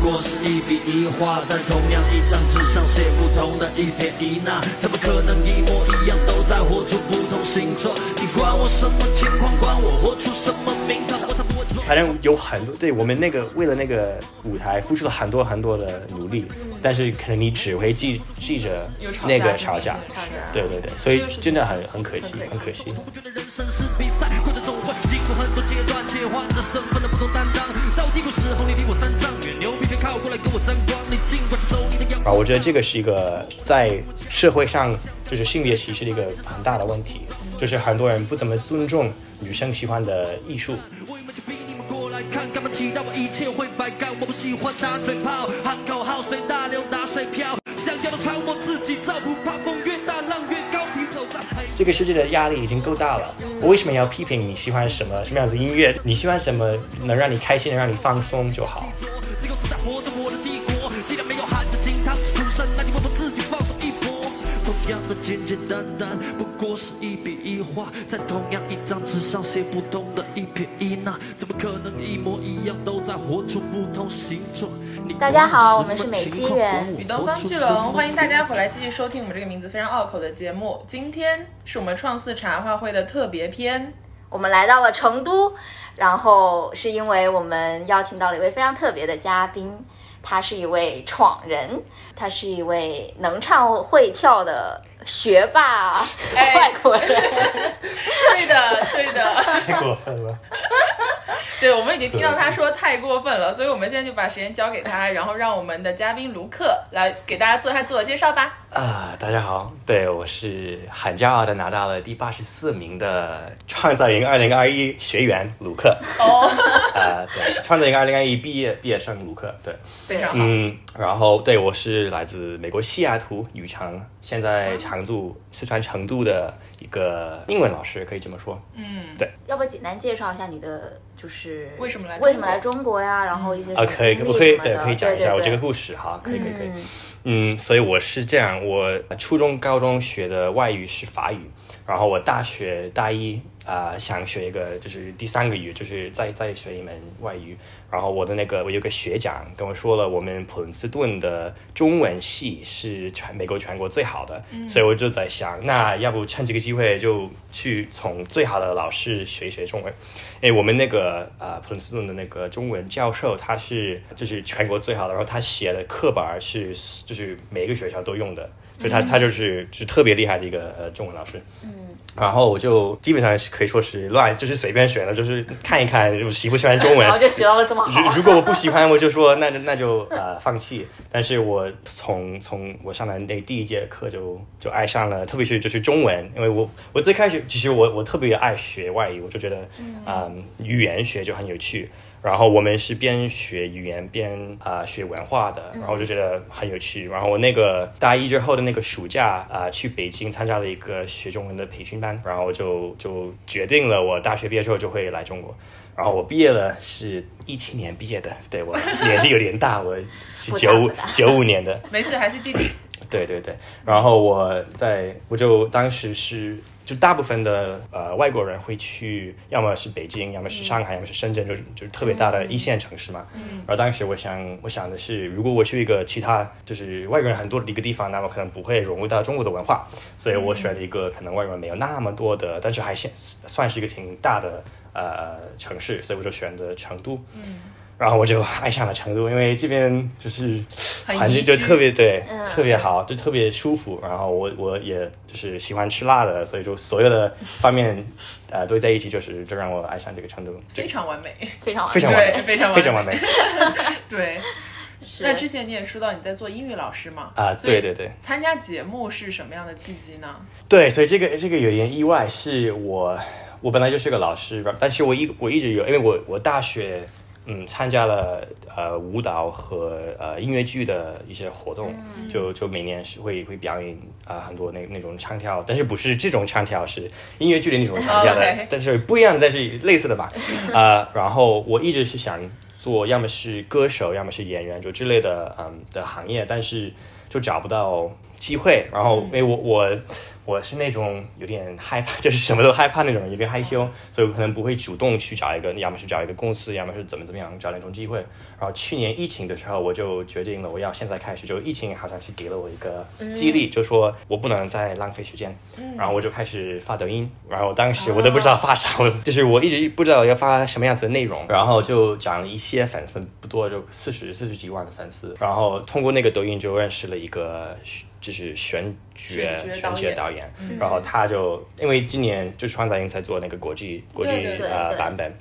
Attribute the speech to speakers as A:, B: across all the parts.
A: 作是一笔一画，在同样一张纸上写不同的一撇一捺，怎么可能一模一样都在活出不同星座？你管我什么情况，管我活出什么名堂，我才不会做。
B: 反正有很多，对我们那个为了那个舞台付出了很多很多的努力，但是可能你只会记记着
C: 有吵
B: 那
C: 架
B: 个
C: 的
B: 吵
C: 那
B: 架
C: 些吵架，
B: 对对对，所以
C: 就是
B: 真的很很可惜，很
C: 很
B: 可
C: 可
B: 惜。
A: 我觉得人生是比赛，快得总会经过很多阶段，切换着身份的不同担当。在我低谷时候，你离我三丈远，牛逼别靠过来跟我争光。你尽管是走你的阳
B: 啊，
A: 光。
B: 我觉得这个是一个在社会上就是性别歧视的一个很大的问题，就是很多人不怎么尊重女生喜欢的艺术。
A: 我有没有去逼你们过来看？干嘛期待我一切会白干？我不喜欢打嘴炮，喊口号，随大流，打水漂。想要的船我自己造，不怕风越大，浪越高，行走在海。
B: 这个世界的压力已经够大了，我为什么要批评你喜欢什么什么样子的音乐？你喜欢什么能让你开心，能让你放松就好。
A: 自由自在活着我的帝国。既然没有含着金汤匙出生，那就为我自己放手一搏。同样的简简单单，不过是一笔一画，在同样一张纸上写不同的一撇一捺，怎么可能一模一样都在活出不同形状？你
D: 大家好我们是美西人
C: 宇东方巨龙，欢迎大家回来继续收听我们这个名字非常拗口的节目。今天是我们创四茶话会的特别篇，
D: 我们来到了成都，然后是因为我们邀请到了一位非常特别的嘉宾，他是一位闯人，他是一位能唱会跳的学霸、
C: 哎
D: 外国人。
C: 对的，对的，
B: 太过分了，
C: 对，我们已经听到他说太过分了，所以我们现在就把时间交给他，然后让我们的嘉宾卢克来给大家做一下自我介绍吧。
E: 啊、大家好，对我是很骄傲的拿到了第八十四名的，
B: 创造营二零二一学员卢克，
C: 哦，
B: 啊、对，创造营二零二一毕业毕业生卢克，对，
C: 非常好，
B: 嗯，
E: 然后对我是来自美国西雅图语城，现在常驻四川成都的一个英文老师，可以这么说。
C: 嗯，
D: 要不简单介绍一下你的就是
C: 为什么来中国
D: 为什么来中国呀？然后一些什
B: 啊，
D: 么
B: 可以，
D: 经
B: 我
D: 历
B: 可以，
D: 什么
B: 对，
D: 的
B: 可以讲一下我这个
D: 对
B: 故事哈，可以，可以，可以。
D: 嗯
B: 嗯，所以我是这样，我初中、高中学的外语是法语，然后我大学大一啊、呃想学一个就是第三个语，就是再再学一门外语。然后我的那个我有个学长跟我说了，我们普林斯顿的中文系是全美国全国最好的，所以我就在想，那要不趁这个机会就去从最好的老师学一学中文。哎，我们那个呃普林斯顿的那个中文教授，他是就是全国最好的，然后他写的课本儿是就是每个学校都用的，所以他、他就是就是特别厉害的一个呃中文老师。然后我就基本上是可以说是乱，就是随便选了，就是看一看就喜不喜欢中文
D: 然后。哦就学到了这么
B: 如
D: 好。
B: 如果我不喜欢，我就说那就那就呃放弃。但是我从从我上完那第一节课就就爱上了，特别是就是中文，因为我我最开始其实我我特别爱学外语，我就觉得嗯、语言学就很有趣。然后我们是边学语言边啊、呃学文化的，
D: 嗯
B: 然后我就觉得很有趣。然后我那个大一之后的那个暑假啊、呃去北京参加了一个学中文的培训班，然后我就就决定了我大学毕业之后就会来中国。然哦后我毕业了，是一七年毕业的，对我年纪有点大，我是
D: 不大
B: 九五
D: 不大
B: 九五年的，
C: 没事，还是弟弟，
B: 对对对。然后我在我就当时是就大部分的呃外国人会去，要么是北京，要么是上海，要么是深圳，就是就是特别大的一线城市嘛。嗯。而当时我想我想的是，如果我去一个其他就是外国人很多的一个地方，那我可能不会融入到中国的文化，所以我选了一个可能外国人没有那么多的，但是还算算是一个挺大的呃城市，所以我就选的成都。嗯。然后我就爱上了成都，因为这边就是
C: 很
B: 环境
C: 宜
B: 就
C: 居
B: 特别对，
D: 嗯
B: 特别好，就特别舒服。然后我我也就是喜欢吃辣的，所以就所有的方面呃都在一起，就是就让我爱上这个成都，这
C: 非常完美，
D: 非常好
B: 非常完美，
C: 对非常完美
B: 非常 完美
C: 对。
D: 是
C: 那之前你也说到你在做英语老师嘛？
B: 啊！
C: 所
B: 对
C: 以
B: 对对
C: 参加节目是什么样的契机呢？
B: 对，所以这个这个有点意外，是我我本来就是个老师，但是我一我一直有，因为我我大学嗯参加了呃舞蹈和呃音乐剧的一些活动，就就每年是会会表演啊、呃很多那那种唱跳，但是不是这种唱跳，是音乐剧的那种唱跳的
C: OK
B: 但是不一样的，但是类似的吧，呃，然后我一直是想做，要么是歌手，要么是演员，就之类的嗯的行业，但是就找不到机会。然后因为我我我是那种有点害怕，就是什么都害怕那种，有点害羞，所以我可能不会主动去找一个，要么是找一个公司，要么是怎么怎么样找那种机会。然后去年疫情的时候，我就决定了我要现在开始，就疫情好像是给了我一个
C: 嗯
B: 激励，就说我不能再浪费时间。然后我就开始发抖音，然后当时我都不知道发啥，我就是我一直不知道要发什么样子的内容，然后就涨了一些粉丝，不多，就四十四十几万的粉丝，然后通过那个抖音就认识了一个就是选角
C: 选
B: 选
C: 角导
B: 角
C: 演
B: 导演，然后他就因为今年就川彩英才做那个国际国际
C: 对对
B: 呃
D: 对
B: 版本。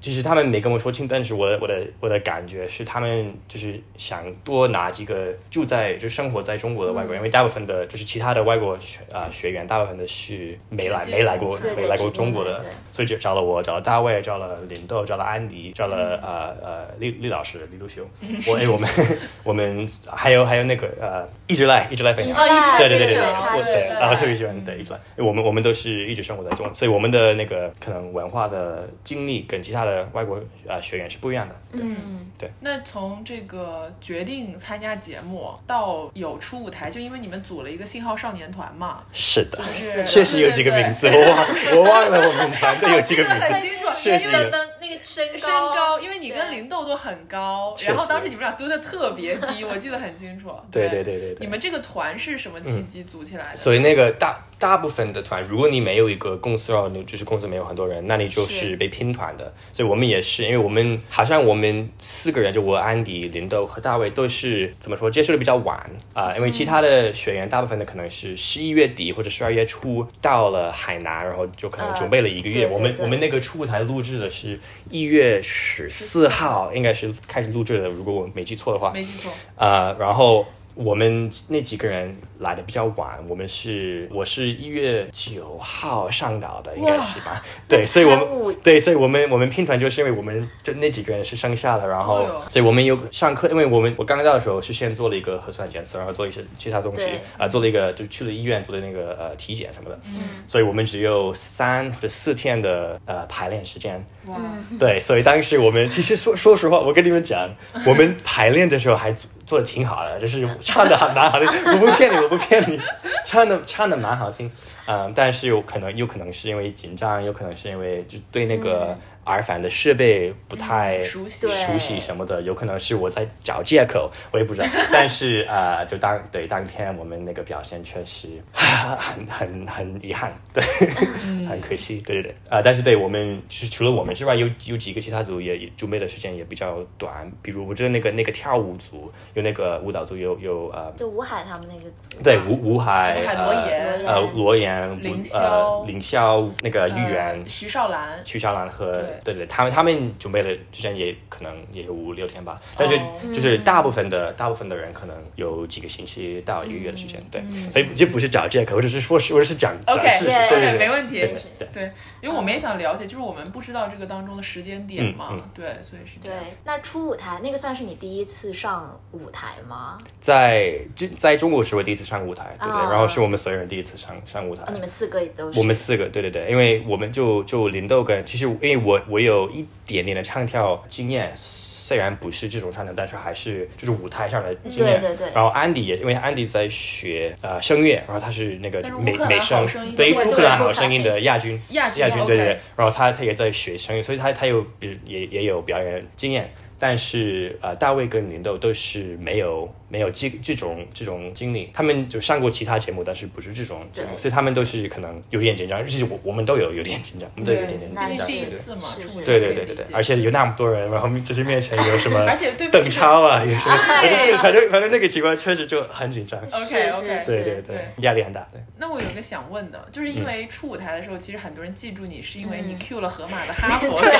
B: 就是他们没跟我说清，但是我的我的我的感觉是，他们就是想多拿几个住在就生活在中国的外国人，因为大部分的就是其他的外国学啊、学员，大部分的是没来
C: 直接
B: 没来过
D: 对对
B: 没来过
D: 直接来
B: 中国的
D: 对，
B: 所以就找了我，找了大卫，找了林豆，找了安迪，找了呃呃李李老师李路修，我哎我们 我们还有还有那个呃一直来一直来分享。
C: 哦一直来
B: 对对对对对，
C: 对对
B: 我
C: 对
B: 对，
C: 对
B: 然后特别喜欢对一直来，我们我们都是一直生活在中国，所以我们的那个可能文化的经历跟其他的外国呃学员是不一样的。
C: 嗯，
B: 对。
C: 那从这个决定参加节目到有出舞台，就因为你们组了一个信号少年团嘛，
B: 是的，
C: 是
B: 确实有这个名字，我忘我忘了我们团队有这个名
C: 很
B: 字，
C: 清楚，
B: 确实
C: 因
B: 有
C: 为
D: 那个那个身高
C: 身高，因为你跟
D: 对
C: 林豆都很高，
B: 确实
C: 然后当时你们俩蹲的特别低，我记得很清楚。
B: 对对对对
C: 你
B: 对。
C: 们这个团是什么契机组起来的？
B: 所以那个大大部分的团，如果你没有一个公司，然后你就是公司没有很多人，那你就是是被拼团的。所以我们也是，因为我们好像我们四个人，就我、安迪、林豆和大卫，都是怎么说接触的比较晚啊、因为
D: 嗯
B: 其他的学员大部分的可能是十一月底或者十二月初到了海南，然后就可能
D: 啊
B: 准备了一个
D: 对
B: 月。
D: 对
B: 我们
D: 对
B: 我们那个初舞台录制的是一月十四号，应该是开始录制的，如果我没记错的话。
C: 没记错，
B: 呃，然后我们那几个人来的比较晚，我们是我是一月九号上岛的，应该是吧？ 对，所以我
D: 太误
B: 们对，所以我们我们拼团就是因为我们就那几个人是剩下的，然后、
C: 哦哟
B: 所以我们有上课，因为我们我刚到的时候是先做了一个核酸检测，然后做一些其他东西
D: 对，
B: 啊、做了一个就是去了医院做的那个呃体检什么的，所以我们只有三或者四天的呃排练时间，
D: 嗯
C: 哇，
B: 对，所以当时我们其实说 说实话，我跟你们讲， 我们排练的时候还做做的挺好的，就是唱的蛮好的， 我不骗你，我不骗你， 唱的唱的蛮好听，嗯，但是有可能有可能是因为紧张，有可能是因为就对那个耳返的设备不太
C: 嗯熟悉
D: 对
B: 熟悉什么的，有可能是我在找借口，我也不知 道。但是呃，就当对当天我们那个表现确实 很很很遗憾，对，
C: 嗯
B: 很可惜，对对对。啊、但是对我们是除了我们之外，有有几个其他组也也准备的时间也比较短，比如我觉得那个那个跳舞组有那个舞蹈组有有呃。
D: 就吴海他们那个组，
B: 对吴吴海、
C: 啊吴海
B: 呃
C: 罗岩
B: 呃罗岩、吴
C: 凌
B: 呃
C: 霄
B: 凌霄、那个
C: 呃
B: 玉圆、
C: 徐少兰，
B: 曲小兰和
C: 对
B: 对对，他们他们准备了之前也可能也有五六天吧，但是
C: 哦
B: 就是大部分的、大部分的人可能有几个星期到一个月的时间，对，所以这不是找借口，我只是说是我只是讲讲
C: 嗯 OK，
B: 事实，
D: 对
B: 对对
C: OK，没问题
B: 对对对。
C: 对，因为我们也想了解，就是我们不知道这个当中的时间点嘛，
B: 嗯嗯
C: 对，所以是这
D: 对
C: 样。，
D: 那初舞台那个算是你第一次上舞台吗？
B: 在这在中国是我第一次上舞台，对不对？
D: 哦
B: 然后是我们所有人第一次上上舞台
D: 哦，，你们四个也都是
B: 我们四个，对对对，因为我们就就林豆跟，其实因为我我有一点点的唱跳经验，虽然不是这种唱跳，但是还是就是舞台上的经验。
D: 对对对
B: 然后安迪也，因为安迪在学呃声乐，然后他是那个
C: 但是乌
B: 美
C: 克兰
B: 美
C: 好
B: 声
C: 声音，
B: 对
C: 的
B: 乌克兰好声音的亚军，
C: 亚军
B: 军，亚对对
C: OK
B: 对。然后他他也在学声乐，所以他他有比如也也有表演经验。但是呃，大卫跟林豆都是没有没有这这种这种经历，他们就上过其他节目，但是不是这种节目，
D: 对
B: 所以他们都是可能有点紧张，就是我我们都有有点紧张，我们都有点紧
D: 那
B: 张，
C: 因为
D: 是
C: 第一
B: 对
C: 次嘛，
D: 是
C: 初舞
B: 对对
C: 可以
B: 对
C: 理
B: 对对
C: 解，
B: 而且有那么多人，然后就是面前有什么
C: 而且对面哎
B: 邓超啊，有 什么，
C: 对
B: 反正反正那个情况确实就很紧张，
C: OK OK，
D: 是
B: 对对对，压力很大，对。
C: 那我有一个想问的，就是
B: 嗯
C: 因为初舞台的时候，其实很多人记住你是因为你 Q 了河马 的哈佛梗，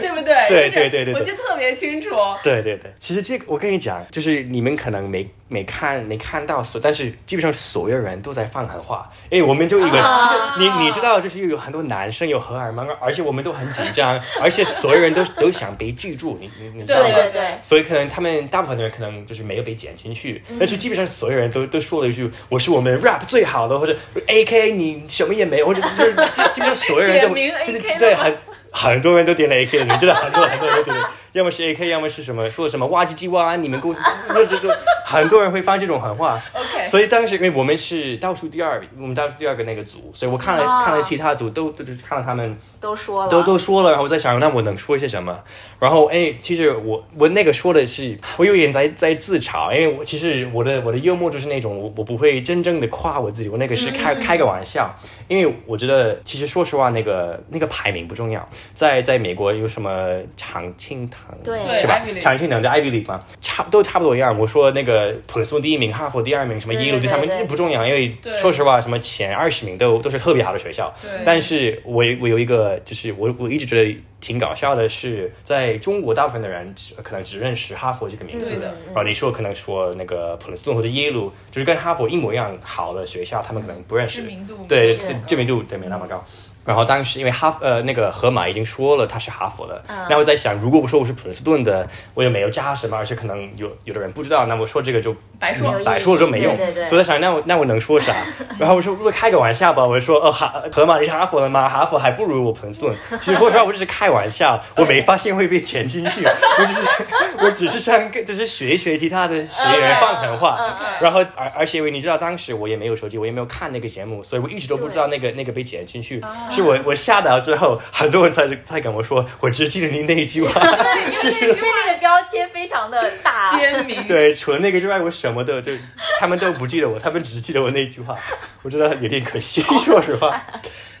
C: 对不对？
B: 对
C: 就
B: 对
C: 是
B: 对对对
C: 我记得特别清楚。
B: 对对对，其实这个我跟你讲，就是你们可能没没看没看到所，但是基本上所有人都在放狠话，因为我们就有个、
D: 啊
B: 就是你你知道，就是又有很多男生有荷尔蒙，啊而且我们都很紧张，而且所有人都都想被记住，你你你知道吗？
D: 对对对，
B: 所以可能他们大部分的人可能就是没有被剪进去，但是基本上所有人都都说了一句“我是我们 rap 最好的”或者 “AK 你什么也没有”，或者就是基基本上所有人都
C: 点名
B: 就是
C: AK
B: 对
C: 了吗
B: 很很多人都点了 AK，你知道很多很多人都点了，要么是 AK，要么是什么说什么哇唧唧哇，你们公司就就就很多人会放这种狠话。
C: OK，
B: 所以当时因为我们是倒数第二，我们倒数第二个那个组，所以我看了、
D: 啊
B: 看了其他组都都就是看了他们
D: 都说了，
B: 都都说了，然后我在想那我能说一些什么？然后哎，其实我我那个说的是我有点在在自嘲，因为我其实我的我的幽默就是那种我我不会真正的夸我自己，我那个是
D: 嗯
B: 开、开个玩笑，因为我觉得其实说实话那个那个排名不重要，在在美国有什么常青堂
D: 对
B: 是吧
C: 对？，Ivy League
B: 常青堂叫 Ivy League 嘛，差都差不多一样。我说那个普林斯顿第一名，哈佛第二名，什么
D: 对
B: 耶鲁第三名
D: 对对对
B: 不重要，因为
C: 对
B: 说实话什么前二十名都都是特别好的学校，
C: 对
B: 但是我我有一个，就是我我一直觉得挺搞笑的是，在中国大部分的人只可能只认识哈佛这个名字，
C: 对的
B: 然后你说可能说那个普林斯顿或者耶鲁，就是跟哈佛一模一样好的学校，他们可能不认识，
C: 知名度
B: 对
D: 是
B: 知知名度对没那么高。然后当时因为哈呃那个河马已经说了他是哈佛的，
C: 嗯
B: 那我在想，如果我说我是普林斯顿的，我也没有加什么，而且可能有有的人不知道，那我说这个就
C: 白说
D: 没有意义
B: 摆说了就没用。
D: 对对对
B: 所以我在想，那我那我能说啥？ 然后我说，不开个玩笑吧。我说，哦，哈，河马你是哈佛的吗？哈佛还不如我彭 顿。其实说实话，我只是开玩笑，我没发现会被剪进去，我只是 我只是想跟，就是学一学其他的学员放狠话。
D: 嗯
B: 然后而而且因为你知道，当时我也没有手机，我也没有看那个节目，所以我一直都不知道那个那个被剪进去。是我我下到之后，很多人才才跟我说，我只记得你那一句话。
D: 因为因为那个标签非常的大，
C: 鲜明，
B: 对，除了那个之外，我什么都就他们都不记得我，他们只记得我那句话，我觉得有点可惜， 说实话。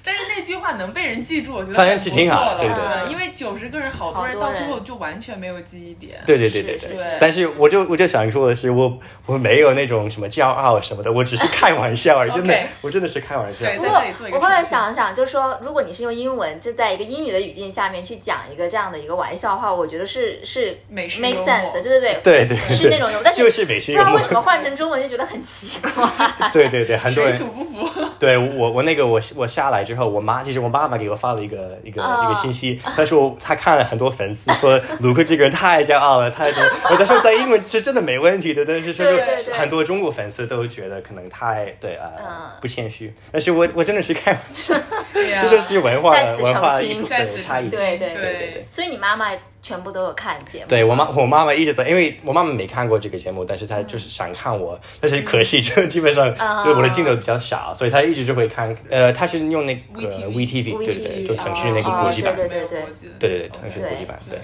C: 但是那句话能被人记住，我觉得
B: 反
C: 很
B: 正其
C: 不
B: 实
C: 错
B: 挺好
C: 了。
B: 啊对
D: 对对
C: 因为九十个人，好多人
D: 好多
C: 到
D: 人
C: 最后就完全没有记忆点。
B: 对对对对
D: 是
B: 对。
D: 是
C: 对
B: 但是我就我就想说的是，我我没有那种什么骄傲什么的，我只是开玩笑而已，真的
C: OK，
B: 我真的是开玩笑。
C: 对
D: 不
C: 在
D: 过
C: 这里做一个
D: 我后来
C: 澄清
D: 想了想，就是说，如果你是用英文，就在一个英语的语境下面去讲一个这样的一个玩笑话，我觉得是是
C: 美式
D: make
C: 幽默
D: sense 的，对对
B: 对
D: 对，
B: 对
D: 是那 种用，但是
B: 就是美式
D: 不
B: 幽
D: 知道
B: 默
D: 为。什么换成中文就觉得很奇怪。
B: 对对对，很多
C: 水
B: 人
C: 土 不服，
B: 对我我那个我我下来之后，我妈就是我妈妈给我发了一个一个、
D: 啊
B: 一个信息，她说她看了很多粉丝说卢克这个人太骄傲了，太什么，我她说在英文是真的没问题的，但是
D: 对对
B: 就
D: 对
B: 是很多中国粉丝都觉得可能太对啊、呃
D: 嗯
B: 不谦虚，但是我我真的是开玩笑，
C: 对呀
B: 这就是文化
D: 再次
B: 文化
D: 澄
B: 一
D: 清
B: 种
C: 再次
B: 对差异。
C: 澄清
D: 对对
B: 对
C: 对
B: 对对
D: 所以你妈妈全部都有看节目，
B: 对我妈，我妈妈一直在，因为我妈妈没看过这个节目，但是她就是想看我，但是可惜就基本上
D: 啊
B: 就是我的镜头比较少，所以她一直就会看。呃，她是用那个
C: VTV
B: VTV，对对对，
D: VTV
B: 就腾讯那个
D: 哦
B: 国际版，
D: 对
B: 对
D: 对对
C: 没有国际的
B: 对对，
C: OK
B: 腾讯国际版，对
C: 对。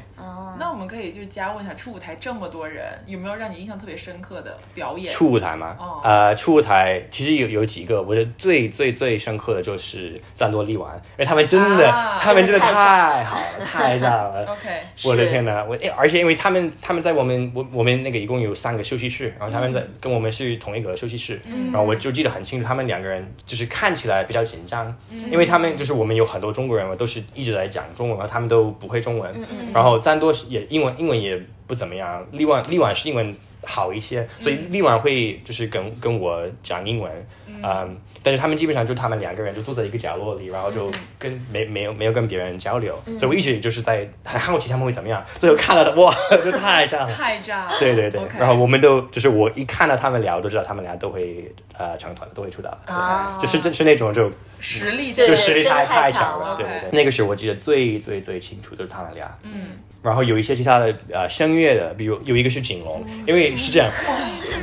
C: 那我们可以就是加问一下，初舞台这么多人，有没有让你印象特别深刻的表演？
B: 初舞台嘛，
C: 哦
B: 呃，初舞台其实有有几个，我觉得最最最深刻的就是赞多利丸，因为他们真的，
C: 啊
B: 他们真的
D: 真的太
B: 太好了，太炸了。
C: OK，
B: 我的
D: 是
B: 天呐，我诶而且因为他们他们在我们我我们那个一共有三个休息室，然后他们在、跟我们是同一个休息室，
D: 嗯
C: 嗯
B: 然后我就记得很清楚，他们两个人就是看起来比较紧张，
C: 嗯
B: 因为他们就是我们有很多中国人嘛，都是一直在讲中文，然后他们都不会中文，
D: 嗯
B: 然后赞多是也英文英文也不怎么样，力婉力婉是英文好一些，所以力婉会就是跟跟我讲英文，嗯、但是他们基本上就他们两个人就坐在一个角落里，然后就跟没没有没有跟别人交流，所以我一直就是在很好奇他们会怎么样，最后看到的哇， 就太炸了。
C: 太炸了。
B: 对对对
C: OK
B: 然后我们都就是我一看到他们聊，都知道他们俩都会呃成团，都会出道，对
D: 啊
B: 就是就是那种就
C: 实力
D: 对
B: 就
C: 真
B: 实力
D: 真的
B: 太
D: 太强
B: 强
D: 了
B: 了，对对
C: OK
B: 对，那个是我记得最最最清楚，就是他们俩，
C: 嗯，
B: 然后有一些其他的呃声乐的，比如有一个是景龙，
D: 嗯
B: 因为是这 样，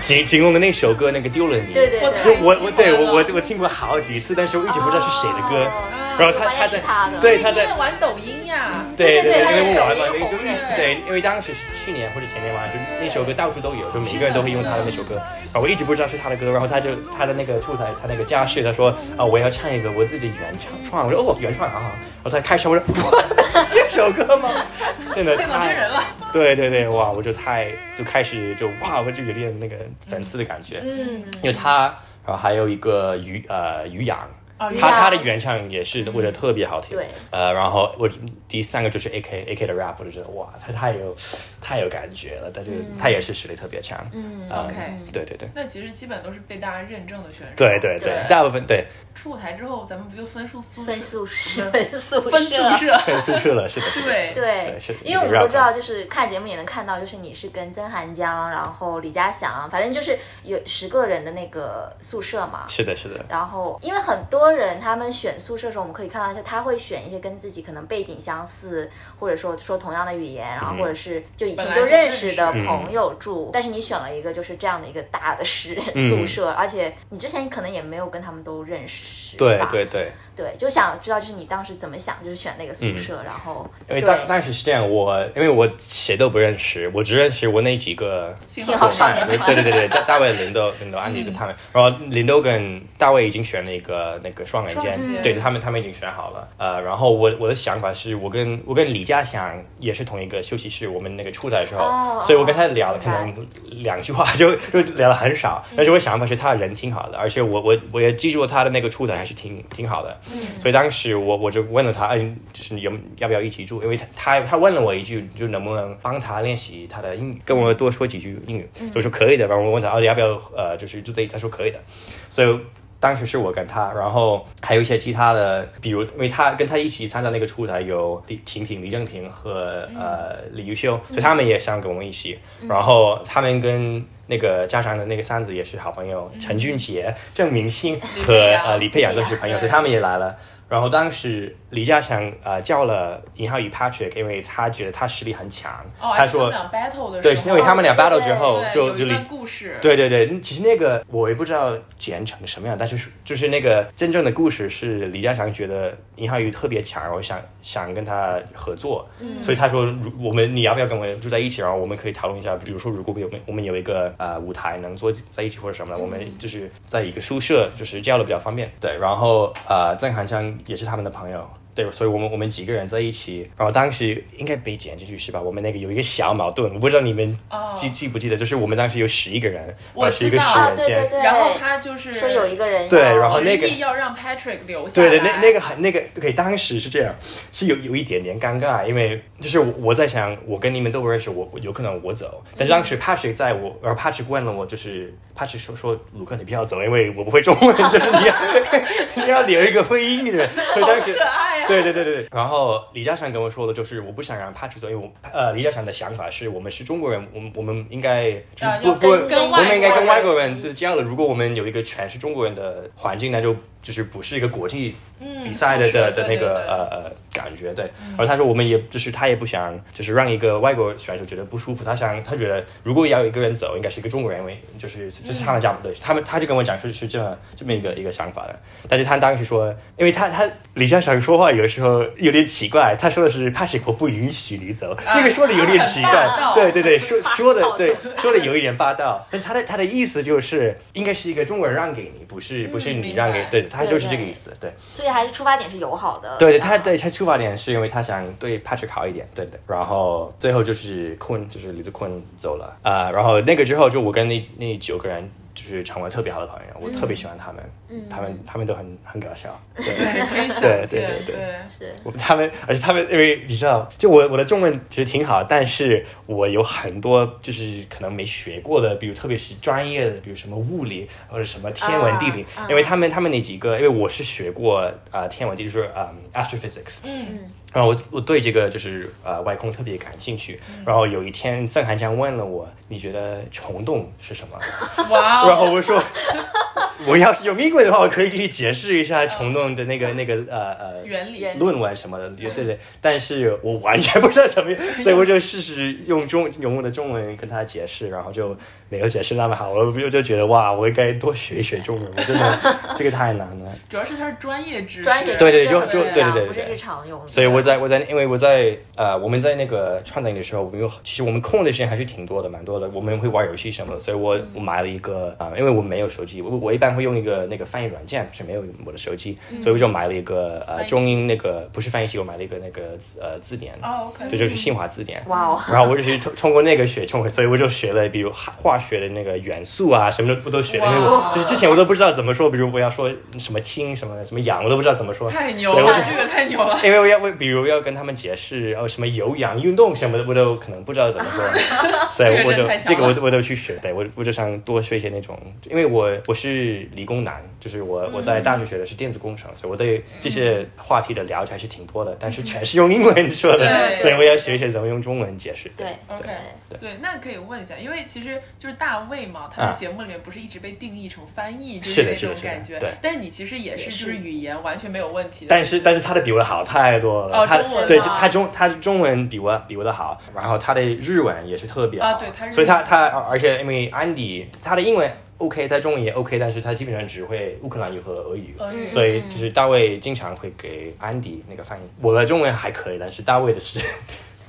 B: 景景龙的那首歌那个丢了你，
D: 对对
C: 我
D: 对
B: 就我
C: 太
B: 我
C: 喜欢
B: 对我我
C: 了
B: 我听过好几次，但是我一直不知道是谁的歌，
D: 哦
B: 然后他
D: 我也
B: 他
D: 是
B: 在
D: 他的
B: 对
C: 因
B: 他在
C: 为玩抖音呀，
B: 对
D: 对对
B: 因为我玩
D: 对
B: 过
D: 对
B: 那个就
D: 对
B: 一直对，因为当时是去年或者前年嘛，就那首歌到处都有，就每一个人都会用他的那首歌。然后我一直不知道是他的歌，然后他就他的那个出台他那个家世，他说啊我要唱一个我自己原唱创，我说哦原创啊，然后他开始我说哇这首歌吗？真的
C: 见到
B: 太
C: 真人了。
B: 对对对，哇，我就太就开始就哇，我就有点那个粉丝的感觉，
D: 嗯，
B: 因为他，然后还有一个于呃于洋。
C: 哦于
B: 他
D: 洋
B: 他的原唱也是，我觉得特别好听。
D: 对
B: 呃，然后我第三个就是 A K A K 的 rap，我就觉得哇，他太有太有感觉了，但是他也是实力特别强。嗯
C: OK
B: 对对对
C: 那其实基本都是被大家认证的选手。
B: 对对对
D: 对，
B: 大部分对
C: 出舞台之后，咱们不就分数宿舍
D: 分宿舍，分宿舍，
C: 分宿舍？
B: 被宿舍了，是的，是的。
C: 对，
D: 对
B: 对是
D: 因为我
B: 有
D: 们
B: 绕
D: 都知道，
B: 口
D: 就是看节目也能看到，就是你是跟曾涵江，然后李家祥，反正就是有十个人的那个宿舍嘛。
B: 是的，是的，
D: 然后，因为很多人他们选宿舍的时候，我们可以看到一下，他会选一些跟自己可能背景相相似，或者说说同样的语言，然后
B: 嗯
D: 或者是就以前
C: 本来
D: 就
C: 就
D: 认
C: 认
D: 识
C: 识
D: 的
B: 嗯
D: 朋友住，但是你选了一个就是这样的一个大的十人
B: 嗯
D: 宿舍，而且你之前可能也没有跟他们都认识吧，
B: 对对对，
D: 对，就想知道就是你当时怎么想，就是选那个宿舍，然后
B: 嗯因为
D: 对
B: 当当时是这样，我因为我谁都不认识，我只认识我那几个
D: 幸好
B: 伙
D: 少
B: 伴
C: 哦
D: 年，
B: 对对对对，大大卫、林豆、林豆、安迪的
C: 嗯
B: 他们，然后林豆跟大卫已经选了一个那个双人
C: 双
B: 间
C: 人，间
B: 对他们他们已经选好了。呃，然后我我的想法是我跟我跟李嘉祥也是同一个休息室，我们那个出来的时候，
D: 哦
B: 所以我跟他聊了
D: 明
B: 可
D: 白嗯
B: 能两句话就 就聊了很少，但是我想法是他人挺好的，而且我我我也记住他的那个出台还是挺挺好的，
D: 嗯
B: 所以当时我我就问了他，嗯、就是你有要不要一起住？因为他他他问了我一句，就能不能帮他练习他的英语，跟我多说几句英语，
D: 嗯
B: 所以我说可以的，然后我问他，哦，你要不要呃，就是住这里？他说可以的，所以。当时是我跟他，然后还有一些其他的，比如因为他跟他一起参加那个出台有李婷婷、李正廷和、
C: 嗯
B: 呃李玉秀，所以他们也想跟我们一起。然后他们跟那个家长的那个三子也是好朋友，陈俊杰、郑明星
C: 嗯李
B: 和
C: 佩阳
B: 呃李佩阳
D: 李
B: 都
D: 佩阳
B: 是朋友，
C: 对
B: 所以他们也来了。然后当时李嘉诚呃叫了尹浩宇 Patrick，因为他觉得他实力很强，
C: 哦，
B: 他
C: 而且
B: 说
C: 他们俩 battle 的时候，
B: 对，是因为他们俩
D: 对对
B: battle 之后
C: 对
B: 就
C: 有
B: 就
C: 一
B: 李
C: 段故事，
B: 对对对，嗯其实那个我也不知道剪成什么样，但是就是那个真正的故事是李嘉诚觉得银浩宇特别强，然后想想跟他合作，
C: 嗯
D: 嗯
B: 所以他说如我们你要不要跟我们住在一起，然后我们可以讨论一下，比如说如果我们我们有一个呃舞台能坐在一起或者什么的，我们
C: 嗯
B: 就是在一个宿舍，就是这样的比较方便。对，然后呃郑涵香也是他们的朋友。对，所以我们我们几个人在一起，然后当时应该被剪进去是吧？我们那个有一个小矛盾，我不知道你们
C: 哦
B: 记记不记得，就是我们当时有十一个人，
C: 我
B: 啊是一个
C: 知道
B: 十
D: 啊
B: 人
D: 对对
B: 间，
D: 对，
C: 然后他就是
D: 说有一个人
B: 对
D: 要
B: 然后那个
C: 执意要让 Patrick 留下
B: 对对，
C: 来
B: 那那个很那个，对，当时是这样，是有有一点点尴尬，因为就是我我在想，我跟你们都不认识，我我有可能我走，
C: 嗯
B: 但是当时 Patrick 在我，然后 Patrick 问了我，就是 Patrick 说说鲁克你不要走，因为我不会中文， 就是你要你要留一个会英 语的人，所以当时
C: 可爱啊！
B: 对对对对对。然后李嘉诚跟我说的就是，我不想让 Patrick 走，因为我呃，李嘉诚的想法是我们是中国人，我们我们应该就是
C: 啊
B: 不
C: 要
B: 不，
C: 跟跟
B: 我们应该跟外
C: 外
B: 国
C: 国
B: 人
C: 人
B: 就这样了。如果我们有一个全是中国人的环境，那就就是不是一个国际比赛的、
C: 嗯是
B: 的
C: 的
B: 的那
C: 对对
B: 个
C: 对
B: 呃呃感觉对。然后他说我们也就是他也不想就是让一个外国选手觉得不舒服，他想他觉得如果要有一个人走，应该是一个中国人，因为就是这是他们家不对，他们他就跟我讲说是这么这么一个一个想法的。但是他当时说，因为他他李嘉诚说话有时候有点奇怪，他说的是 Patrick 我不允许你走，这个说的有点奇怪，
C: 霸道
B: 对对对，说说的
D: 霸道
B: 对说的有一点霸道，但是他的他的意思就是应该是一个中国人让给你，不是不是你
C: 明
B: 让给，
C: 白
B: 对他
D: 对
B: 就是这
D: 对
B: 个意思，对。
D: 所以还是出发点是友好的。
B: 对对，
D: 然
B: 他
D: 后
B: 对他出发点是因为他想对 Patrick 好一点，对的。然后最后就是坤，就是李子坤走了啊、呃然后那个之后，就我跟那那九个人就是成为特别好的朋友，我特别喜欢他们，他们他们都很很搞笑，对。
C: 对，可 以想
B: 对对
C: 见
B: 对对
C: 对
D: 是
B: 我他们， 而且他们，因为你知道，就我我的中文其实挺好，但是我有很多就是可能没学过的，比如特别是专业的，比如什么物理或者什么天文地理，
D: 啊
B: 因为他们他们那几个，因为我是学过啊、呃天文地理，就是嗯、astrophysics，
C: 嗯，
B: 然后我我对这个就是呃外空特别感兴趣，
D: 嗯
B: 然后有一天郑涵江问了我，你觉得虫洞是什么？
C: 哇
B: 然
C: 哦，
B: 后我说， 我要是用英文的话，我可以给你解释一下虫洞的那个那个呃呃
C: 原理
B: 论文什么的，对对对。但是我完全不知道怎 么，所以我就试试用中用我的中文跟他解释，然后就没有解释那么好，我就就觉得哇，我应该多学一学中文，我真的这个太难 了。
C: 主要是他是专业知识，
D: 专业
B: 对对
D: 知识
B: 就
D: 不
B: 就
D: 一
B: 对
D: 样
B: 对对
D: 不是
B: 对
D: 日常用的。
B: 所以我在我在因为我在呃我们在那个创造营的时候，我们有其实我们空的时间还是挺多的，蛮多的。我们会玩游戏什么的，所以我
C: 嗯
B: 我买了一个啊、呃因为我没有手机，我我一般会用一个那个翻译软件，是没有我的手机，所以我就买了一个呃
C: 翻译器
B: 中英那个不是翻译器，我买了一个那个字呃字典，
C: 哦，OK，
B: 这就是新华字典。
D: 哇哦，
B: 然后我就去通通过那个学中文，所以我就学了，比如化化学的那个元素啊，什么的我都学了。因为我
C: 哇
B: 就是之前我都不知道怎么说，比如我要说什么氢什么的，什么氧，我都不知道怎么说。
C: 太牛
B: 所以我
C: 了，
B: 就
C: 这个太牛了。
B: 因为我要为比如要跟他们解释哦什么有氧运动什么的，我都可能不知道怎么说，所以我
C: 这个
B: 就
C: 人太强
B: 这个我
C: 了
B: 都我都去学，对我我就想多学一些那种，因为我我是是理工男，就是我我在
C: 嗯
B: 大学学的是电子工程，所以我对这些话题的了解还是挺多的，但是全是用英文说的，
C: 对
B: 所以我要学一学怎么用中文解释。
D: 对
C: ，OK，
B: 对
C: 对，那可以问一下，因为其实就是大卫嘛，他在节目里面不是一直被定义成翻译，就是
B: 的
C: 那
B: 啊是的
C: 种
B: 是的
C: 感觉。
B: 对
C: 但是你其实也是，就是语言完全没有问题的。
B: 但是但是他的比我的好太多了，
C: 哦
B: 他
C: 中文
B: 对
C: 啊
B: 他中他中文比我比我的好，然后他的日文也是特别好，
C: 啊对他日文
B: 所以他他而且因为安迪他的英文 OK，他中文也 OK，但是他基本上只会乌克兰语和俄语，
C: 俄语
B: 所以就是大卫经常会给安迪那个翻译，我的中文还可以，但是大卫的 是。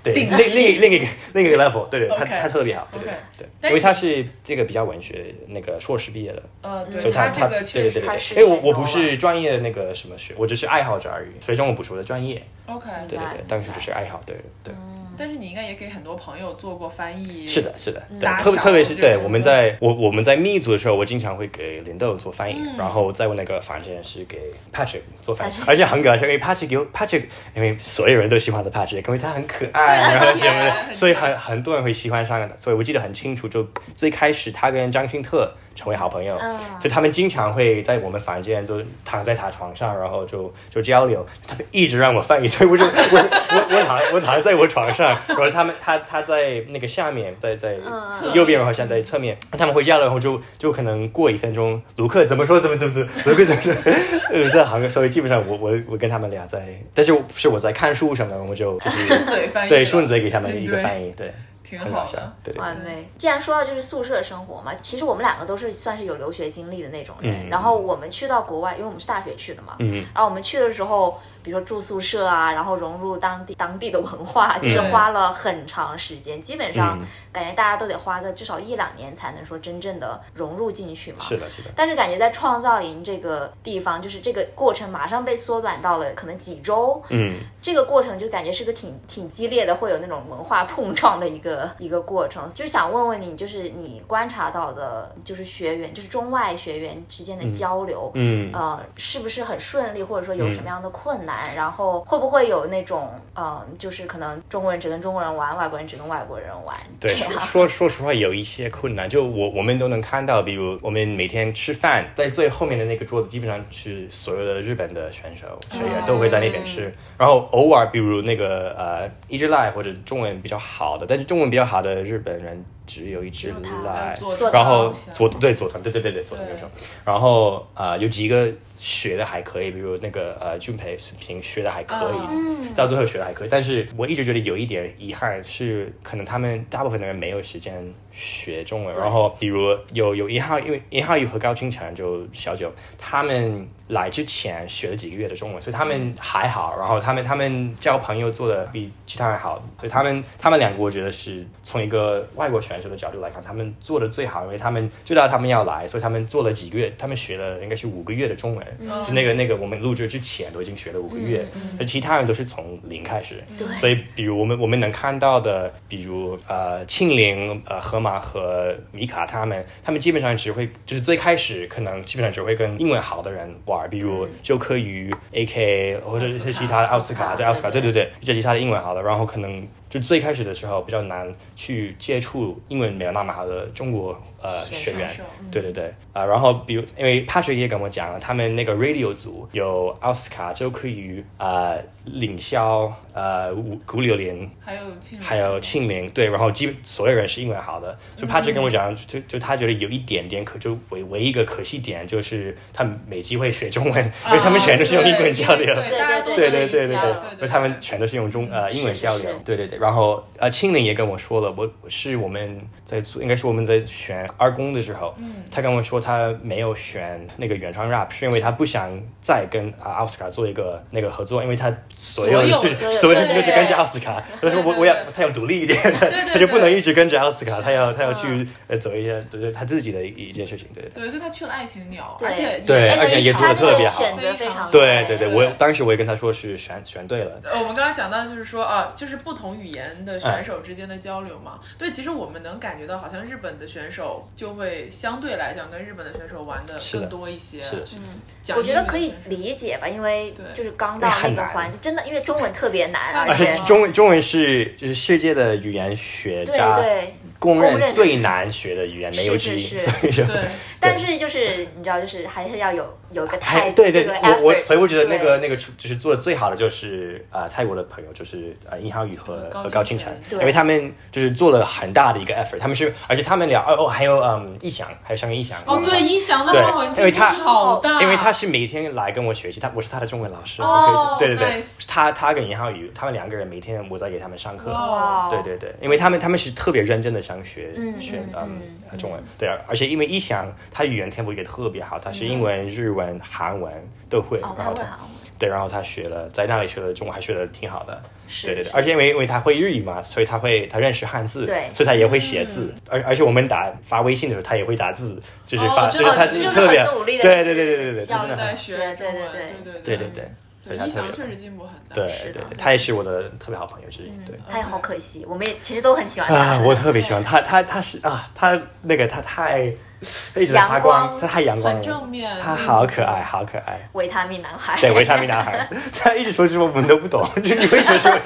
B: 对，
C: 顶
B: 另
C: 级
B: 另一另一个另一个 level，对对，他
C: OK
B: 他特别好，对对
C: OK
B: 对对，
C: 但
B: 因
C: 是
B: 为他是这个比较文学那个硕士毕业的，
C: 呃，对
B: 所以他
C: 这个
B: 对
C: 确
B: 对
C: 实
B: 对对
D: 他是
B: 对，因为我我
D: 神农
B: 不
C: 啊
B: 是专业的那个什么学，我只是爱好者而已。所以中文不是我的专业，
C: OK，
B: 对对对，但是只是爱好，对对，
C: 但是你应该也给很多朋友做过翻译。
B: 是的，是的，对
C: 搭，
B: 特别
C: 桥
B: 特别是
C: 这个
B: 对我们在我我们在密组的时候，我经常会给林豆做翻译，
C: 嗯
B: 然后在我那个房间是给 Patrick 做翻译，而且很搞笑，因为 Patrick 有 Patrick，因为所有人都喜欢的 Patrick，因为他很可爱，然后什么
C: 很可爱
B: 的，所以很很多人会喜欢上他，所以我记得很清楚，就最开始他跟张新特成为好朋友，
D: 嗯
B: 所以他们经常会在我们房间就躺在他床上，然后就就交流，他们一直让我翻译，所以我就 我我我躺我躺在我床上，然后他们他他在那个下面，在在
C: 侧
B: 右边，然后像在侧面，他们回家了，然后就就可能过一分钟，卢克怎么说怎么怎么怎么，卢克怎么怎 么，呃，这行，所以基本上我我我跟他们俩在，但是是我在看书什么的，我就就是
C: 嘴翻译
B: 对
C: 了
B: 顺嘴给他们一个
C: 对
B: 翻译，对，
C: 挺
B: 很
C: 好
B: 搞笑
C: 的。，
B: 对对。
D: 完美。既然说到就是宿舍生活嘛，其实我们两个都是算是有留学经历的那种人。
B: 嗯
D: 然后我们去到国外，因为我们是大学去的嘛，
B: 嗯，
D: 然后我们去的时候，比如说住宿舍啊，然后融入当地当地的文化，就是
C: 嗯
D: 花了很长时间，基本上
B: 嗯
D: 感觉大家都得花个至少一两年才能说真正的融入进去嘛。
B: 是的，是的，
D: 但是感觉在创造营这个地方，就是这个过程马上被缩短到了可能几周，
B: 嗯，
D: 这个过程就感觉是个挺挺激烈的，会有那种文化碰撞的一个 一个过程。就是想问问你，就是你观察到的，就是学员，就是中外学员之间的交流，
B: 嗯
D: 呃，是不是很顺利，或者说有什么样的困难？然后会不会有那种，呃，就是可能中国人只跟中国人玩，外国人只跟外国人玩，
B: 对，
D: 这
B: 说
D: 样
B: 说说实话有一些困难，就我我们都能看到，比如我们每天吃饭，在最后面的那个桌子，基本上是所有的日本的选手
C: 嗯
B: 学员都会在那边吃，然后偶尔比如那个呃一只赖或者中文比较好的，但是中文比较好的日本人只有一只
D: 有他
B: 赖，
C: 呃做
D: 做
B: 然后
C: 造型
B: 左对左团对对对对左团右手，然后呃有几个学的还可以，比如那个呃俊培平学的还可
C: 嗯
B: 以，到最后学的还可以，但是我一直觉得有一点遗憾是，可能他们大部分的人没有时间学中文，然后比如有有一号，因为一号宇和高清晨就小九他们来之前学了几个月的中文，所以他们还好，然后他们他们交朋友做的比其他人好，所以他们他们两个我觉得是从一个外国选手的角度来看，他们做的最好，因为他们知道他们要来，所以他们做了几个月，他们学了应该是五个月的中文，
C: 嗯
B: 就那个那个我们录制之前都已经学了五个月，而其他人都是从零开始，
D: 嗯
B: 所以比如我们我们能看到的，比如呃庆龄、呃河马和米卡他们，他们基本上只会就是最开始可能基本上只会跟英文好的人玩，比如周柯宇、AK 或者是其嗯他的奥斯卡，对奥斯卡，对对对，一些其他的英文好的，然后可能就最开始的时候比较难去接触英文没有那么好的中国呃学
D: 选手嗯
B: 员
C: 是吧，
B: 对对对，啊、然后比如因为 Patrick 也跟我讲了，他们那个 radio 组有奥斯卡、周柯宇、呃领肖、呃古古柳莲，
C: 还有庆龄
B: 还有庆龄，对，然后基本所有人是英文好的，就 Patrick 跟我讲，就就他觉得有一点点可就唯唯一一个可惜点就是他们没机会学中文，因为他们全都是用英文 交流。
C: 啊对，大 家都嗯
B: 对
C: 能
B: 对
C: 理
B: 对
C: 解
B: 对
C: 对
B: 对，他们全都是用中呃英文交流
D: 是是，
B: 对对对。然后呃，庆龄也跟我说了，我是我们在做，应该是我们在选二公的时候，
C: 嗯
B: 他跟我说他没有选那个原创 rap，是因为他不想再跟啊奥斯卡做一个那个合作，因为他所有的
C: 所
B: 事
C: 有
D: 所
B: 所有
D: 有
B: 的事情都是
C: 对
B: 跟着奥斯卡，他说
C: 对
B: 我
C: 对
B: 我要
C: 对
B: 他要独立一点，他
C: 对对
B: 他就不
C: 对嗯
B: 能一直跟着奥斯卡，他要他要去呃走一些对对他自己的一件事情，对对对。
C: 对，所以他去了爱情鸟，
D: 对
C: 而且
B: 对
C: 也
B: 而且也做得特别好
D: 他这个选择非
C: 哦
D: 常
B: 对
D: 好
B: 对对，我当时我也跟他说是选选对了，
C: 呃，我们刚刚讲到就是说啊，就是不同语言的
B: 哎
C: 选手之间的交流嘛。对，其实我们能感觉到，好像日本的选手就会相对来讲跟日本的选手玩的
B: 是的
C: 更多一些。
B: 是的是的。
C: 讲
D: 我觉
C: 英
D: 得
C: 语
D: 可以
C: 的选手
D: 理解吧，因为
C: 对
D: 就是刚到那
B: 很
D: 个
B: 难
D: 环境，真的因为中文特别难，
C: 太
D: 而
B: 而且
D: 且
C: 难了
B: 中文中文是就是世界的语言学
D: 对
B: 家
D: 对
B: 公
D: 公认
B: 认
D: 的
B: 最难学的语言没有之
D: 是
B: 一，
D: 是是
B: 所以说。
C: 对，
D: 但是就是你知道，就是还是要有有一个 态
B: 还
D: 度，
B: 对对，
D: 这个
B: 我我
D: effort，
B: 所以我觉得那个那
D: 对
B: 个出就是做的最好的就是呃泰国的朋友就是呃尹浩宇和
C: 高
B: 和
C: 清
B: 高清
C: 晨
B: 晨，
D: 对
B: 因为他们就是做了很大的一个 effort，他们是而且他们俩哦哦还有嗯逸翔还有香港逸翔
C: 哦，对，音响的中文
B: 对因为
C: 进步
B: 他
C: 好大，
B: 因为他是每天来跟我学习，他我是他的中文老师，
C: 哦
B: 我可以对对对
C: nice
B: 是他他跟尹浩宇他们两个人每天我在给他们上课，
C: 哇
B: 对对对，因为他们他们是特别认真的想学、
D: 哦嗯
B: 学
D: 嗯
B: 嗯中文，对啊，而且因为一翔他语言天赋也特别好，他是英文、日文、韩文都会，
D: 哦，
B: 然
D: 他
B: 后
D: 会
B: 他
D: 好，
B: 对，然后他学了在那里学了中文，还学的挺好的，
D: 是
B: 对对对，
D: 是
B: 而且因为因为他会日语嘛，所以他会他认识汉字，
D: 对嗯
B: 所以他也会写字，而而且我们打发微信的时候，他也会打字，就是
C: 哦
B: 发，
C: 真
B: 就
C: 的
B: 是他
C: 就是
B: 特别
D: 很努力地
B: 对
D: 去
B: 对对对对对，
D: 要
B: 他
C: 一
B: 真
C: 直
B: 的
C: 在
B: 很
C: 学中文，
D: 对
C: 对对
B: 对对对，所以他
C: 音
B: 特
C: 响
B: 别
C: 确实进步很大，
B: 对
D: 是
B: 对
D: 的
B: 对，他也是我的特别好朋友之一，对。
D: 嗯他也好可惜，我们也其实都很喜欢他
B: 啊，，我特别喜欢他，他他是啊，他那个他太，他一直在发
D: 阳
B: 光，
D: 光
B: 他太阳光
C: 很
B: 了
C: 正，面，
B: 他好可爱，好可爱。
D: 维他命男孩，
B: 对，维他命男孩，他一直说什么我们都不懂，就你为什么说什么？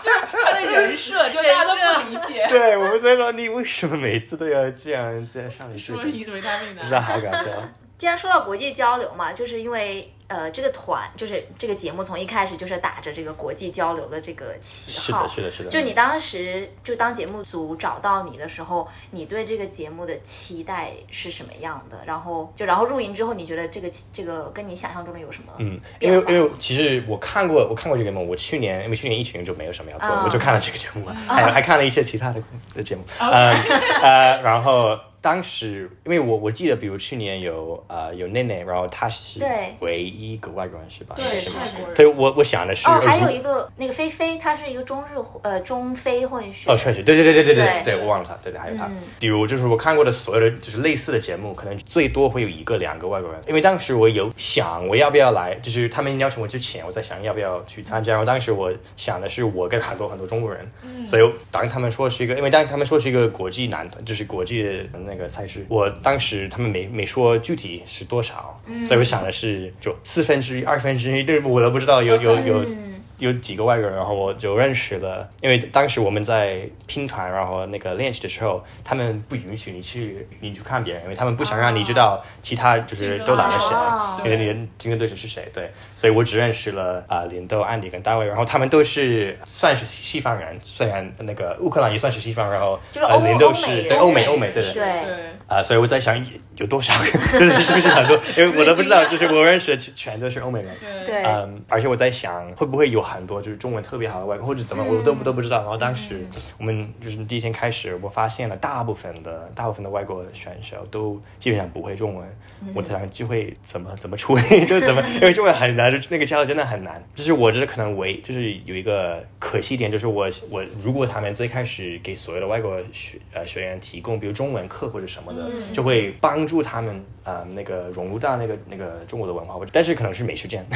C: 就是他的人设，就大家都不理 解，
B: 对我们所以说你为什么每次都要这样在上一次
C: 说你维他命
B: 是啊吧？
C: 男，
B: 好搞笑。
D: 既然说到国际交流嘛，就是因为呃，这个团就是这个节目从一开始就是打着这个国际交流的这个旗
B: 是
D: 号，
B: 的，是的，是的。
D: 就你当时就当节目组找到你的时候，你对这个节目的期待是什么样的？然后就然后入营之后，你觉得这个这个跟你想象中的有什么？
B: 嗯，因为
D: 变化
B: 因为其实我看过我看过这个节目，我去年因为去年疫情就没有什么要做的
D: 啊
B: 我就看了这个节目了，还有还看了一些其他的的节目，
D: 哦
B: 呃 呃，然后当时因为我我记得，比如去年有呃有内内，然后他是
D: 对
B: 唯一国外人是吧？
C: 对
B: 是吗
C: 泰国人
B: 对，我我想的是
D: 哦，还有
B: 如
D: 一个那个菲菲，她是一个中日混呃中非混血，
B: 哦，确实，对对对对对
D: 对
B: 对，我忘了他，对对，还有他。比如就是我看过的所有的就是类似的节目，可能最多会有一个两个外国人，因为当时我有想我要不要来，就是他们邀请我之前，我在想要不要去参加。然后当时我想的是我跟很多很多中国人，所以当他们说是一个，因为当他们说是一个国际男团，就是国际的那个赛事，我当时他们没没说具体是多少，所以我想的是就四分之一、二分之一，这我都不知道有有有
D: 嗯
B: 有几个外国人，然后我就认识了，因为当时我们在拼团，然后那个练习的时候，他们不允许你去你去看别人，因为他们不想让你知道其他就是都来了谁，
D: 哦
B: 因为你的竞争对手是谁，对，所以我只认识了啊、呃林豆、安迪跟大卫，然后他们都是算是西方人，虽然那个乌克兰也算是西方，然后
D: 就是
B: 呃
D: 欧
B: 林豆
D: 欧美
B: 是
D: 人
B: 对欧美欧美对对
D: 对
C: 对。
B: 啊、所以我在想有多少， 就是是不是很多，因为我都不知道，就是我认识的全全都是欧美人，
D: 对，
B: 嗯，而且我在想，会不会有很多就是中文特别好的外国，或者怎么我都不都不知道。然后当时我们就是第一天开始，我发现了大部分的大部分的外国选手都基本上不会中文，我在想就会怎么怎么处理， 就是怎么，因为中文很难，就那个交流真的很难。就是我觉得可能唯就是有一个可惜点，就是我我如果他们最开始给所有的外国学呃学员提供比如中文课或者什么的，就会帮助他们呃那个融入到那个那个中国的文化，但是可能是没时间。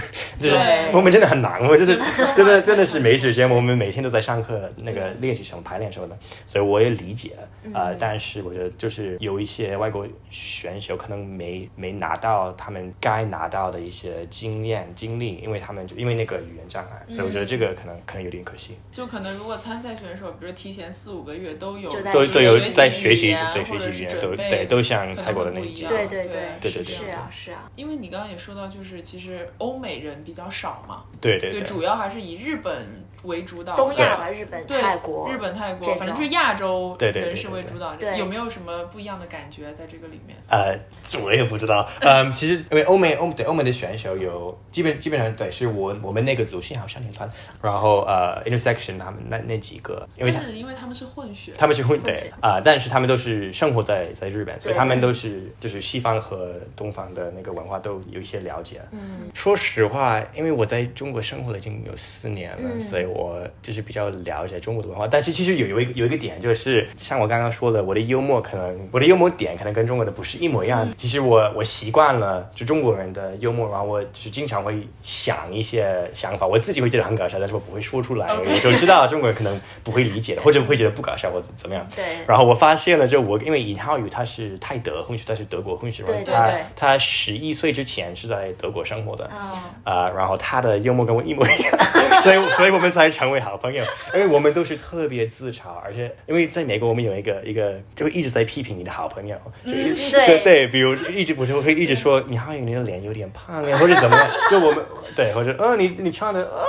B: 就是
C: 对
B: 我们真的很忙，我们就是真的真的是没时间，我们每天都在上课那个练习什么排练什么的，所以我也理解
C: 嗯
B: 啊、呃但是我觉得就是有一些外国选手可能没没拿到他们该拿到的一些经验经历，因为他们就因为那个语言障
C: 嗯
B: 碍，所以我觉得这个可能可能有点可惜。
C: 就可能如果参赛选手，比如提前四五个月都有
D: 就在
B: 都都有
D: 学习
B: 在学
C: 语
B: 习
C: 言，
B: 对
C: 或
B: 学
C: 者
B: 习
C: 是
B: 语言
C: 准
B: 都
C: 备
B: 对都像
C: 可能
B: 泰国的
C: 会
B: 那
C: 不
B: 一
C: 一
B: 届
C: 样，
D: 对对
C: 对
B: 对对
D: 是啊是啊，
C: 因为你刚刚也说到，就是其实欧美人比较少嘛，
B: 对对
C: 主要还是以日本为主导的，
D: 东亚吧，日本、
C: 哦对
D: 泰国、
C: 日本、泰国
D: 这，种
C: 反正就是亚洲
B: 对对对
C: 人士
B: 对
C: 为
B: 对
C: 主导。
D: 对
C: 有没有什么不一样的感觉在这个里面？
B: 呃，这我也不知道。嗯，其实因为欧美欧对欧美的选手有基本基本上对，是我我们那个组幸好少年团，然后呃 intersection 他们那那几个，因为
C: 但
B: 他
C: 是因为他们是混血，
B: 他们是混对
D: 混血
B: 啊、但是他们都是生活在在日本，所以
D: 对
B: 他们都是就是西方和东方的那个文化都有一些了解。嗯，说实话，因为我在中国生活了已经有四年了，
D: 嗯
B: 所以我就是比较了解中国的文化。但是其实有有一个有一个点就是，像我刚刚说的，我的幽默可能我的幽默点可能跟中国的不是一模一
D: 嗯
B: 样。其实我我习惯了就中国人的幽默，然后我就是经常会想一些想法，我自己会觉得很搞笑，但是我不会说出
D: 哦
B: 来
C: OK
B: 我就知道中 国人可能不会理解的，或者会觉得不搞笑或者怎么样。
D: 对
B: 然后我发现了，就我因为尹浩宇他是泰德，混血，他是德国混血儿
D: 对对
B: 他
D: 对
B: 他十一岁之前是在德国生活的，
D: 嗯，
B: 啊、然后他的幽默跟我一模一样， 所以所以我们才成为好朋友，因为我们都是特别自嘲，而且因为在美国我们有一个一个就会一直在批评你的好朋友，就一
D: 嗯
B: 就
D: 对
B: 对，比如一直我就会一直说你好像你的脸有点胖呀，或者怎么样， 就我们对，或者嗯你你唱的啊。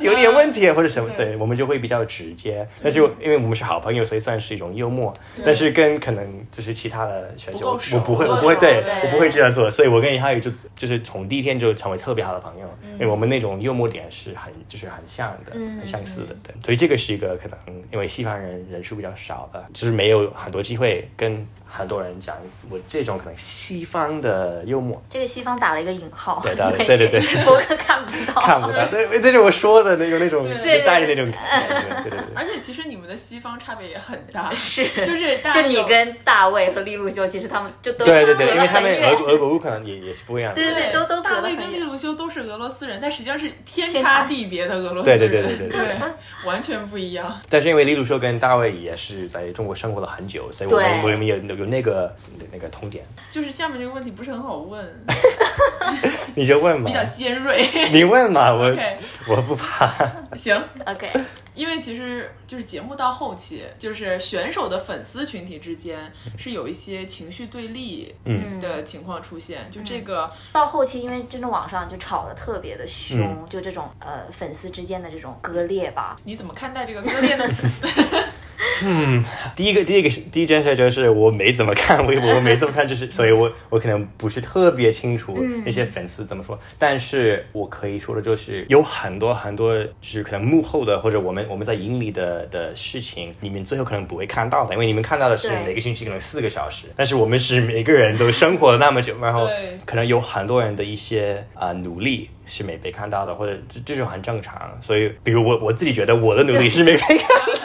B: 有点问题啊或者什么，
C: 对
B: 对我们就会比较直接。但是因为我们是好朋友，所以算是一种幽默。但是跟可能就是其他的选
C: 嗯不
B: 手，
C: 够
B: 我
C: 熟
B: 我不会，
C: 不够
B: 我不会，
C: 熟
B: 对
D: 对
B: 我不会这样做。所以我跟哈宇就就是从第一天就成为特别好的朋友，因为我们那种幽默点是很就是很像的，
D: 嗯
B: 很相似的。对，所以这个是一个可能因为西方人人数比较少的，就是没有很多机会跟很多人讲我这种可能西方的幽默。
D: 这个西方打了一个引号，
B: 对打了
D: 因为
B: 对对对
D: 博客看不到，
B: 看不 到，对，那是我说的那种那种
D: 哦对
B: 就带着那种感觉，对对 对。
C: 而且其实你们的西方差别也很大，
D: 是
C: 就是大家
D: 就你
C: 有
D: 跟大卫和利路修，其实他们就都
B: 对对对，因为他们
D: 很
B: 俄
D: 远
B: 国俄国乌克兰也也是不一样的，
D: 对对
B: 对
D: 都都
C: 大
D: 隔得
C: 卫
D: 很
C: 跟利
D: 远
C: 卢修都是俄罗斯人，但实际上是天
D: 天
C: 差
D: 差嗯
C: 地别的俄罗斯
B: 对对
C: 人，
B: 对对对对
C: 对完全不一样。
B: 但是因为李鲁秀跟大卫也是在中国生活了很久，所以我们
D: 对
B: 我们有有那个那个通点，
C: 就是下面这个问题不是很好问，
B: 你就问嘛
C: 比，较尖锐。
B: 你问嘛，我
C: OK，
B: 我不怕。
C: 行，
D: OK，
C: 因为其实就是节目到后期，就是选手的粉丝群体之间是有一些情绪对立
B: 嗯
C: 的情况出现，就
D: 嗯
C: 这个
D: 到后期因为真的网上就吵得特别的凶，
B: 嗯
D: 就这种呃粉丝之间的这种割裂吧，
C: 你怎么看待这个割 裂呢？
B: 第一个第一个是第一件事就是我没怎么看微 博，我没怎么看，就是所以我我可能不是特别清楚
C: 嗯
B: 那些粉丝怎么说，但是我可以说的就是有很多很多是可能幕后的或者我们我们在营里的的事情，你们最后可能不会看到的，因为你们看到的是
D: 对
B: 每个星期可能四个小时，但是我们是每个人都生活了那么 久，然后
C: 对
B: 可能有很多人的一些啊、呃努力是没被看到的，或者这这种很正常，所以比如我我自己觉得我的努力是没被看到的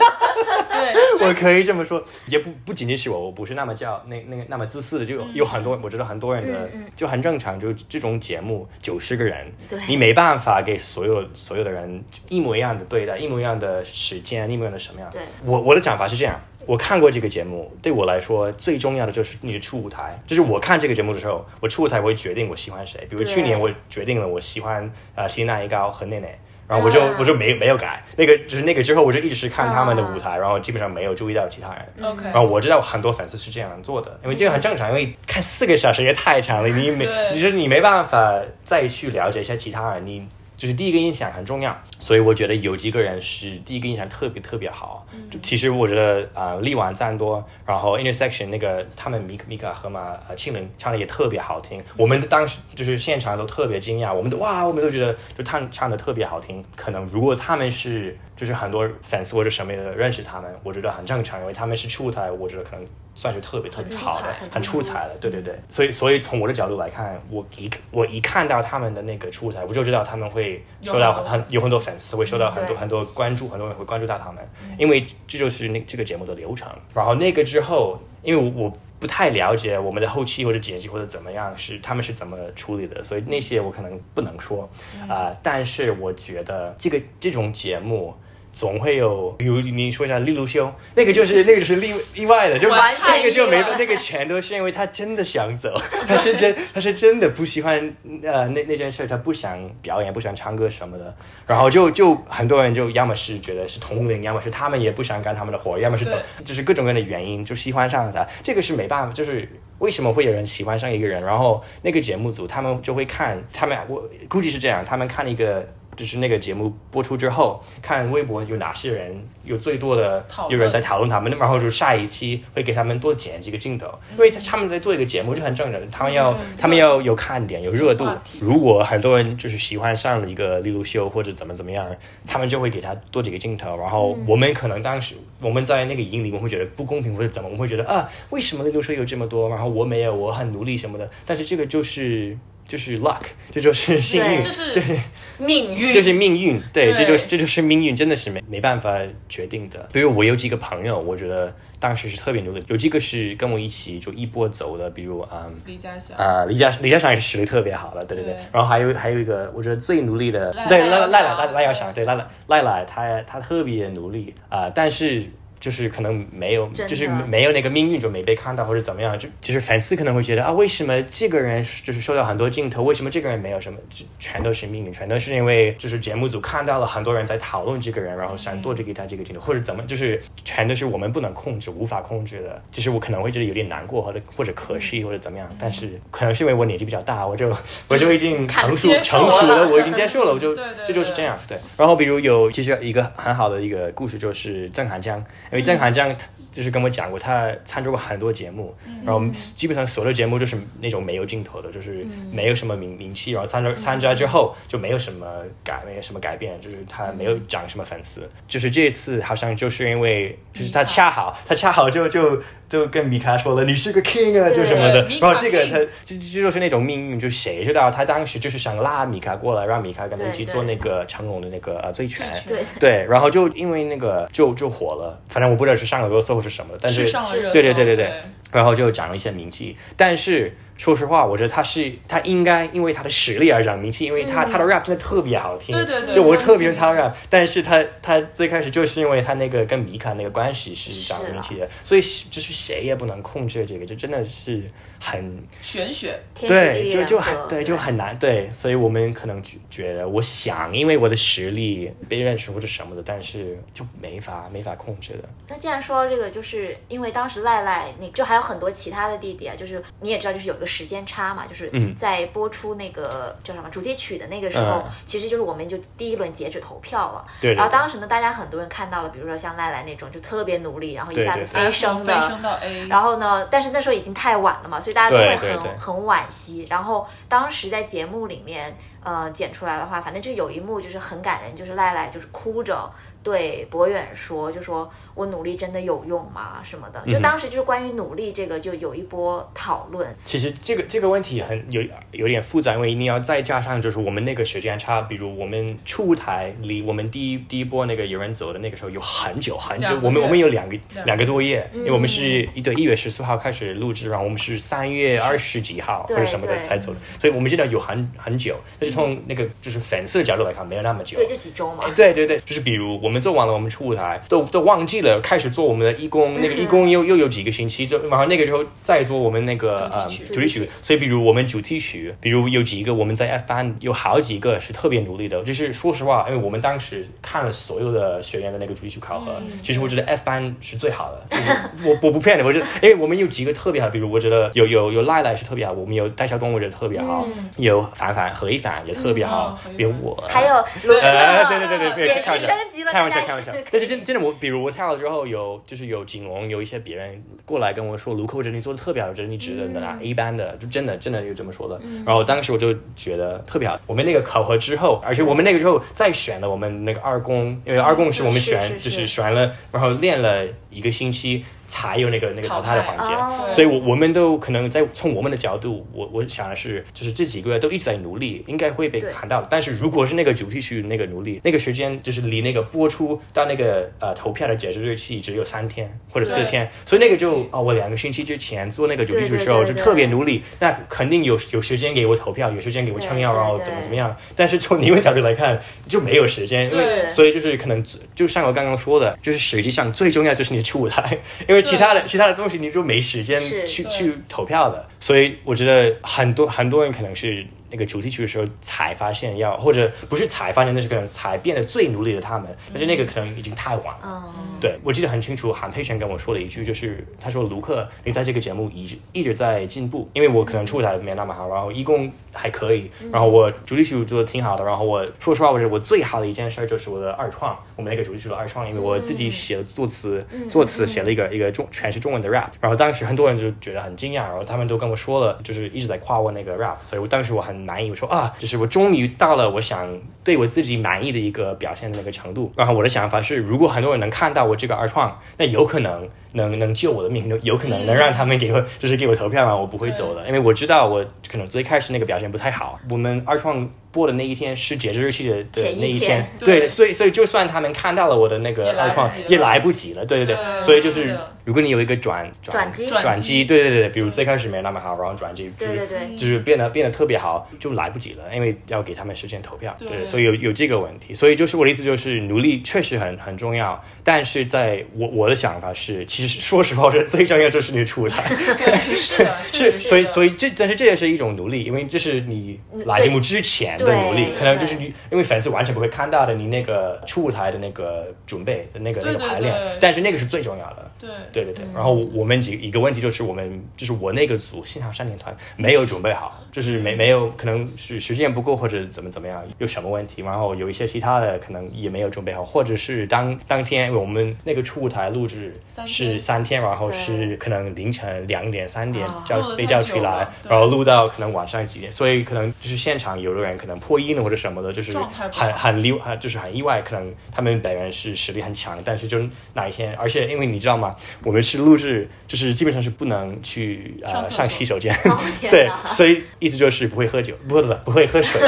C: 对，
B: 我可以这么说，也不不仅仅是我，我不是那么叫那那个那么自私的，就有、
D: 嗯
B: 有很多，我知道很多人的、就很正常，就这种节目九十个人
D: 对，
B: 你没办法给所有所有的人一模一样的对待，一模一样的时间，一模一样的什么样。
D: 对
B: 我我的讲法是这样，我看过这个节目，对我来说最重要的就是你的初舞台，就是我看这个节目的时候，我初舞台我会决定我喜欢谁，比如
D: 对
B: 去年我决定了我喜欢呃新娜一高和内内。然后我就、
D: 啊
B: 我就没没有改，那个就是那个之后我就一直是看他们的
D: 啊
B: 舞台，然后基本上没有注意到其他人。
C: OK
D: 嗯
B: 然后我知道很多粉丝是这样做的，因为这个很正常，因为看四个小时也太长了，你没
C: 对，
B: 你就是你没办法再去了解一下其他人，你就是第一个印象很重要，所以我觉得有几个人是第一个印象特别特别好。就其实我觉得啊，呃力挽赞多，然后 Intersection 那个他们米米卡河马呃庆龄唱的也特别好听，我们当时就是现场都特别惊讶，我们都哇，我们都觉得就唱唱的特别好听。可能如果他们是就是很多粉丝或者什么的认识他们，我觉得很正常，因为他们是出台，我觉得可能算是特别特别好的
C: 出彩，
B: 很出彩的，对对对。所以所以从我的角度来看，我一我一看到他们的那个出彩，我就知道他们会
C: 有
B: 收到很
C: 很多嗯
B: 很有很多粉丝会收到很
D: 对
B: 多很多关注，很多人会关注到他们，因为这就是那这个节目的流程。然后那个之后，因为我我不太了解我们的后期或者剪辑或者怎么样是他们是怎么处理的，所以那些我可能不能说
C: 嗯
B: 啊、呃但是我觉得这个这种节目。总会有，比如你说一下利路修，那个就是那个就是例意外的，就
C: 嗯完全
B: 那个就没
C: 意外
B: 那个全都是因为他真的想走， 他是真他是真的不喜欢呃那那件事，他不想表演，不想唱歌什么的，然后就就很多人就要么是觉得是同龄，要么是他们也不想干他们的活，要么是怎么，就是各种各样的原因就喜欢上了他，这个是没办法，就是为什么会有人喜欢上一个人，然后那个节目组他们就会看他们，我估计是这样，他们看一个。就是那个节目播出之后，看微博有哪些人有最多的
C: 讨论
B: 有人在讨论他们，然后就下一期会给他们多剪几个镜头，
C: 嗯
B: 因为他们在做一个节目就很正常，他们要、他们要有看点，有热度
C: 话题。
B: 如果很多人就是喜欢上了一个利路修或者怎么怎么样，他们就会给他多几个镜头，然后我们可能当时我们在那个影里，我们会觉得不公平或者怎么，我们会觉得啊，为什么利路修有这么多，然后我没有，我很努力什么的，但是这个就是。就是 luck，这就是幸运，
D: 对
C: 这是
B: 就是
D: 命运
B: 这是命运，对，
C: 对
B: 这就是这就是命运，真的是没没办法决定的。比如我有几个朋友，我觉得当时是特别牛的，有几个是跟我一起就一波走的，比如嗯。
C: 李嘉祥，
B: 呃，李佳李佳祥也是实力特别好的，对对对。
C: 对
B: 然后还有还有一个，我觉得最努力的，
C: 赖
B: 对
C: 赖
B: 赖赖
C: 耀祥
B: 赖赖耀
C: 赖耀
B: 祥，对赖赖赖赖，他他特别努力啊、呃但是就是可能没有，
D: 真的
B: 就是没有那个命运就没被看到或者怎么样，就就是粉丝可能会觉得啊，为什么这个人就是受到很多镜头，为什么这个人没有什么，就全都是命运，全都是因为就是节目组看到了很多人在讨论这个人，然后想多这给他这个镜头，或者怎么，就是全都是我们不能控制、无法控制的，就是我可能会觉得有点难过或者或者可惜或者怎么样，但是可能是因为我年纪比较大，我就我就已经
D: 看
B: 成熟
C: 接受
B: 成熟
C: 了
B: 了，我已经接受了，我就
C: 对对
B: 这就是
C: 对
B: 这样。对，然后比如有其实一个很好的一个故事就是郑涵江，因
C: 嗯
B: 为郑涵江他就是跟我讲过，他参加过很多节目，
C: 嗯
B: 然后基本上所有的节目就是那种没有镜头的，就是
C: 嗯
B: 没有什么名名气，然后参加参加之后就没有什么改，没有什么改变，就是他没有
C: 嗯
B: 涨什么粉丝，就是这一次好像就是因为就是他恰好他恰好就就就跟米卡说了你是个 king 啊，就什么的然
C: 对，
B: 后
C: 米卡
B: 这个
C: king
B: 他这这这就是那种命运，就谁知道他当时就是想拉米卡过来，让米卡跟他一起
D: 对
B: 做
D: 对
B: 那个成龙的那个呃醉拳
C: 对，
D: 对，
B: 对，然后就因为那个就就火了，反正我不知道是上了热搜或是什么，但
C: 是
B: 是
C: 上了热搜，
B: 对对对对嗯
C: 对
B: 对，然后就涨了一些名气。但是说实话，我觉得他是他应该因为他的实力而涨名气，因为他、他的 rap 真的特别好听，
C: 对对对
B: 就我
C: 他
B: 特别他的 rap，但是他他最开始就是因为他那个跟米卡那个关系是涨名气的，所以就是谁也不能控制这个，这真的是很
C: 玄学，
D: 天时地
B: 对，
D: 利
B: 就
D: 人
B: 就
D: 和
B: 很对，就很难对，所以我们可能觉觉得，我想因为我的实力被认识或者什么的，但是就没法没法控制的。
D: 那既然说到这个，就是因为当时赖赖，你就还有很多其他的弟弟啊，就是你也知道，就是有一个时间差嘛，就是
B: 嗯
D: 在播出那个叫什么主题曲的那个时候，
B: 嗯
D: 其实就是我们就第一轮截止投票了。
B: 对对
D: 然后
B: 对
D: 啊当时呢，大家很多人看到了，比如说像赖赖那种就特别努力，然后一
B: 对
D: 下子
B: 对
D: 飞升
C: F
D: 的，
C: 啊飞升到 A，
D: 然后呢，但是那时候已经太晚了嘛，所以大家都会
B: 对
D: 很
B: 对对
D: 很惋惜。然后当时在节目里面，呃，剪出来的话，反正就有一幕就是很感人，就是赖赖就是哭着对博远说，就说我努力真的有用吗？什么
B: 嗯
D: 的。就当时就是关于努力这个，就有一波讨论。
B: 其实这个这个问题很有有点复杂，因为你要再加上就是我们那个时间差，比如我们出台离我们第一第一波那个有人走的那个时候有很久很久
C: 两，个
B: 我们
C: 月
B: 我们有两个
C: 两
B: 两个多月，因为我们是一对一月十四号开始录制，然后我们是三月二十几号或
D: 对
B: 者什么的
D: 对
B: 才走的，所以我们真的有很很久，但是从那个就是粉丝的角度来看，没有那么久，
D: 对，就几周嘛。
B: 对对对，就是比如我们做完了，我们出舞台都都忘记了开始做我们的义工，
C: 嗯
B: 那个义工又又有几个星期，就然后那个时候再做我们那个呃
C: 主题曲
B: 主题曲，所以比如我们主题曲，比如有几个我们在 F 班有好几个是特别努力的，就是说实话，因为哎我们当时看了所有的学员的那个主题曲考
C: 嗯
B: 核，其实我觉得 F 班是最好的，就是我我不骗你，我觉得因为我们有几个特别好，比如我觉得有有有赖赖是特别好，我们有戴晓东我觉得特别好，有凡凡何一凡也特别好，
C: 嗯嗯哦
B: 比如
C: 何一凡
B: 我啊
D: 还有罗
B: 哎，对
D: 宾
B: 对对对，
D: 也
B: 对，
D: 是
B: 开玩笑，
D: 升级了
B: 开玩笑，
D: 大家
B: 开玩笑
D: 可以。
B: 但是真真的我，比如我跳了之后有，就是有景龙，有一些别人过来跟我说，卢克，我觉得你做的特别好，我觉得你值得
D: 嗯
B: 拿 A 班的，就真的真的有这么说的。然后当时我就觉得特别好。我们那个考核之后，而且我们那个时候再选了我们那个二公，因为二公是我们
D: 是
B: 选
D: 是
B: 就是是选了，然后练了一个星期才有那个那个淘
C: 淘汰
B: 汰的环节。
D: 哦
B: 所以我我们都可能在从我们的角度，我我想的是，就是这几个月都一直在努力，应该会被
D: 对
B: 看到。但是如果是那个主题曲那个努力，那个时间就是离那个播出到那个呃投票的截止日期只有三天或者四
C: 对
B: 天，所以那个就
C: 对
B: 哦，我两个星期之前做那个主题曲
D: 对
B: 的
D: 对
B: 时候
D: 对
B: 就
D: 对
B: 特别努力，那肯定有有时间给我投票，有时间给我撑腰，
D: 对对
B: 然后
D: 对
B: 怎么怎么样。但是从你们角度来看，就没有时间，因为
C: 对
B: 所以就是可能就像我刚刚说的，就是实际上最重要就是你的初舞台，因为其他的其他的东西你就没时间
D: 是
B: 去
C: 对
B: 去投票的。所以我觉得很多很多人可能是那个主题曲的时候才发现要，或者不是才发现，但是可能才变得最努力的他们，但是那
C: 嗯
B: 个可能已经太晚了。
D: 嗯，
B: 对，我记得很清楚，韩佩璇跟我说了一句，就是他说卢克，你在这个节目一直一直在进步，因为我可能出台没那么好，然后一共还可以，然后我主题曲做的挺好的，然后我说实话，我觉得我最好的一件事儿就是我的二创，我们那个主题曲的二创，因为我自己写
D: 嗯
B: 了作词，作词写了一个一个中全是中文的 rap，然后当时很多人就觉得很惊讶，然后他们都跟我说了，就是一直在夸我那个 rap，所以我当时我很满意，我说啊，就是我终于到了我想对我自己满意的一个表现的那个程度。然后我的想法是，如果很多人能看到我这个二创，那有可能能能救我的命，能有可
D: 嗯
B: 能能让他们给我就是给我投票嘛，我不会走的，因为我知道我可能最开始那个表现不太好。我们二创播的那一天是截止日期的的
D: 前一
B: 那一
D: 天
B: 天，对，
C: 对
B: 所以所以就算他们看到了我的那
C: 也
B: 个
C: 来
B: 二
C: 不
B: 创
C: 及了，嗯
B: 也来不及了，对对
C: 对
B: 对，所以就是是
C: 的
B: 如果你有一个转
D: 转机
C: 转
B: 转
C: 机嗯
B: 机，对对对对，比如最开始没那么好，然后转机，就
D: 对
B: 是
D: 对对
B: 就是变得变得特别好，就来不及了，因为要给他们时间投票。
C: 对
B: 对，所以有有这个问题，所以就是我的意思就是努力确实很很重要，但是在我我的想法是，其实说实话，我觉得最重要就是你出来，
C: 对，是的，
B: 是，所以所
C: 以
B: 以这但是这也是一种努力，因为这是你来节目之前的努力
D: 对，
B: 可能就是你因为粉丝完全不会看到的你那个出舞台的那个准备的那个
C: 对
B: 那个排
C: 对
B: 练
C: 对，
B: 但是那个是最重要的。
C: 对
B: 对对对，
C: 嗯
B: 然后我们几一个问题就是我们就是我那个组现场少年团没有准备好，就是
C: 嗯
B: 没没有可能是时间不够或者怎么怎么样有什么问题，然后有一些其他的可能也没有准备好，或者是当当天我们那个初舞台录制
C: 三天
B: 是三天，然后
D: 对
B: 是可能凌晨两点三点
D: 啊
B: 叫
C: 录得
B: 被
C: 太
B: 叫
C: 久
B: 起来
C: 了，对
B: 然后录到可能晚上几点，所以可能就是现场有的人可能破音了或者什么的，就是
C: 状态不
B: 很
C: 好
B: 很意很就是很意外，可能他们本人是实力很强，但是就是哪一天，而且因为你知道吗，我们是录制，就是基本上是不能去
C: 上
B: 呃
C: 厕所
B: 上洗手间，
D: 哦 天
B: 对
D: 哪，
B: 所以意思就是不会喝酒，不不不不会喝水，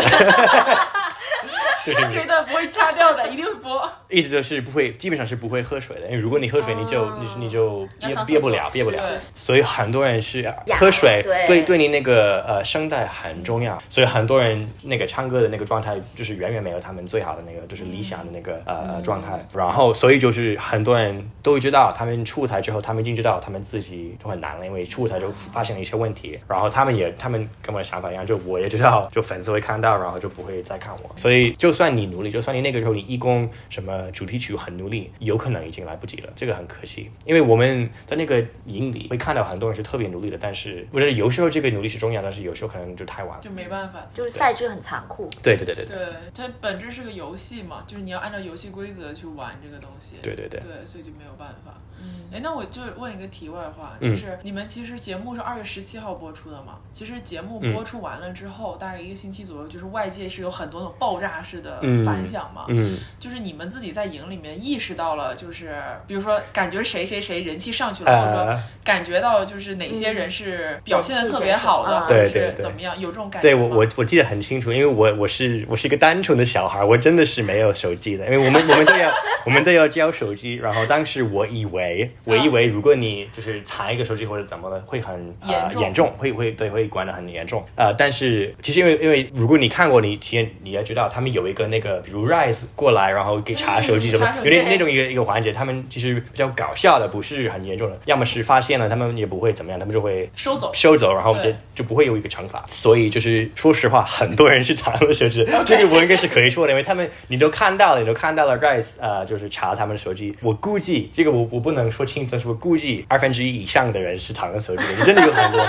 B: 就是
C: 这一段不会掐掉的，一定会 播。
B: 意思就是不会，基本上是不会喝水的，因为如果你喝水，你就、你你就
C: 要
B: 憋
C: 上厕所
B: 憋不了，憋不了
C: 是。
B: 所以很多人是喝水，
D: 对
B: 对对你那个呃声带很重要，所以很多人那个唱歌的那个状态就是远远没有他们最好的那个就是理想的那个、呃状态。然后所以就是很多人都知道，他们出舞台之后，他们已经知道他们自己都很难了，因为出舞台就发现了一些问题，然后他们也他们跟我的想法一样，就我也知道，就粉丝会看到，然后就不会再看我。所以就算你努力，就算你那个时候你义工什么主题曲很努力，有可能已经来不及了，这个很可惜。因为我们在那个营里会看到很多人是特别努力的，但是我觉得有时候这个努力是重要，但是有时候可能就太晚了
C: 就。没办法。
D: 就是赛制很残酷。
B: 对对对对对
C: 对，它本质是个游戏嘛，就是你要按照游戏规则去玩这个东西。
B: 对对对
C: 对，所以就没有办法。嗯，哎，那我就问一个题外话，
B: 嗯
C: 就是你们其实节目是二月十七号播出的嘛？其实节目
B: 嗯
C: 播出完了之后，大概一个星期左右，就是外界是有很多种爆炸式的
B: 嗯
C: 反响嘛。
B: 嗯，
C: 就是你们自己在营里面意识到了，就是比如说感觉谁谁谁人气上去了，或者说
B: 呃，
C: 感觉到就是哪些人是表现的特别好的，
D: 嗯
C: 或者
B: 对
C: 是
B: 对对
C: 怎么样，有这种感觉
B: 啊对我
C: 吗
B: 我我记得很清楚，因为我我是我是一个单纯的小孩，我真的是没有手机的，因为我们我们都要我们都要交手机，然后当时我以为我以为如果你就是藏一个手机或者怎么了，会很呃
C: 嗯严重
B: 严重，会会对会管得很严重呃，但是其实因为因为如果你看过你其实你也知道，他们有一个那个比如 Rise 过来，然后给查手机什么，
C: 嗯查手机
B: 有点那种一个一个环节，他们其实比较搞笑的，不是很严重的，要么是发现了他们也不会怎么样，他们就会
C: 收走。
B: 收走，然后
C: 对
B: 就就不会有一个惩罚。所以就是说实话，很多人是藏了手 机，这个我应该是可以说的，因为他们你都看到了，你都看到了 Rice 呃，就是查他们的手机。我估计这个我我不能说清楚，但是我估计二分之一以上的人是藏了手机的，真的有很 多。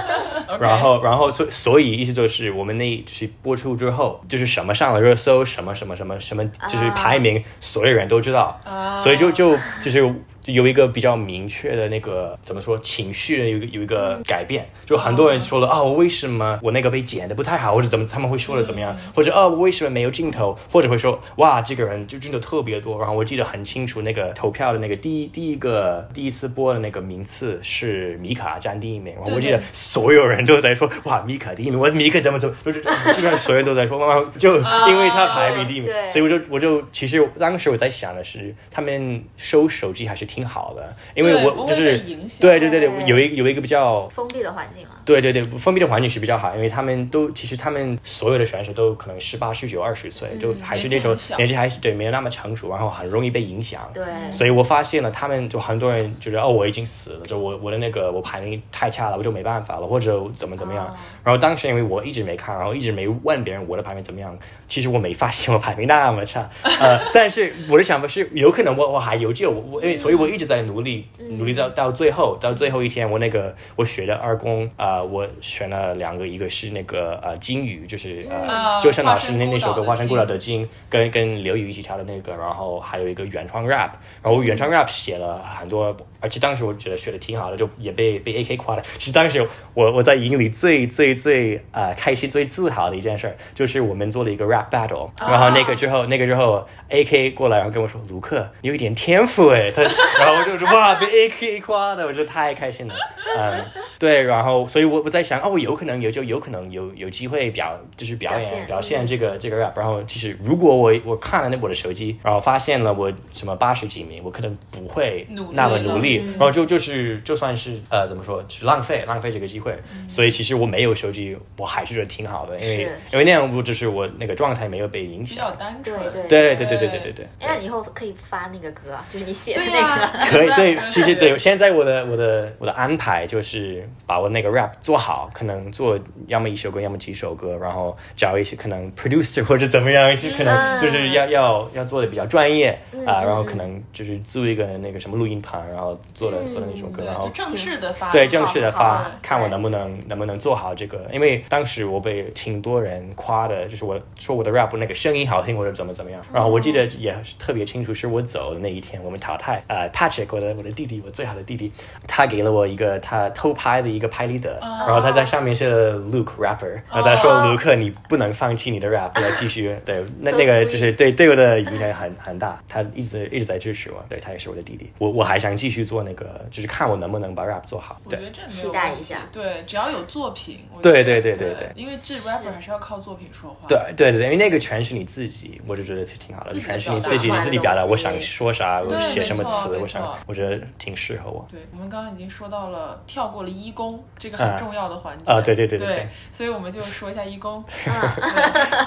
C: OK
B: 然后，然后，所所以意思就是，我们那就是播出之后，就是什么上了热搜，什么什么什么什么，就是排名，所有人都知道，
C: 啊
B: 所以就就就是就有一个比较明确的那个怎么说情绪的有一个有一
C: 嗯
B: 个改变，就很多人说
C: 哦
B: 了啊，我为什么我那个被剪的不太好，或者怎么他们会说了怎么
C: 嗯
B: 样，或者啊我为什么没有镜头，或者会说哇这个人就镜头特别多，然后我记得很清楚那个投票的那个第一第一个第一次播的那个名次是米卡占第一名，
C: 对
B: 我记得所有人都在说哇米卡第一名，我米卡怎么怎么，就是基本上所有人都在说，妈妈就
C: 啊
B: 因为他排名第一名
D: 对，
B: 所以我就我就其实当时我在想的是，他们收手机还是挺好的，因为
C: 对
B: 我
C: 不
B: 就
C: 会
B: 是
C: 被影响哎
B: 对对对
D: 对
B: 对，有一有一个比较。
D: 封闭的环境啊嘛，
B: 对对对，封闭的环境是比较好，因为他们都其实他们所有的选手都可能十八、十九、二十岁，就还是那种
C: 嗯年纪很小
B: 年纪还是对没有那么成熟，然后很容易被影响。
D: 对，
B: 所以我发现了，他们就很多人就是哦，我已经死了，就我我的那个我排名太差了，我就没办法了，或者怎么怎么样。
D: 哦
B: 然后当时因为我一直没看，然后一直没问别人我的排名怎么样，其实我没发现我排名那么差，呃，但是我的想法是，有可能我我还有救，我我因为所以我一直在努力，努力到到最后到最后一天，我那个我学的二宫啊、呃我选了两个，一个是那个呃金鱼，就是呃
C: 啊
B: 周深老师那
C: 花生
B: 那首歌《
C: 孤岛的
B: 花哦生孤
C: 鲸
B: 岛》的。的金跟跟刘宇一起跳的那个，然后还有一个原创 rap，然后原创 rap 写了很多，而且当时我觉得学的挺好的，就也被被 AK 夸了。其实当时我我在营里最最最呃开心、最自豪的一件事儿，就是我们做了一个 rap battle，然后那个之后那个之后 AK 过来，然后跟我说：“卢克，你有一点天赋哎。”他 然后我就说哇，被 A K A 夸的，我就太开心了。嗯，对，然后所以我我在想，哦，我有可能有就有可能有有机会表就是表演
D: 表
B: 表
D: 现
B: 现这个这个 rap，然后其实如果我我看了那我的手机，然后发现了我什么八十几名，我可能不会
C: 努力
B: 那么
C: 了
B: 努力，然后就就是就算是呃怎么说，是浪费浪费这个机会。所以其实我没有手机，我还是觉得挺好的，因为
D: 是
B: 因为那样我就是我那个状态没有被影
C: 比
B: 响
C: 较。单纯。
D: 对对
B: 对对对对对对对。
D: 哎，那你以后可以发那个歌啊，就是你写的
C: 对
D: 那个。
C: 呀、那个
B: 可以，对，
C: rap
B: 其实
C: 感觉
B: 对，现在我的我的我的安排就是把我那个 rap 做好，可能做要么一首歌，要么几首歌，然后找一些可能 producer 或者怎么样，是可能就是要、要要做的比较专业啊、然后可能就是租一个那个什么录音棚，然后做了、做了那首歌，
C: 对，
B: 然
C: 就
B: 后
C: 正式的发，
B: 对，正式的
D: 好
B: 发
D: 的，
B: 看我
D: 对
B: 能不能能不能做好这个，因为当时我被挺多人夸的，就是我说我的 rap 那个声音好听或者怎么怎么样。然后我记
D: 嗯
B: 得也是特别清楚，是我走的那一天，我们淘汰，呃，Patrick 我的我的弟弟，我最好的弟弟，他给了我一个他偷拍的一个拍立得，
D: 哦
B: 然后他在上面写了 Luke rapper，然后他说卢克你不能放弃你的 rap，要继续，对，那
D: So
B: 那个
D: sweet
B: 就是对对我的影响很很大，他一直一直在支持我，对他也是我的弟弟，我我还想继续做那个，就是看我能不能把 rap 做好，
C: 我觉
B: 对
C: 得这没有
D: 期待
C: 问
D: 一
C: 题
D: 下
C: 对，只要有作品，我觉
B: 对
C: 得
B: 对对
C: 对
B: 对对
C: 因为这 rapper 还是要靠作品说话。
B: 对对对，因为那个全是你自己，我就觉得挺好的，
C: 自己的
B: 全是你
C: 表达
B: 自己
D: 嘛
B: 你自己表达，
D: 这种
B: 我想
D: 东西
B: 说啥，我
C: 对
B: 写什么
C: 没错
B: 词，
C: 没
B: 我想
C: 错，
B: 我觉得挺适合我。
C: 对，我们刚刚已经说到了，跳过了一公这个很
B: 啊
C: 重要的环节
B: 啊对对对
C: 对
B: 对对
C: 所以我们就说一下 一公，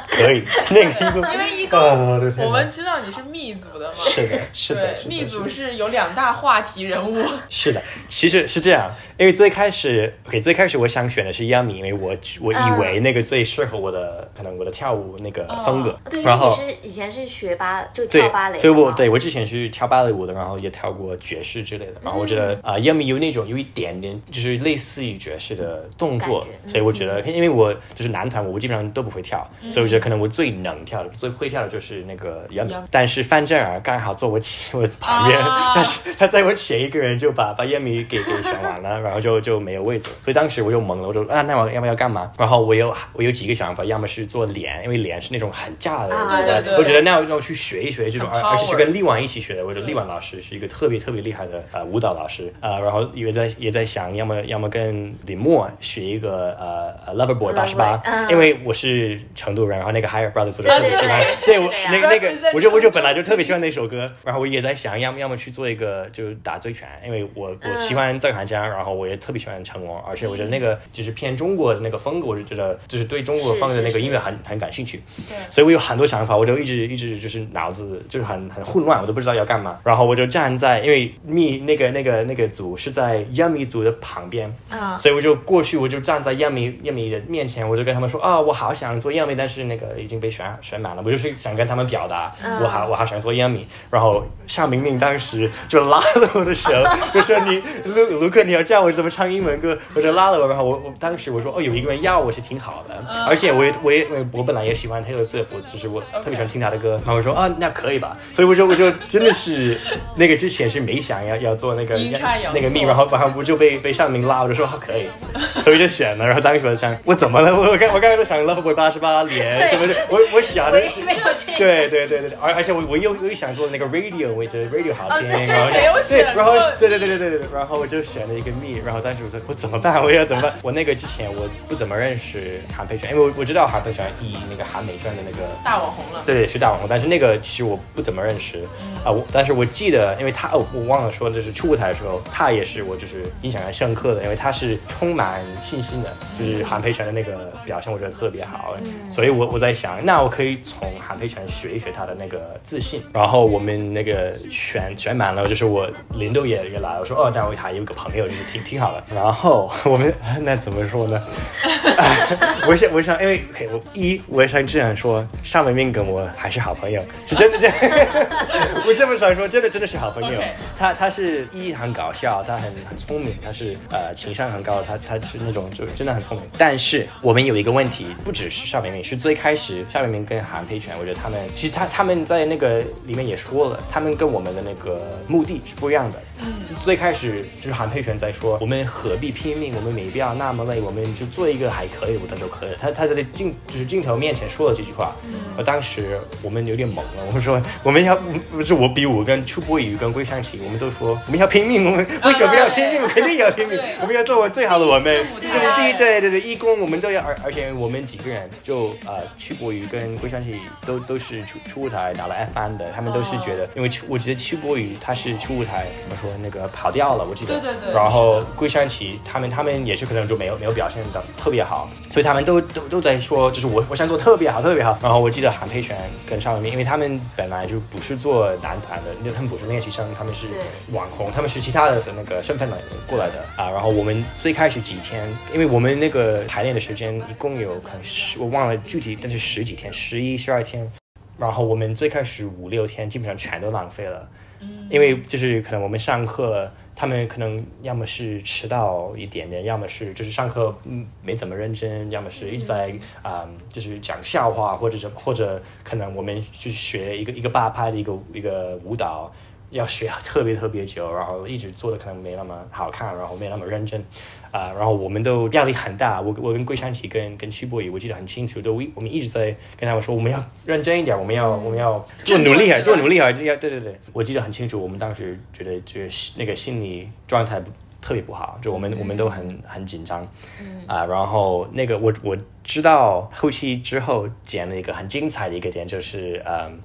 B: 可以，那个一 个，
C: 因为一公、
B: 啊我的天哪
C: 我们知道你是密组的嘛，
B: 是的，是的，
C: 对，
B: 是的
C: 密组
B: 是的
C: 是有两大话题人 物，
B: 是的，其实是这样，因为最开始，OK，最开始我想选的是 Yami，因为我我
C: 嗯
B: 以为那个最适合我的，可能我的跳舞那个
C: 哦
B: 风格，
D: 对，因为
B: 然
D: 你
B: 后。
D: 是以前是学芭，就跳
B: 对
D: 芭蕾的嘛，
B: 所以我对我之前是跳芭蕾舞的，然后也跳过爵士之类的，然后我觉
D: 嗯
B: 得啊、y u m 有那种有一点点就是类似于爵士的动作
D: 感，觉嗯
B: 所以我觉得，因为我就是男团，我基本上都不会跳，所以我觉得可能我最能跳的、最会跳的就是那个 Yummy，
C: Yummy
B: 但是范振儿刚好坐我前我旁
D: 哦
B: 边，
C: 啊
B: 但是他在我前一个人就把把 Yummy 给给选完了，然后就就没有位置，所以当时我就懵了，我就啊，那我要不要干嘛？然后我有我有几个想法，要么是做脸，因为脸是那种很炸的，
D: 啊对
C: 对对
B: 我觉得那我让我去学一学这种，
C: 很
B: 而而且
C: power
B: 是跟力婉一起学的。我觉得力婉老师是一个特别特别厉害的呃舞蹈老师啊、呃然后也在也在想，要么要么跟李默学一个呃 Lover Boy 八十八
D: Loverboy，嗯，啊
B: 因为我是成都人，然后那个 Higher Brothers 我就
D: 对
B: 特别喜欢，
D: 对对
B: 我
D: 是的呀
B: 那个那
C: Represent
B: 个，我就我就本来就特别喜欢那首歌，然后我也在想，要么要么去做一个就是打醉拳，因为我我喜欢郑涵江，然后我也特别喜欢成龙，而且我觉得那
D: 嗯
B: 个就是偏中国的那个风格，我就觉得就是对中国
D: 是
B: 风的
D: 是
B: 那个
D: 是
B: 音乐很很感兴趣。
C: 对
B: 所以我有很多想法，我就一直一直就是脑子就是很很混乱，我都不知道要干嘛。然后我就站在，因为密那个那个那个组是在 Yummy 组的旁边，
D: 嗯，
B: 所以我就过去，我就站在 Yummy Yummy 的面前，我就跟他们说啊，我好想做 Yummy，但是那个已经被选选满了，我就是想跟他们表达，我好我好想做 Yummy。然后夏明明当时就拉了我的手，就说你卢卢克你要教我怎么唱英文歌，我就拉了我，然后我我当时我说哦有一个人要我是挺好的，而且我也我也我我本来也喜欢 Taylor Swift，我就是我特别喜欢听他的歌，然后我说啊那可以吧，所以我就我就真的是那个之前是没想要要做那个
C: 阴差阳
B: 那个密，
C: 错
B: 然后。然后不就被被尚明拉，我就说好可以，所以就选了。然后当时我在想，我怎么了？我我刚我刚才在想 Love Boy 八十八
D: 对
B: 连什么的，我我想
D: 我
B: 的
D: 也
B: 是。
D: 没有这个。
B: 对对对对，对而而且我我又又想做那个 radio，我也觉得 radio 好听，
C: 哦那就是
B: 然后
C: 没有
B: 对，
C: 选
B: 然后
C: 过
B: 对对对对对对，然后我就选了一个 me，然后当时我说我怎么办？我要怎么办？我那个之前我不怎么认识韩佩泉，因为我我知道韩佩泉以那个韩美专的那个
C: 大网红了，
B: 对对，是大网红，但是那个其实我不怎么认识啊、我但是我记得，因为他哦，我忘了说，就是初舞台的时候，他也是我就是印象很深刻的，因为他是充满信心的，就是韩佩泉的那个表现，我觉得特别好，所以我我在想，那我可以从韩佩泉学一学他的那个自信。然后我们那个选选满了，就是我林豆也也来了，我说哦，但我还有一个朋友，就是挺挺好的。然后 我们那怎么说呢？ 我想，我想，因为 OK，我一我也想这样说，尚文明跟我还是好朋友，是真的，真的， 我这么想说，真的真的是好朋友
C: OK。
B: 他他是一很搞笑，他很很聪明，他是呃情商很高，他他是那种就真的很聪明。但是我们有一个问题，不只是邵明明，是最开始邵明明跟韩佩泉，我觉得他们其实他他们在那个里面也说了，他们跟我们的那个目的是不一样的。最开始就是韩佩泉在说，我们何必拼命，我们没必要那么累，我们就做一个还可以的就可以了。他他在镜就是镜头面前说了这句话，我当时我们有点懵了，我们说我们要不是我比武跟出波宇跟不会上棋，我们都说我们要拼命，我们为什么要拼命？肯定要拼命
C: 对，
B: 我们要做最好的我们。
C: 第一
B: 这么第一，
C: 次
B: 对对对，义工我们都要，而而且我们几个人就呃，曲博宇跟魏尚琪都都是出出舞台拿了 F 班的，他们都是觉得，因为曲我记得曲博宇他是出舞台怎么说那个跑掉了，我记得，
C: 对对对
B: 然后桂山琪他们他们也是可能就没有没有表现的特别好，所以他们都都都在说，就是我我想做特别好特别好。然后我记得韩佩璇跟邵文明，因为他们本来就不是做男团的，因为他们不是练习生，他们是
D: 对
B: 网红，他们是其他的那个身份来过来的啊。然后我们最开始几天，因为我们那个排练的时间一共有可能十，我忘了具体，但是十几天，十一十二天。然后我们最开始五六天基本上全都浪费了，因为就是可能我们上课，他们可能要么是迟到一点点，要么是就是上课嗯没怎么认真，要么是一直在啊、嗯就是讲笑话或者什么，或者可能我们去学一个一个八拍的一个一个舞蹈，要学特别特别久，然后一直做的可能没那么好看，然后没那么认真。啊、然后我们都压力很大。我我跟桂山奇跟跟曲博宇，我记得很清楚，都一我们一直在跟他们说，我们要认真一点，我们要、我们要做
C: 振
B: 努
C: 作
B: 力
C: 起
B: 啊，
C: 来
B: 做努力啊，这要对对对。我记得很清楚，我们当时觉得就是那个心理状态不特别不好，就我们、我们都很很紧张，啊、然后那个我我知道后期之后剪了一个很精彩的一个点，就是嗯。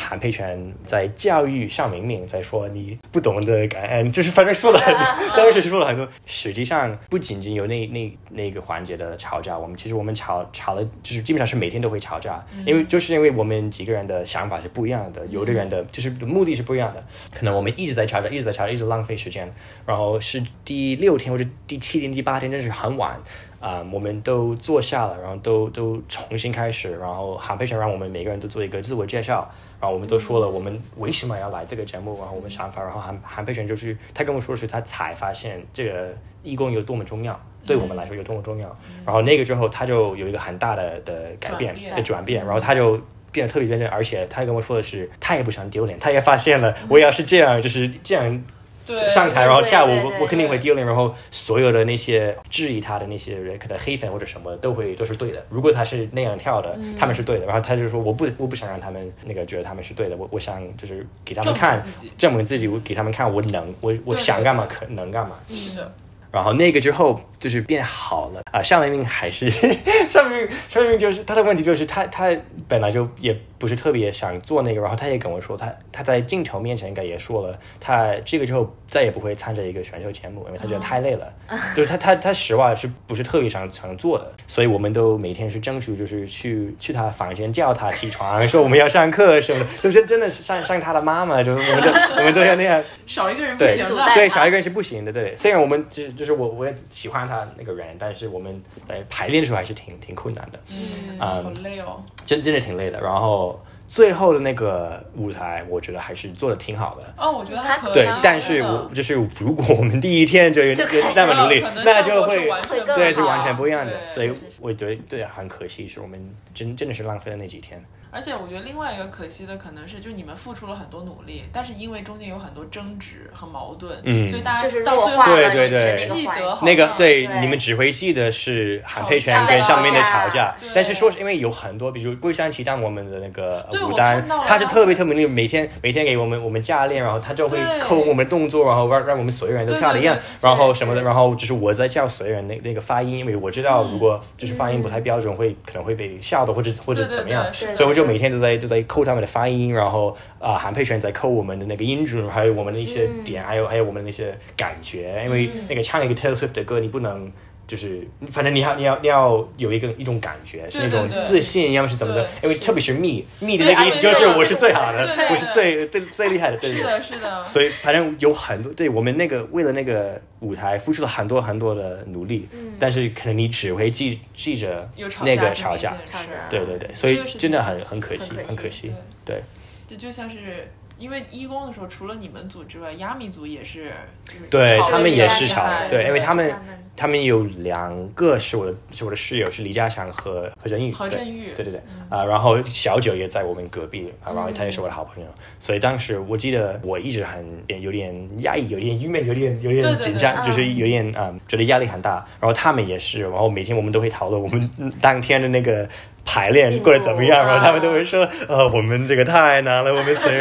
B: 韩佩泉在教育尚明明在说你不懂得感恩，就是反正说了很 多，当时说了很多。实际上不仅仅有那那那个环节的吵架，我们其实我们吵吵了，就是基本上是每天都会吵架，因为就是因为我们几个人的想法是不一样的，有的人的就是目的是不一样的，可能我们一直在吵架，一直在吵架，一直浪费时间。然后是第六天或者第七天、第八天，真是很晚。啊、我们都坐下了，然后都都重新开始，然后韩佩璇让我们每个人都做一个自我介绍，然后我们都说了我们为什么要来这个节目，然后我们想法，然后韩韩佩璇就是他跟我说的是他才发现这个义工有多么重要，对我们来说有多么重要，然后那个之后他就有一个很大的的改变
C: 转变
B: 的转变，然后他就。变得特别认真，而且他跟我说的是，他也不想丢脸，他也发现了，我要是这样，就是这样
C: 对
B: 上台，然后下午
D: 对
B: 我
D: 对
B: 我肯定
C: 对
B: 会丢脸，然后所有的那些质疑他的那些人，可能黑粉或者什么都会都是对的。如果他是那样跳的，
C: 嗯
B: 他们是对的，然后他就说我不我不想让他们那个觉得他们是对的，我我想就是给他们
C: 证明
B: 看
C: 自己，
B: 证明自己，我给他们看我能，我我
C: 对
B: 想
C: 对
B: 干嘛可能干嘛。
C: 是的，
B: 然后那个之后就是变好了啊。夏文明还是 夏文明，夏文明就是他的问题就是他他本来就也不是特别想做那个，然后他也跟我说他他在镜头面前应该也说了，他这个之后再也不会参加一个选秀节目，因为他觉得太累了，就是他他他实话是不是特别想想做的，所以我们都每天是争取就是去去他房间叫他起床，说我们要上课什么的，就是真的是像像他的妈妈，就是我们都我们都要那样。
C: 少一个人不
B: 对
C: 行啊的，
B: 对，小一个人是不行的。对，虽然我们就是就是我我也喜欢他那个人，但是我们在排练的时候还是挺挺困难的，
C: 嗯，
B: 啊
C: 好累哦，
B: 真真的挺累的。然后最后的那个舞台，我觉得还是做的挺好的。
C: 哦，我觉得还可以，
B: 对
C: 真的，
B: 但是我就是如果我们第一天就
D: 就
B: 就那么努力
C: 可能，
B: 那
C: 效
B: 就
C: 果是
B: 会
C: 完全
D: 会
C: 不
D: 更
B: 对，
C: 一样
B: 是完全不一样
C: 对
B: 的。所以
D: 是是是
B: 我觉得对，啊很可惜，是我们真真的是浪费了那几天。
C: 而且我觉得另外一个可惜的可能是，就是你们付出了很多努力，但是因为中间有很多争执和矛盾，
B: 嗯
C: 所以大
D: 就是
C: 家到
D: 弱
C: 最后
D: 化了
B: 对对对
D: 你指
C: 记
D: 那个
C: 得
D: 环
C: 好
B: 那个
C: 像
B: 对
D: 对
B: 你们只会记得是韩佩
C: 吵
B: 泉
C: 架
B: 跟上面的吵架
C: 对，
B: 但是说是因为有很多，比如桂山齐当我们的那个
C: 对
B: 舞
C: 我
B: 担
C: 看到，了
B: 他是特别特别那个每天每天给我们我们架练，然后他就会
C: 对
B: 抠我们动作，然后让让我们所有人都
C: 对
B: 跳的一样
C: 对，对嗯
B: 然后什么的，
D: 对
B: 然后就是我在教所有人那那个发音，因为我知道如果就是发音不太标准，会可能会被笑的或者或者
C: 对对
B: 怎么样
C: 对，是的
B: 所以我就每天都在都在抠他们的发音，然后啊、韩佩泉在抠我们的那个音准，还有我们的一些
C: 嗯
B: 点，还有还有我们的那些感觉，因为那个唱一个 Taylor Swift 的歌，你不能。就是，反正你要你要你要有一个一种感觉，是
C: 对
B: 那种
C: 对对
B: 自信，要么是怎么着因
C: 对，
B: 为特别是 me me 的那
C: 对
B: 个意思
C: 对
B: 就是
C: 对对
B: 我是最好的
C: 对哎对，对
B: 我是最最 最厉害的，对对
C: 是
B: 对。
C: 的，是的，
B: 所以反正有很多，对我们那个为了那个舞台付出了很多很多的努力，但是可能你只会记记着
C: 嗯有吵架
B: 那个
C: 这
B: 吵
C: 件
B: 架，
D: 吵
C: 事
D: 架
B: 对对对，所以
D: 这个是
B: 真的很
D: 挺
B: 很可惜
D: 惜，，
B: 很可惜，对。
C: 这就像是因为一公的时候，除了你们组之外，亚米组也是，就是
B: 对
C: 吵得
B: 他们
C: 比
B: 也
C: 较
B: 是
C: 厉
B: 吵
C: 害
B: 对因为他们
D: 他们
B: 他们有两个是我的是我的室友，是李嘉祥和何振宇。
C: 何振宇
B: 对对对对啊、然后小九也在我们隔壁，啊，然后他也是我的好朋友，所以当时我记得我一直很有点压抑，有点郁闷，有点有
C: 对
B: 点
C: 对
B: 紧张，
D: 对
B: 就是有点啊、嗯觉得压力很大。然后他们也是，然后每天我们都会讨论我们当天的那个。排练
D: 进
B: 过得怎么样？
D: 度啊
B: 然后他们都会说，呃，我们这个太难了，我们所以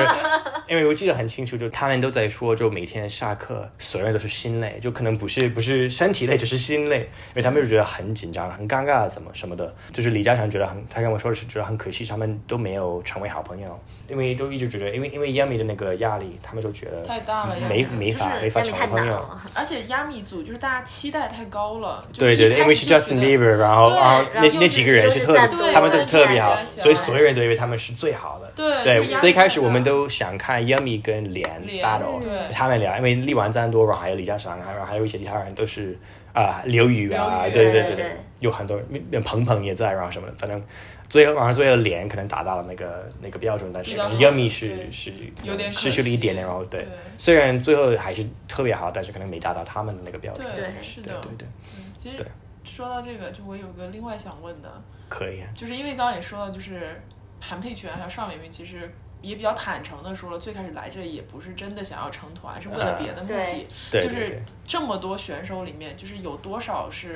B: 因为我记得很清楚，就他们都在说，就每天下课，所有人都是心累，就可能不是不是身体累，只是心累，因为他们就觉得很紧张、很尴尬，怎么什么的。就是李嘉诚觉得很，他跟我说是觉得很可惜，他们都没有成为好朋友，因为都一直觉得，因为因为 Yami 的那个压力，他们都觉得
C: 太大了
B: 没
C: 压力
B: 没法
C: 就是
B: 没法
D: 压力
B: 成
D: 太
B: 为朋
D: 难
B: 友。
D: 了。
C: 而且亚米组就是大家期待太高了，就
B: 对
C: 一
B: 对对，
C: 开
B: 因为
C: 始
B: 是
C: 就觉
B: Justin
C: 得
B: Bieber，然后
C: 对
B: 然后那
D: 然后又
B: 那
D: 是
B: 几个人是特
D: 又是在，
B: 他们都
C: 对
B: 是特别好
C: 大家，喜欢
B: 所以所有人都以为他们是最好的。
C: 对
B: 对
C: 就是压，力
B: 最开始
C: 太大
B: 我们都想看 Yummy 跟莲
C: 莲
B: battle，
C: 对
B: 他们俩，因为力丸赞多，然后还有李嘉诚，还有还有一些其他人都是啊、刘宇啊，
C: 刘宇
B: 对对
D: 对
B: 对
D: 对
B: 有很多人，鹏鹏也在，然后什么的，反正最后然后最后莲可能达到了那个那个标准，但是
C: 比较好
B: Yummy 是
C: 对
B: 是
C: 有点可
B: 失去了一点
C: 惜
B: 点，然后对
C: 对
B: 虽然最后还是特别好，但是可能没达到他们的那个标准。
C: 对
D: 对
C: 是
B: 对
C: 的
B: 对，对，
C: 嗯其实
B: 对
C: 说到这个，就我有个另外想问的，
B: 可以啊。
C: 就是因为刚刚也说到，就是韩佩泉还有尚美明其实。也比较坦诚的说了，最开始来这也不是真的想要成团，是为
B: 嗯
C: 了别的目的
D: 对。
B: 对
C: 就
B: 对
C: 是
B: 对
C: 这么多选手里面，就是有多少是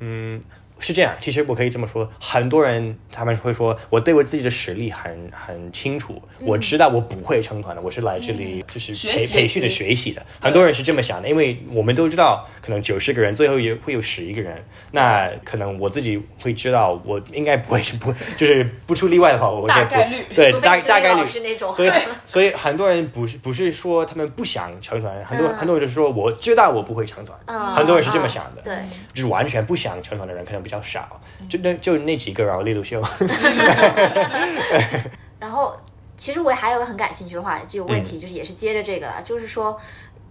B: 嗯，是这样，其实我可以这么说，很多人他们会说，我对我自己的实力很很清楚，我知道我不会成团的，我是来这里
D: 嗯
B: 就是
C: 学
B: 培
C: 习
B: 培训的
C: 习
B: 学习的。很多人是这么想的，因为我们都知道，可能九十个人最后也会有十一个人，那可能我自己会知道，我应该不会是不就是不出例外的话，我应该不
C: 大概率
B: 对
D: 除非
B: 大
D: 你是
B: 大
D: 那个
B: 概
D: 老
B: 率
D: 师那种，
B: 所以，所以很多人不是不是说他们不想成团，很多、
D: 嗯
B: 很多人就是说我知道我不会成团，
D: 嗯
B: 很多人是这么想的。
D: 对，
B: 就是完全不想成团的人可能比较少，就那就那几个，然后利路修，
D: 然后，其实我还有个很感兴趣的话，这个问题就是也是接着这个了，
B: 嗯
D: 就是说，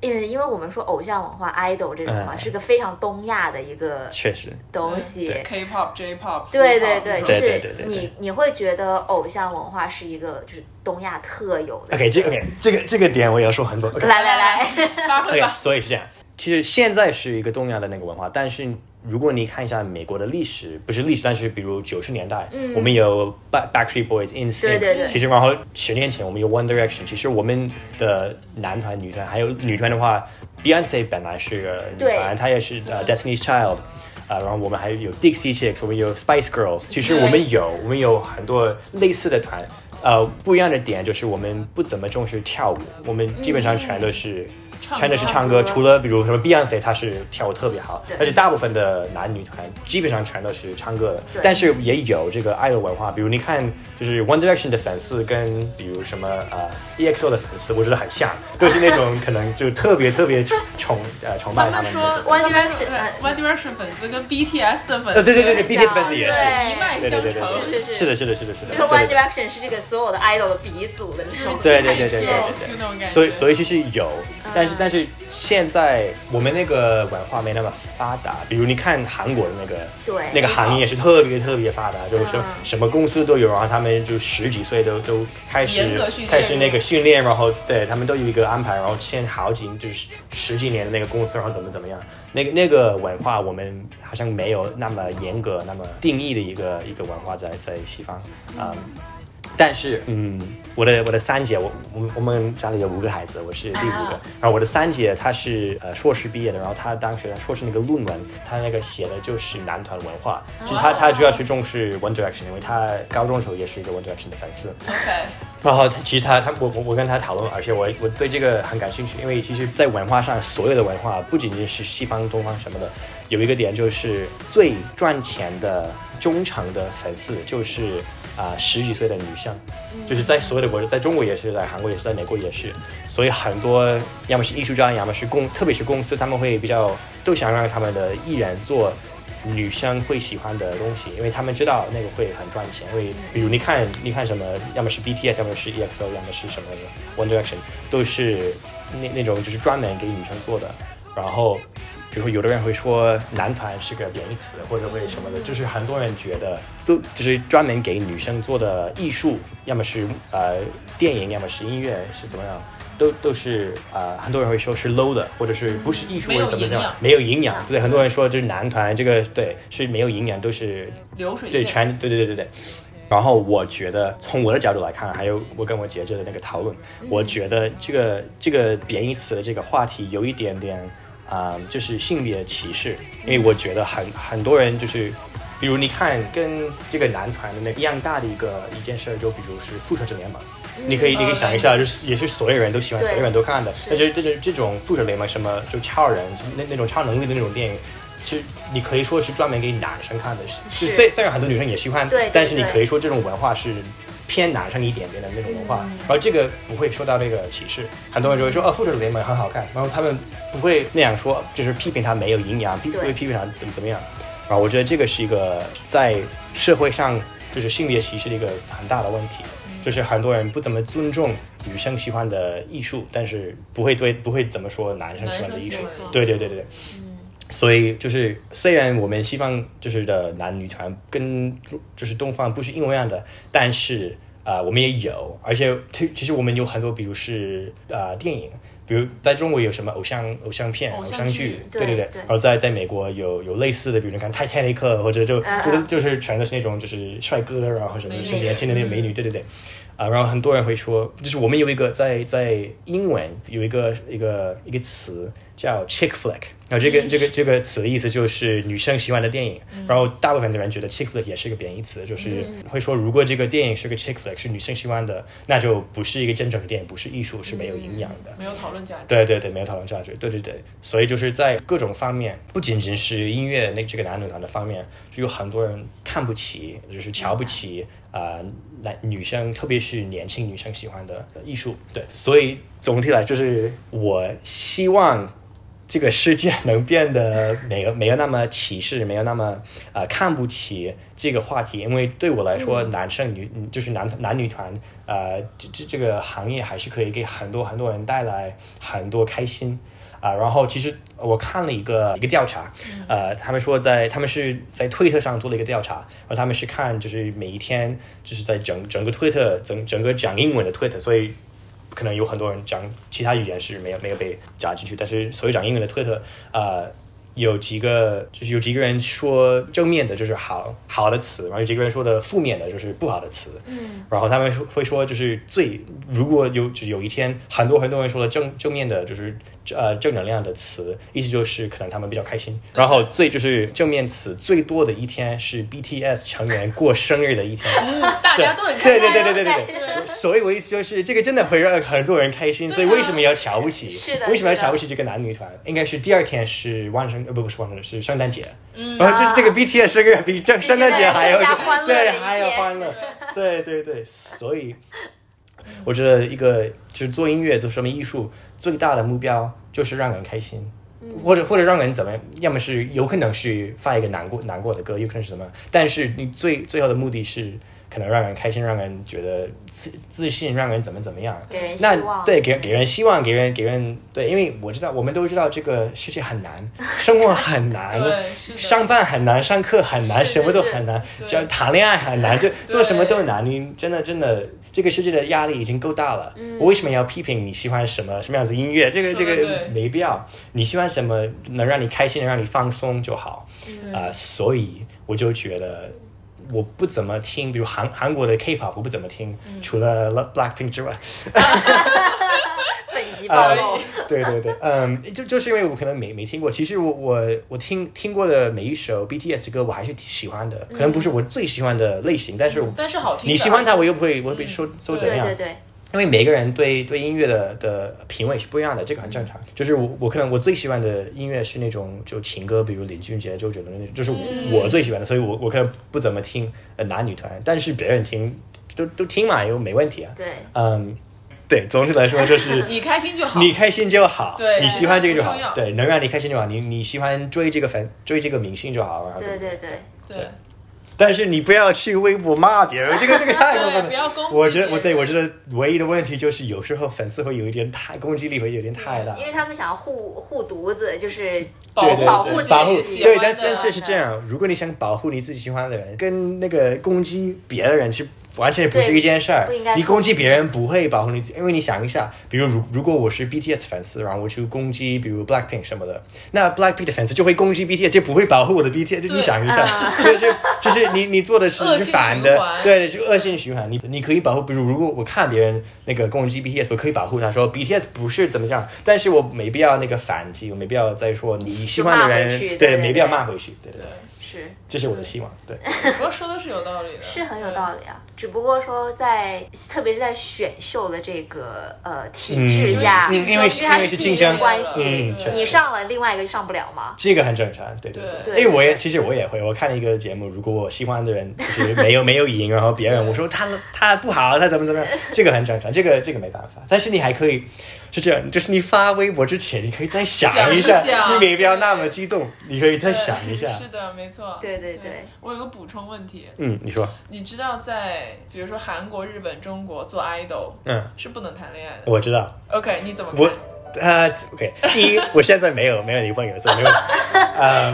D: 呃，因为我们说偶像文化、idol 这种嘛，
B: 嗯
D: 是个非常东亚的一个
B: 确实，
D: 东西。
B: 对
C: K-pop、J-pop？
D: 对
C: C-pop
D: 对对，
C: 这
D: 就
C: 种
B: 对对对
D: 是
B: 对
D: 你你会觉得偶像文化是一个就是东亚特有的。
B: OK，这 OK 这个这个点我也要说很多。OK，
D: 来来来，
C: 发挥
B: OK，
C: 吧。
B: 所以是这样。其实现在是一个东亚的那个文化，但是如果你看一下美国的历史，不是历史，但是比如九十年代，我们有 Back Backstreet Boys、In s
D: 对
B: y
D: 对对
B: 其实然后十年前我们有 One Direction，其实我们的男团、女团还有女团的话，Beyonce 本来是个女
D: 对嗯
B: 团，她也是呃 Destiny's Child。啊，然后我们还有 Dixie Chicks，我们有 Spice Girls，其实我们有，我们有很多类似的团，呃，不一样的点就是我们不怎么重视跳舞，我们基本上全都是、
C: 啊
B: 全都是唱歌，除了比如什么 Beyonce，她是跳舞特别好
D: 对，
B: 而且大部分的男女团基本上全都是唱歌的
D: 对，
B: 但是也有这个爱的文化，比如你看就是 One Direction 的粉丝跟比如什么呃 EXO 的粉丝，我觉得很像，都是那种可能就特别特别崇呃崇拜
C: 他
B: 他
C: 们
B: 们
C: 说
B: 的。
D: One
C: 他们说
D: Direction，
C: 对
D: 嗯
C: One Direction 粉丝跟 BTS 的粉
B: 呃，
C: 丝，
B: 对对对对
D: 像
B: ，BTS 粉丝也是，
D: 对
C: 一脉
B: 对
C: 相
B: 对
C: 承。
B: 对对，
D: 是是
B: 是的，是的，是的，是的，对
D: 就是
B: 对
D: One
B: 对。
D: Direction 是这个所有的 idol 的鼻祖的那种。
B: 对对对对对对
C: 就那种感觉。
B: 所以，所以其实有，但是
D: 嗯
B: 但是现在我们那个文化没那么发达。比如你看韩国的那个，
D: 对
B: 那个行业是特别特别发达，就是说
D: 嗯
B: 什么公司都有，然后他们就十几岁都都开始
C: 严格训练
B: 开始那个训练，然后对他们都有一个安排，然后签好几就是十几年的那个公司，然后怎么怎么样，那个那个文化我们好像没有那么严格、那么定义的一个一个文化在在西方啊。嗯但是，嗯，我的我的三姐，我我我们家里有五个孩子，我是第五个。然后我的三姐她是呃硕士毕业的，然后她当时她硕士那个论文，她那个写的就是男团文化，就是她她主要是重视 One Direction，因为她高中的时候也是一个 One Direction 的粉丝。
C: OK，
B: 然后他其实他他我我我跟他讨论，而且我我对这个很感兴趣，因为其实，在文化上，所有的文化不仅仅是西方、东方什么的，有一个点就是最赚钱的忠诚的粉丝就是啊、十几岁的女生，就是在所有的国家，在中国也是，在韩国也是，在美国也是，所以很多要么是艺术家，要么是公，特别是公司，他们会比较都想让他们的艺人做女生会喜欢的东西，因为他们知道那个会很赚钱。因为比如你看，你看什么，要么是 BTS，要么是 EXO，要么是什么的 One Direction，都是那那种就是专门给女生做的。然后，比如说有的人会说男团是个贬义词，或者会什么的，就是很多人觉得都就是专门给女生做的艺术，要么是呃电影，要么是音乐，是怎么样？都都是呃，很多人会说是 low 的，或者是不是艺术
C: 没
B: 或
C: 有
B: 者怎么
C: 营
B: 样
C: 养，
B: 没有营养。对，很多人说就是男团这个对是没有营养，都是
C: 流水
B: 对
C: 线。
B: 全对对对对对。然后我觉得从我的角度来看，还有我跟我姐姐的那个讨论，我觉得这个这个贬义词的这个话题有一点点啊、就是性别歧视，因为我觉得很很多人就是。比如你看，跟这个男团的那一样大的一个一件事儿，就比如是复仇者联盟，你可以，你可以
C: 嗯
B: 想一下，就是也是所有人都喜欢，
D: 对
B: 所有人都看的。
D: 是
B: 但是这就是这种复仇联盟什么就超人那那种超能力的那种电影，是你可以说是专门给男生看的。
D: 是
B: 就虽虽然很多女生也喜欢
D: 对对，
B: 但是你
D: 对
B: 可以说这种文化是。偏男生一点点的那种文
D: 嗯
B: 化，然后这个不会受到这个歧视，很多人就会说，哦，复仇者联盟很好看，然后他们不会那样说，就是批评他没有营养，批不
D: 对
B: 会批评他怎么怎么样，啊，我觉得这个是一个在社会上就是性别歧视的一个很大的问题，
D: 嗯
B: 就是很多人不怎么尊重女生喜欢的艺术，但是不会对不会怎么说男生喜欢的艺术
C: 男生喜欢，的
B: 对对对对对。所以就是，虽然我们西方就是的男女团跟就是东方不是一模一样的，但是啊、呃我们也有，而且其其实我们有很多，比如是啊电影，比如在中国有什么偶像偶像片、
C: 偶
B: 偶
C: 像
B: 像
C: 剧
B: 剧，对
D: 对
B: 对。
D: 对
B: 然后在在美国有有类似的，比如你看《泰坦尼克》，或者就
D: 嗯
B: 就是
D: 嗯
B: 就是全都是那种就是帅哥，然后什么
C: 美女
B: 是年轻的那种美女，对对对。啊，然后很多人会说，就是我们有一个在在英文有一个一个一个词叫 chick flick，然后这个、这个这个词的意思就是女生喜欢的电影，然后大部分的人觉得 chick flick 也是一个贬义词，就是会说如果这个电影是个 chick flick 是女生喜欢的，那就不是一个真正的电影，不是艺术，是没有营养的。
C: 没有讨论价值。
B: 对对对，没有讨论价值，对对对，所以就是在各种方面，不仅仅是音乐那这个男女团的方面，就有很多人看不起，就是瞧不起啊、呃男女生，特别是年轻女生喜欢的呃艺术，对，所以总体来就是我希望这个世界能变得没有没有那么歧视，没有那么呃看不起这个话题，因为对我来说，男生女嗯就是男男女团呃这这这个行业还是可以给很多很多人带来很多开心。啊、然后其实我看了一个一个调查，呃，他们说在他们是在推特上做了一个调查，然后他们是看就是每一天就是在整整个推特整整个讲英文的推特，所以可能有很多人讲其他语言是没有没有被加进去，但是所有讲英文的推特，呃，有几个就是有几个人说正面的就是好好的词，然后有几个人说的负面的就是不好的词，嗯，然后他们会说就是最如果有就是有一天很多很多人说了正正面的就是呃正能量的词，意思就是可能他们比较开心，然后最就是正面词最多的一天是 BTS 成员过生日的一天，
C: 大家都很
B: 对
C: 开心啊
B: 对。对对对对对，所以我意思就是，这个真的会让很多人开心，
C: 啊
B: 所以为什么要瞧不起？
D: 是的
B: 为什么要
D: 是的
B: 瞧不起这个男女团？应该是第二天是万圣，呃，不不是万圣，是圣诞节。嗯，然后这、
D: 啊
B: 这个 BTS 生日比这圣诞节还要
D: 更加欢乐的一
B: 对，
D: 天
B: 还要欢乐， 对对对，所以我觉得一个就是做音乐做什么艺术最大的目标就是让人开心。或者或者让人怎么样？要么是有可能是发一个难过难过的歌，有可能是怎么样？但是你最最后的目的是可能让人开心，让人觉得自自信，让人怎么怎么样？
D: 给人希
B: 那
D: 望。
B: 对给给人希望，给人给人对，因为我知道我们都知道这个世界很难，生活很难，
C: 对，是的
B: 上班很难，上课很难，
C: 是
B: 什么都
D: 是
B: 很难，
C: 对
B: 就谈恋爱很难，就做什么都难。你真的真的，这个世界的压力已经够大了。我为什么要批评你喜欢什么什么样子的音乐？这个
C: 嗯说
B: 这
C: 得
B: 个
C: 对
B: 没必要。你喜欢什么能让你开心，能让你放松就好。
C: 嗯
B: 啊、所以我就觉得。我不怎么听，比如韩韩国的 K-pop 我不怎么听，
C: 嗯
B: 除了 Blackpink 之外，
D: 本集暴
C: 呃
D: 露，
B: 对对对，嗯，就就是因为我可能没没听过，其实我我我听听过的每一首 BTS 的歌，我还是喜欢的，可能不是我最喜欢的类型，但是
D: 嗯
B: 我
C: 但是好听的。
B: 你喜欢它，我又不会，我又不会说说怎么
D: 对
B: 样
D: 对，对，
B: 因为每个人对对音乐的的品味是不一样的，这个很正
D: 嗯
B: 常。就是我我可能我最喜欢的音乐是那种就情歌，比如林俊杰、周杰伦那种，就是我,、
D: 嗯
B: 我最喜欢的，所以我我可能不怎么听呃男女团，但是别人听都都听嘛，又没问题啊。
D: 对
B: 嗯，对，总体来说就是。
C: 你开心就好。
B: 你开心就好，
C: 对
B: 你喜欢这个就好
C: 不重要，
B: 对，能让你开心就好。你你喜欢追这个粉，追这个明星就好，啊然后怎么
D: 对
B: 怎么
D: 对
B: 样。
D: 对，
C: 对
B: 但是你不要去微博骂别人，这 个这个太过分
C: 对，
B: 了
C: 不。要攻击。
B: 哎我觉得我对我觉。得唯一的问题就是有时候粉丝会有一点太攻击力会有点太大
D: 因，为他们想要护护犊子，就是
C: 保
B: 对
C: 护
B: 对
D: 保
B: 对
D: 护自己
B: 保护
C: 喜
B: 对，
C: 欢
B: 但
C: 的
B: 是但是是这样，如果你想保护你自己喜欢的人，跟那个攻击别的人是完全不是
D: 对
B: 一件事儿
D: 不应该。
B: 你攻击别人不会保护你自己，因为你想一下，比如如如果我是 BTS 粉丝，然后我去攻击比如 Blackpink 什么的，那 Blackpink 的粉丝就会攻击 BTS，就不会保护我的 BTS。就
C: 对
B: 你想一下， 就就就是你你做的是
C: 恶性
B: 是反
C: 循
B: 的
C: 环，
B: 对，是恶性循环。你你可以保护，比如如果我看别人那个攻击 BTS，我可以保护他说 BTS 不是怎么样，但是我没必要那个反击，我没必要再说你喜欢的
D: 就骂回去
B: 人，
D: 对对
B: 没必
D: 对
B: 要骂回去，对对。
D: 是
B: 这是我的希望。对，
C: 不过说的是有道理的，
D: 是很有道理啊。只不过说在，特别是在选秀的这个呃体制下，
B: 嗯因为因为是
D: 它
B: 因为
D: 是
B: 是
D: 竞
B: 竞
D: 争
B: 争
D: 关系，
B: 嗯
C: 对
D: 你上了，另外一个就上不了嘛。
B: 这个很正常。对对
C: 对
B: 对，
D: 对
B: 因为我也其实我也会，我看了一个节目，如果我喜欢的人就是没有没有赢，然后别人我说他他不好，他怎么怎么样，这个很正常，这个这个没办法。但是你还可以是这样，就是你发微博之前，你可以再
C: 想
B: 一
C: 一
B: 下，
C: 想
B: 你也不要那么激动，你可以再想一下
C: 对。是的，没错。
D: 对对对
C: 对，我有个补充问题，
B: 嗯，你说，
C: 你知道在比如说韩国、日本、中国做 idol
B: 嗯，
C: 是不能谈恋爱的。
B: 我知道，
C: OK，你怎么
B: 我
C: 看？
B: 呃，OK，第一，我现在没有没有女朋友，所以没有。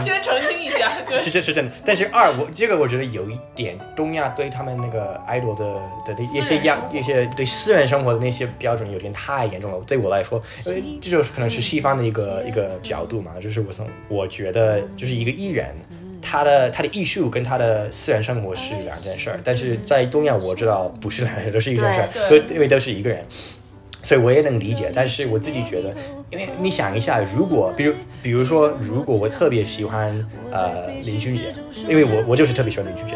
C: 先澄清一 下，对，
B: 是真是真的，但是二我这个我觉得有一点东亚对他们那个 idol 的的那一
C: 私
B: 些
C: 人
B: 样
C: 生活
B: 一些对私人生活的那些标准有点太严重了，对我来说，因为这就是可能
C: 嗯
B: 是西方的一个一个角度嘛，就是我从我觉得
C: 嗯
B: 就是一个艺人。他的他的艺术跟他的私人生活是两件事儿，但是在东亚我知道不是两件事，都是一件事儿，都
C: 对
B: 因为都是一个人，所以我也能理解。但是我自己觉得，因为你想一下，如果比如比如说，如果我特别喜欢呃林俊杰，因为我我就是特别喜欢林俊杰，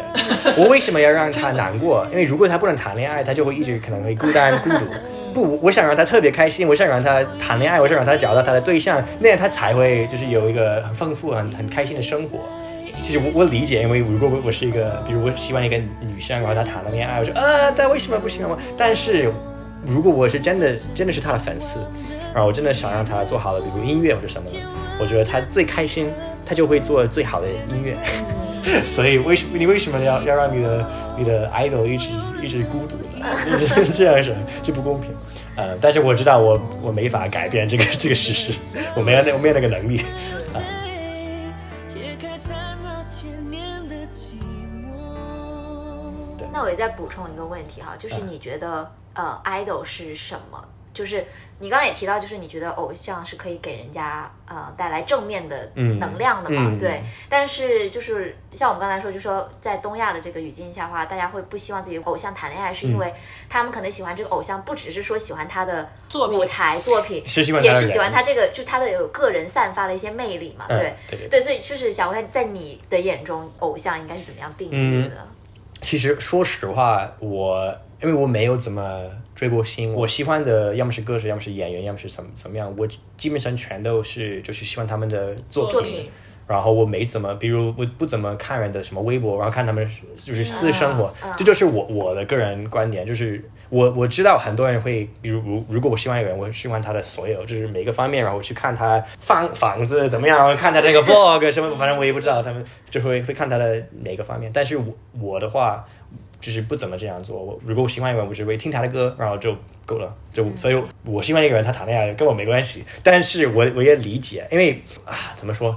B: 我为什么要让他难过？因为如果他不能谈恋爱，他就会一直可能会孤单孤独。不，我我想让他特别开心，我想让他谈恋爱，我想让他找到他的对象，那样他才会就是有一个很丰富、很很开心的生活。其实我我理解，因为如果我我是一个，比如我喜欢一个女生，然后她谈了恋爱，我说啊，她为什么不喜欢我？但是如果我是真的真的是她的粉丝，然后我真的想让她做好了，比如音乐或者什么的，我觉得她最开心，她就会做最好的音乐。 所以为什么你为什么要要让你的你的 idol 一直一直孤独的， 一直这样是这不公平。呃，但是我知道我我没法改变这个这个事实， 我没有那我没有那个能力。嗯
F: 解开缠绕千年的寂寞。
D: 那我也再补充一个问题哈，
B: 嗯
D: 就是你觉得、呃，idol 是什么？就是你刚刚也提到，就是你觉得偶像是可以给人家呃带来正面的
B: 嗯
D: 能量的嘛？
B: 嗯
D: 对。但是就是像我们刚才说，就说在东亚的这个语境下的话，大家会不希望自己的偶像谈恋爱，
B: 嗯
D: 是因为他们可能喜欢这个偶像，不只是说喜欢他的
C: 作品
D: 舞台作品，
B: 是喜欢他
D: 也
B: 的
D: 是喜欢
B: 人
D: 他这个，就他的有个人散发的一些魅力嘛？
B: 嗯
D: 对
B: 对对
D: 对，所以就是想问，在你的眼中，偶像应该是怎么样定义
B: 嗯
D: 的？
B: 其实说实话，我因为我没有怎么追过星，我喜欢的要么是歌手，要么是演员，要么是怎么怎么样，我基本上全都是就是喜欢他们的作
C: 作
B: 品。
C: 品
B: 然后我没怎么，比如我不怎么看人的什么微博，然后看他们就是私生活，
C: 嗯
B: 这就是我我的个人观点，就是我我知道很多人会，比如如如果我喜欢一个人，我会喜欢他的所有，就是每个方面，然后我去看他房房子怎么样，然后看他这个 vlog 什么，反正我也不知道，他们就会会看他的每个方面，但是我我的话。就是不怎么这样做。我如果我喜欢一个人，我只会听他的歌，然后就够了。就、所以，我喜欢一个人，他谈恋爱跟我没关系。但是我我也理解，因为啊，怎么说？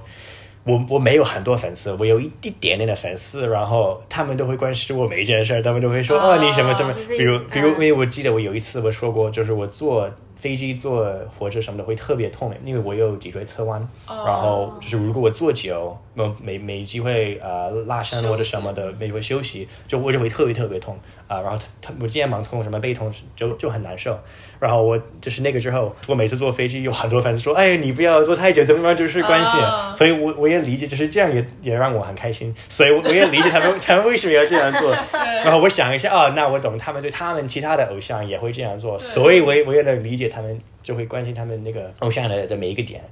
B: 我我没有很多粉丝，我有一一点点的粉丝，然后他们都会关心我每一件事儿，他们都会说
C: 啊
B: 哦你什么什么
D: 你，自己
B: 比如比如，
D: 嗯
B: 因为我记得我有一次我说过，就是我坐飞机坐火车什么的会特别痛，因为我有脊椎侧弯，
D: 哦
B: 然后就是如果我坐久，没没没机会呃拉伸或者什么的，没机会休息，就我就会特别特别痛啊、然后他我肩膀痛什么背痛就就很难受，然后我就是那个之后，我每次坐飞机有很多粉丝说，哎你不要坐太久，怎么样就是关系，
C: 啊
B: 所以我我也理解，就是这样也也让我很开心，所以我我也理解他们他们为什么要这样做。然后我想一下，哦，那我懂他们对他们其他的偶像也会这样做，所以我也我也能理解他们就会关心他们那个偶像的的每一个点。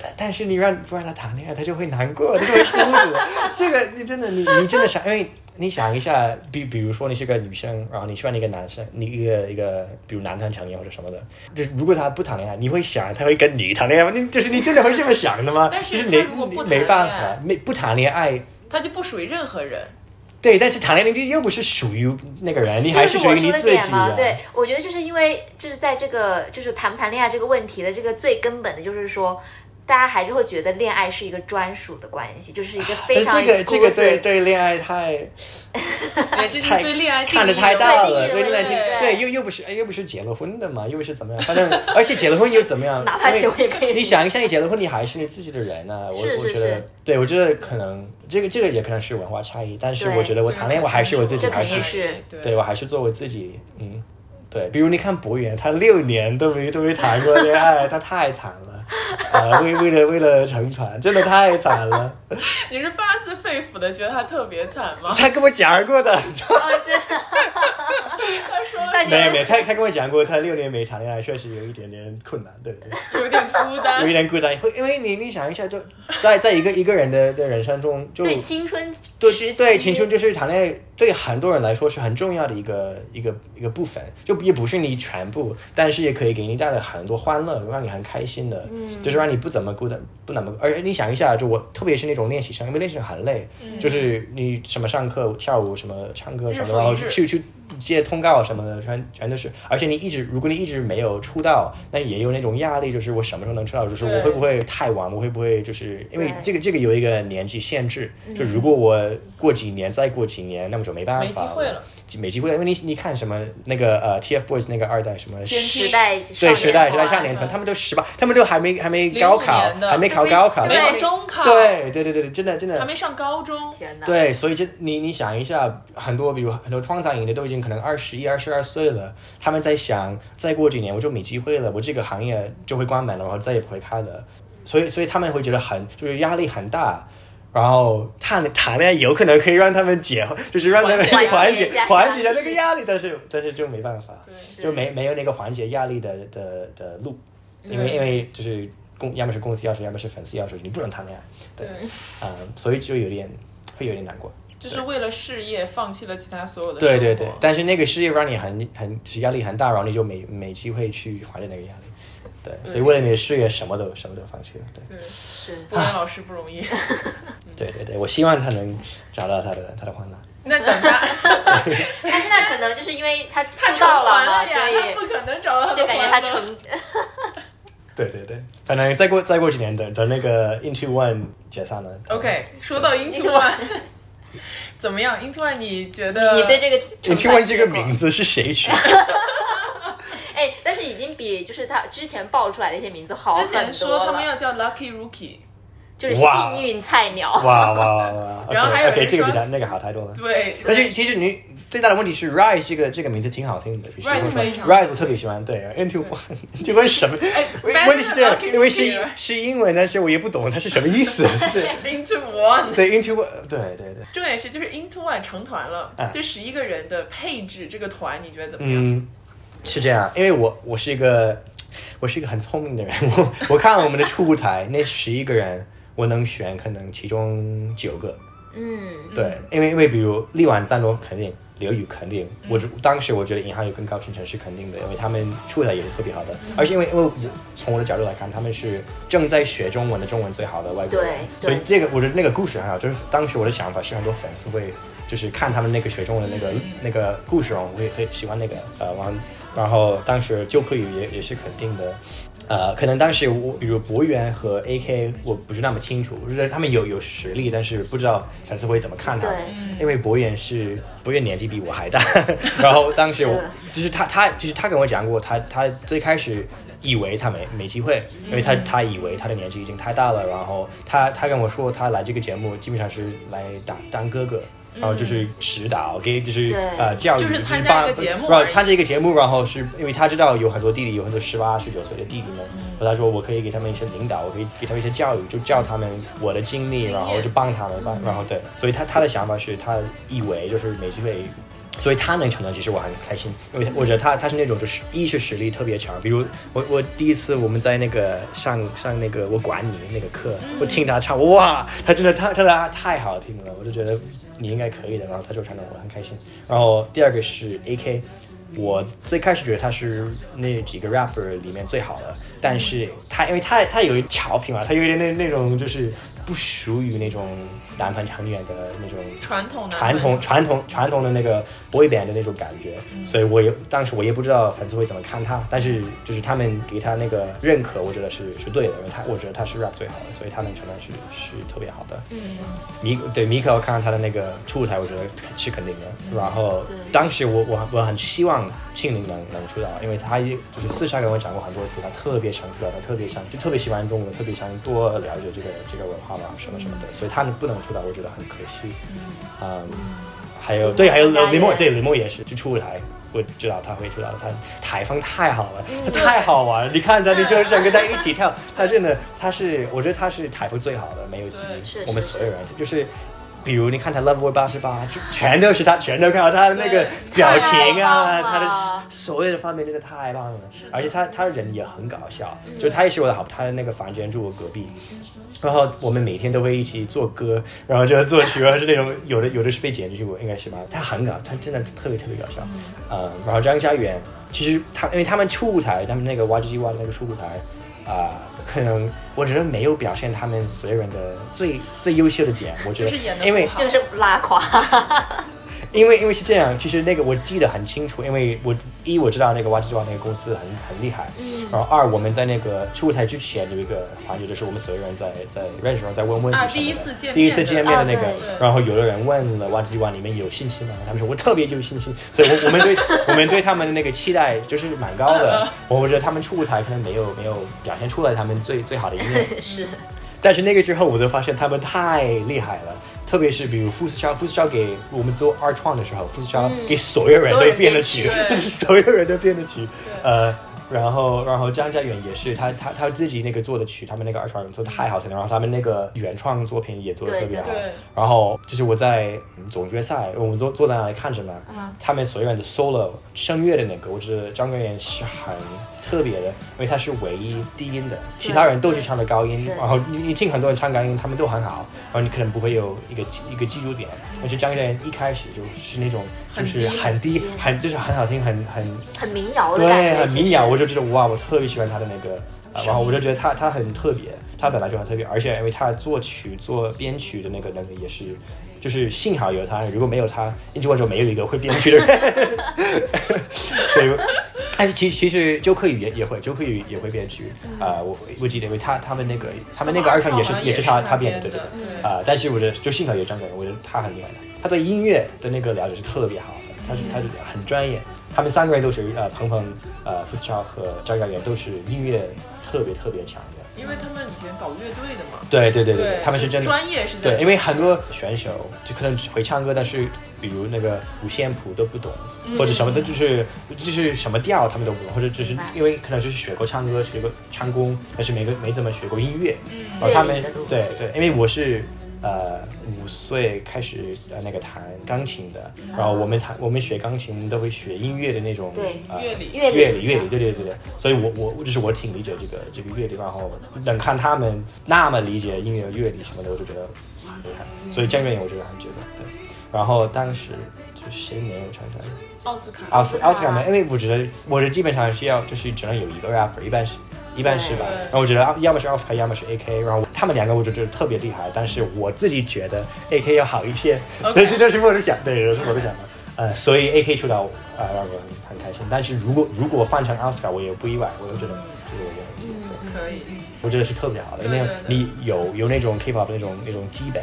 B: 但但是你让不让他谈恋爱，他就会难过，他就会孤独。这个你真的你你真的想，因为你想一下，比比如说你是个女生，然后你喜欢一个男生，你一个一个比如男团成员或者什么的，就是如果他不谈恋爱，你会想他会跟你谈恋爱吗？你就是你真的会这么想的吗？
C: 但是
B: 就是
C: 他
B: 没
C: 如果不谈
B: 没
C: 恋
B: 办
C: 爱
B: 法，没不谈恋爱。
C: 他就不属于任 何人。
B: 对，但是谈恋爱就又不是属于那个人，你还
D: 这
B: 属
D: 我
B: 于
D: 说
B: 你
D: 的
B: 自
D: 点
B: 己、啊
D: 嘛。。对，我觉得就是因为就是在这个就是谈不谈恋爱这个问题的这个最根本的就是说。大家还是会觉得恋爱是一个专属的关系，就是一个
B: 但
D: 非常
B: 这个这个啊对
D: exclusive
B: 对恋爱太
C: 哎这就是
B: 太
C: 对恋 爱定义
B: 看得太
C: 的
B: 大
C: 问题
B: 了，对
D: 对
B: 恋爱
C: 定义的
B: 太
D: 问题
B: 对又又不是哎又不是结了婚的嘛，又不是怎么样，反正而且结了婚又怎么样？
D: 哪怕
B: 因为
D: 结婚也可以
B: 你想一下，你结了婚，你还是你自己的人呢、我
D: 是
B: 我
D: 是
B: 觉得
D: 是，
B: 对我觉得可能这个这个也可能是文化差异，但是
D: 对
B: 我觉得我谈恋爱我还是我自己，
D: 这
B: 还
D: 肯定
B: 是
D: 是
B: 对我还是做我自己，嗯，对，比如你看博远，他六年都没都没谈过恋爱，他太呃惨了，啊、为为了为了成团，真的太惨了，
C: 你是发自肺肺腑的觉得他特别惨 吗？
B: 他跟我讲过的，
D: 哦，真的，
C: 他说
D: 他觉
B: 没有
D: 得
B: 没有，他他跟我讲过，他六年没谈恋爱，确实有一点点困难，对 对对。
C: 有点孤单
B: 有一，点孤单，会因为你你想一下，就在在一个一个人的的人生中，就
D: 对青春时
B: 嗯对
D: 期，
B: 对青春就是谈恋爱，对很多人来说是很重要的一个一个一个部分，就也不是你全部，但是也可以给你带来很多欢乐，让你很开心的，
C: 嗯
B: 就是让你不怎么孤单，不那么。而且你想一下，就我特别是那种练习生，因为练习生很累，就是你什么上课、跳舞、什么唱歌什
C: 嗯日
B: 么，
C: 复
B: 然后
C: 一日
B: 去去接通告什么的，全全都是。而且你一直，如果你一直没有出道，那也有那种压力，就是我什么时候能出道，就是
C: 对
B: 我会不会太晚，我会不会就是因为
D: 对
B: 这个这个有一个年纪限制，就如果我过几年再过几年，那么就没办法
C: 嗯没机会了，
B: 没机会了，因为你你看什么那个呃 TFBOYS 那个二代什么
C: 天
B: 十
D: 代
B: 对
D: 少
B: 时代时
D: 花
B: 代少年团，
C: 对
B: 他们都十八，他们都还没还没高
C: 05
B: 考，
C: 年的
B: 还没考
C: 他没
B: 高考，
C: 没
D: 对
C: 有中考，，
B: 对对对对对，真的真的
C: 还没上高中，
D: 天哪，
B: 对，所以这你你想一下，很多比如很多创造营的都已经可能二十一、二十二岁了，他们在想再过几年我就没机会了，我这个行业就会关门了，然后再也不会开了，所以所以他们会觉得很就是压力很大。然后谈谈恋爱有可能可以让他们解，就是让他们
C: 缓
B: 缓
C: 解
B: 解
D: 一下
B: 缓解一下这个压力，但是但是就没办法，
C: 对
B: 就没没有那个缓解压力的的的路，因为
C: 对
B: 因为就是公要么是公司要求，要么是粉丝要求，你不能谈恋爱，对，
C: 对。
B: 嗯，所以就有点会有点难过。
C: 就是为了事业放弃了其他所有的
B: 对
C: 生活
B: 对对，但是那个事业让你很很就是压力很大，然后你就没没机会去缓解那个压力。对，所以为了你的事业，什么都什么都放弃了。对
C: 对，
D: 是
C: 波兰老师不 容易。嗯
B: 对对对，我希望他能找到他的他的欢乐。
C: 那等他，
D: 他现在可能就是因为他
C: 他
D: 出
C: 成
D: 道
C: 团
D: 嘛，
C: 了呀，他
D: 所
C: 不可能找到他
D: 以就
C: 的
D: 感觉他
C: 欢乐。
D: 成
B: 对对对，反正再过再过几年，等等那个 Into One 解散了。
C: OK，说到 Into
D: Into
C: One，怎么样？Into One，你觉
B: 呃
C: 得
D: 你对这个成
B: Into
D: 败
B: One 这个
D: 结果
B: 名字是谁取？
D: 哎，但是已经比就是他之前爆出来的一些名字好很
C: 之
D: 多了。
C: 前说他们要叫 Lucky Rookie，
D: 就是幸运菜鸟，
B: 哇哇哇哇！
C: 然后还有
B: OK，
C: 人
B: 这个比
C: 说
B: 他那个好太多了。
C: 对，
B: 但是其实你最大的问题是 Rise 这个这个名字挺好听的
C: Rise
B: 就是
C: 非常哎
B: Rise 我特别喜欢，对 Into One Into One 是什么？
C: Batman
B: 问题是这样
C: Lucky，
B: 因为是
C: Lucky
B: 是英文，但是我也不懂它是什么意思。 是
C: Into One。
B: 对 Into One，对对对，
C: 重点是，就是 Into One 成团了
B: 嗯，
C: 这十一个人的配置，这个团你觉得怎么样？
B: 嗯，是这样，因为我我是一个我是一个很聪明的人， 我我看了我们的初舞台那十一个人，我能选可能其中九个，
D: 嗯，
B: 对，因为因为比如力挽赞同肯定，刘宇肯定，
D: 嗯
B: 我就当时我觉得银行有跟高群成是肯定的，因为他们出来也是特别好的，
D: 嗯
B: 而且因为因为我从我的角度来看，他们是正在学中文的中文最好的外国人，所
D: 对对
B: 以这个我觉得那个故事很好，就是当时我的想法是很多粉丝会就是看他们那个学中文的那个、
D: 嗯
B: 那个故事，然哦后会会喜欢那个呃，然后然后当时就可以也也是肯定的。呃，可能当时我比如博元和 AK 我不是那么清楚，就是他们有有实力，但是不知道粉丝会怎么看他们。
D: 对
B: 因为博远是博远年纪比我还大， 然后当时我
D: 是
B: 就是他他就是他跟我讲过，他他最开始以为他没没机会，
D: 嗯
B: 因为他他以为他的年纪已经太大了，然后他他跟我说他来这个节目基本上是来打当哥哥。然后就是指导，给就是
D: 嗯对
B: 呃教育，
C: 就是参加
B: 帮呃
C: 一个节目
B: 然后
C: 而已
B: 参加一个节目，然后是因为他知道有很多弟弟，有很多十八、十九岁的弟弟们，
C: 嗯
B: 然后他说我可以给他们一些领导，我可以给他们一些教育，就教他们我的经历，
C: 经验
B: 然后就帮他们，帮然后对，所以他他的想法是他以为就是没机会。所以他能成团，其实我很开心，因为他我觉得他他是那种就是一是实力特别强，比如我我第一次我们在那个上上那个我管你那个课，我听他唱，哇，他真的他真的他太好听了，我就觉得你应该可以的，然后他就唱的我很开心。然后第二个是 A K，我最开始觉得他是那几个 rapper 里面最好的，但是他因为他他有一调皮嘛，他有一点那那种就是不属于那种男团成员的那种
C: 传统啊男
B: 传统
C: 团
B: 传统传统的那个 boy band 的那种感觉，
C: 嗯
B: 所以我也当时我也不知道粉丝会怎么看他，但是就是他们给他那个认可，我觉得是是对的，因为他我觉得他是 rap 最好的，所以他能成团是是特别好的。
C: 嗯
B: 米对米可，我看到他的那个出舞台，我觉得是肯定
C: 嗯
B: 的。然后当时我我我很希望庆龄能能出道，因为他也就是私下跟我讲过很多次，他特别想出道，他特别想就特别喜欢中文，特别想多了解这个这个文化嘛什么什么
C: 嗯
B: 的，所以他不能出道，我觉得很可惜。嗯，还有对，还有
D: 大家
B: 林墨，
D: 也
B: 对林墨也是，就出舞台。我知道他会出道，他台风太好了，
D: 嗯
B: 他太好玩了。你看他，你就想跟他一起跳。他真的，他是，我觉得他是台风最好的，没有之
C: 对
B: 一。
D: 嗯是
B: 我们
D: 是
B: 所有人就是比如你看他 Love 八十八，就全都是他，全都看到他的那个表情啊，
D: 太棒
B: 他
D: 了
B: 的所有的方面真的太棒了，而且他他人也很搞笑，
D: 嗯
B: 就他也是我的好，他的那个房间住我隔壁。然后我们每天都会一起做歌，然后就作曲，然后是那种有的有的是被剪进去过，应该是吧？他很搞，他真的特别特别搞笑。嗯，然后张家园，其实他因为他们初舞台，他们那个 YG 挖的那个初舞台，啊、可能我觉得没有表现他们所有人的最最优秀的点，我觉得，
C: 就是演得
B: 因为
C: 不好
D: 就是拉垮。
B: 因为因为是这样，其实那个我记得很清楚，因为我一我知道那个挖机挖那个公司很很厉害，
C: 嗯
B: 然后二我们在那个出舞台之前有一个环节，就是我们所有人在在认识，然后在问问题
C: 啊
B: 什么的
C: 第一次见面哦
B: 第一次见面的那个
D: 的啊，
C: 对
B: 然后有的人问了挖机挖里面有信心吗？他们说我特别有信心，所以我我们 对我们对他们的那个期待就是蛮高的，
C: 嗯
B: 我觉得他们出舞台可能没有没有表现出来他们最最好的一面，
D: 是，
B: 但是那个之后，我就发现他们太厉害了，特别是比如傅思超，傅思超给我们做二创的时候，傅思超给所有人都编了曲，
C: 所有人编曲
B: 真的所有人都编了曲，
C: 对
B: 呃。然后，然后张家远也是他他他自己那个做的曲，他们那个二创做的太好听了，然后他们那个原创作品也做的
D: 对
B: 特别好
C: 对对。
B: 然后就是我在嗯总决赛，我们坐坐在那里看着嘛，他们所有人的 solo 声乐的那个，我觉得张家远是很特别的，因为他是唯一低音的，其他人都是唱的高音
D: 对，
B: 然后你你听很多人唱高音，他们都很好，然后你可能不会有一个记一个记住点，但是张家远一开始就是那种就是很
C: 很
B: 低很就是很好听，很很
D: 很民谣的感
B: 对，
D: 觉，
B: 很
D: 其实
B: 民谣，我就觉得哇，我特别喜欢他的那个，呃、
C: 声音
B: 然后我就觉得他他很特别，他本来就很特别，而且因为他作曲做编曲的那个能力也是，就是幸好有他，如果没有他，一直我就没有一个会编曲的人， 所以。但是其其实周柯宇也也会，周柯宇也会编曲啊、我我记得，因为他他们那个他们那个二创也是
C: 好像
B: 也
C: 啊也
B: 是他
C: 他
B: 他编
C: 编
B: 的，对对对。
C: 对。
B: 啊、但是我觉得就幸好有张国荣，我觉得他很厉害的，他对音乐的那个了解是特别好的，他是他是很专业。他们三个人都是呃，彭彭、呃，傅思超和张家元都是音乐特别特别强的。
C: 因为他们以前搞乐队的嘛，
B: 对对对
C: 对
B: 他们是真的
C: 专业是真的
B: 对，因为很多选手就可能只会唱歌，但是比如那个五线谱都不懂，或者什么的，就是就是什么调他们都不懂，或者只是
D: 嗯明白
B: 因为可能就是学过唱歌，学过唱功，但是没个没怎么学过音乐。
C: 嗯
B: 然后他们
D: 乐理的东西
B: 对对，因为我是呃五岁开始呃那个弹钢琴的，
D: 嗯
B: 然后我们弹我们学钢琴都会学音乐的那种
D: 对
B: 呃
C: 乐理
D: 嗯乐
B: 乐理
D: 这
B: 乐
D: 样
B: 理，对对对对，所以我我我就是我挺理解这个这个乐理，然后能看他们那么理解音乐乐理什么的，我就觉得很厉害。所以江源也我觉得很值得。对，然后当时就谁没有参加？
C: 奥斯卡，
B: 奥斯奥斯卡没，因为我觉得我的基本上是要就是只能有一个 rapper，一般是。一般是吧
C: 对，
B: 然后我觉得啊要么是奥斯卡，要么是 AK，然后他们两个我就觉得特别厉害，但是我自己觉得 AK 要好一些
C: OK
B: 对，这就是我的想，对，这是我的想法。呃，所以 AK 出道呃让我很很开心，但是如果如果换成奥斯卡，我也不意外，我就觉得就是我觉
C: 嗯
D: 嗯
B: 得，对，
C: 可以，
B: 我觉得是特别好的，因为
C: 对对对嗯
B: 你有有那种 K-pop 那种那种基本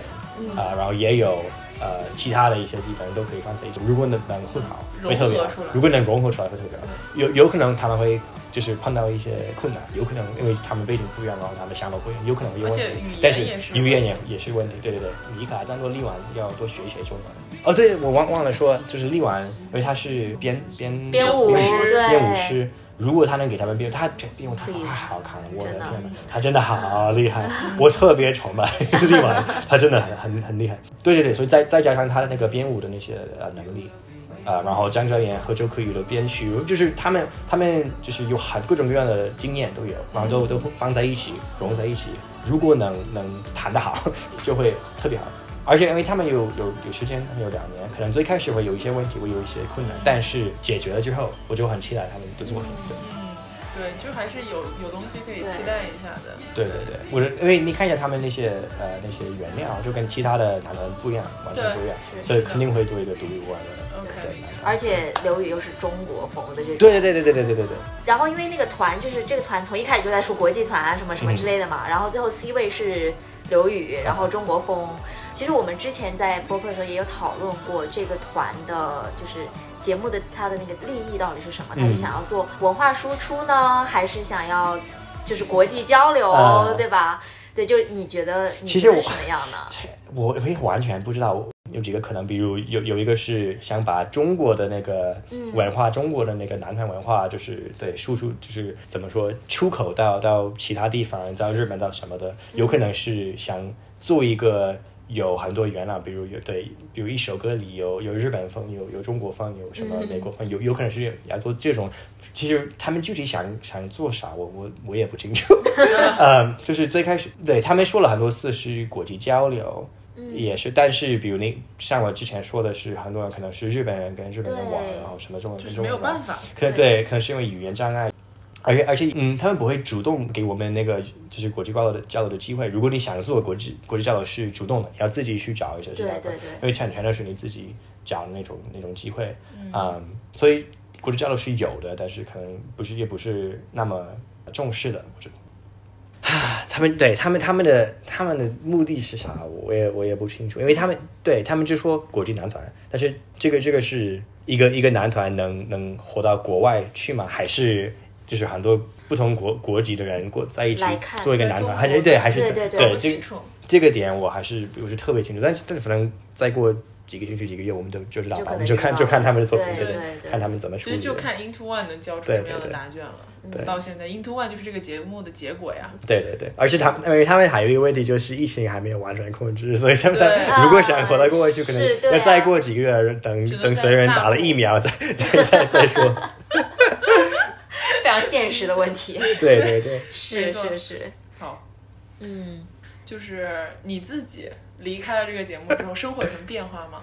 B: 啊、然后也有呃其他的一些基本都可以放在一起。如果能能混好，
C: 嗯
B: 会特别
C: 融
B: 好
C: 合出来。嗯
B: 如果能融合出来，会特别好。有有可能他们会就是碰到一些困难，有可能因为他们背景不一样，然后他们想法不一样，有可能会有问题
C: 而且语言。
B: 但是
C: 也是
B: 语言也也是问题，对对对。米卡赞多力丸要多学一学中文。哦，对，我忘忘了说，就是力丸，因为他是编编
D: 编
B: 编
D: 舞
B: 师
D: 对
B: 编舞师。如果他能给他们编，他啊这编舞太
D: 厉害
B: 好看了，我的
D: 真的
B: 天哪，他真的好厉害，我特别崇拜力丸，他真的很很很厉害。对对对，所以再再加上他的那个编舞的那些呃能力。啊、然后江哲言和周柯宇的编曲，就是他们，他们就是有很各种各样的经验都有，然后都都放在一起，融在一起。如果能能弹得好，就会特别好。而且因为他们有有有时间，他们有两年，可能最开始会有一些问题，会有一些困难，但是解决了之后，我就很期待他们的作品。对。
C: 嗯，对，就还是有有东西可以
D: 对
C: 期待一下的。
B: 对对对，我觉得因为你看一下他们那些呃那些原料，就跟其他的男团不一样，完全不一样，
C: 对
B: 所以
C: 是的
B: 肯定会多一个独一无二的。
C: OK
B: 对
D: 而且刘宇又是中国风的这种，
B: 对对对对对对对对，
D: 然后因为那个团就是这个团从一开始就在说国际团啊什么
B: 嗯
D: 什么之类的嘛，然后最后 C 位是刘宇，然后中国风。其实我们之前在播客的时候也有讨论过这个团的，就是节目的它的那个立意到底是什么？它是
B: 嗯
D: 想要做文化输出呢，还是想要就是国际交流，
B: 啊
D: 对吧？对，就是你觉得你
B: 其实
D: 觉得
B: 我
D: 什么样呢？
B: 切我我也完全不知道有几个可能，比如有有一个是想把中国的那个文化，中国的那个男团文化，就是对输出，就是怎么说出口到到其他地方，到日本到什么的，有可能是想做一个有很多元啊，比如有对，比如一首歌里有有日本风，有有中国风，有什么美国风，有有可能是要做这种。其实他们具体想想做啥，我我我也不清楚。嗯，就是最开始对他们说了很多次是国际交流，
C: 嗯
B: 也是，但是比如那像我之前说的是，很多人可能是日本人跟日本人玩，
D: 对
B: 然后什么中文
C: 就
B: 跟
C: 是
B: 中
C: 没
B: 文
C: 有
B: 玩，
C: 办法。
B: 可能对，可能是因为语言障碍。而且而且，嗯，他们不会主动给我们那个就是国际交流的交流的机会。如果你想做国际国际交流是主动的，你要自己去找一下，
D: 对对对
B: 因为产权都是你自己找的那种那种机会，嗯所以国际交流是有的，但是可能不是也不是那么重视的，我觉得。啊， 他们对他们他们的他们的目的是啥？我也我也不清楚，因为他们对他们就说国际男团，但是这个这个是一个一个男团能能活到国外去吗？还是就是很多不同国国籍的人过在一起
D: 来看
B: 做一个
C: 对
B: 男
C: 中
B: 团，
C: 国
B: 还是对还是
D: 对
B: 怎
D: 对对
B: 对
C: 不
B: 这
C: 清
B: 个
C: 楚，
B: 这个点我还是我是特别清楚，但是但反正再过几个星期几个月，我们就就知道
D: 就可
B: 吧，
D: 能
B: 我们就看
D: 知
B: 就
D: 道
B: 看他们的作品，
D: 对
B: 对
D: 对对
B: 看他们怎么处理
C: 其实
B: 的。
C: 就看 Into One 能交出
B: 对
C: 什么样的
B: 对对
C: 答卷了。嗯
B: 对
C: 到现在 Into One 就是这个节目的结啊果呀。
B: 对对对，而且他们，因为他们还有一个问题就是疫情还没有完全控制，所以他们
C: 对
B: 如果想活到过去，
D: 啊
B: 可
D: 是对
B: 能
D: 啊
B: 要再过几个月，等
C: 只能
B: 等
C: 在
B: 所有人
C: 大
B: 打了
C: 陆
B: 疫苗 再再再再说。
D: 非常现实的问题。
B: 对对对，
D: 是
C: 没错
D: 是是，
C: 好，
D: 嗯，
C: 就是你自己离开了这个节目之后，生活有什么变化吗？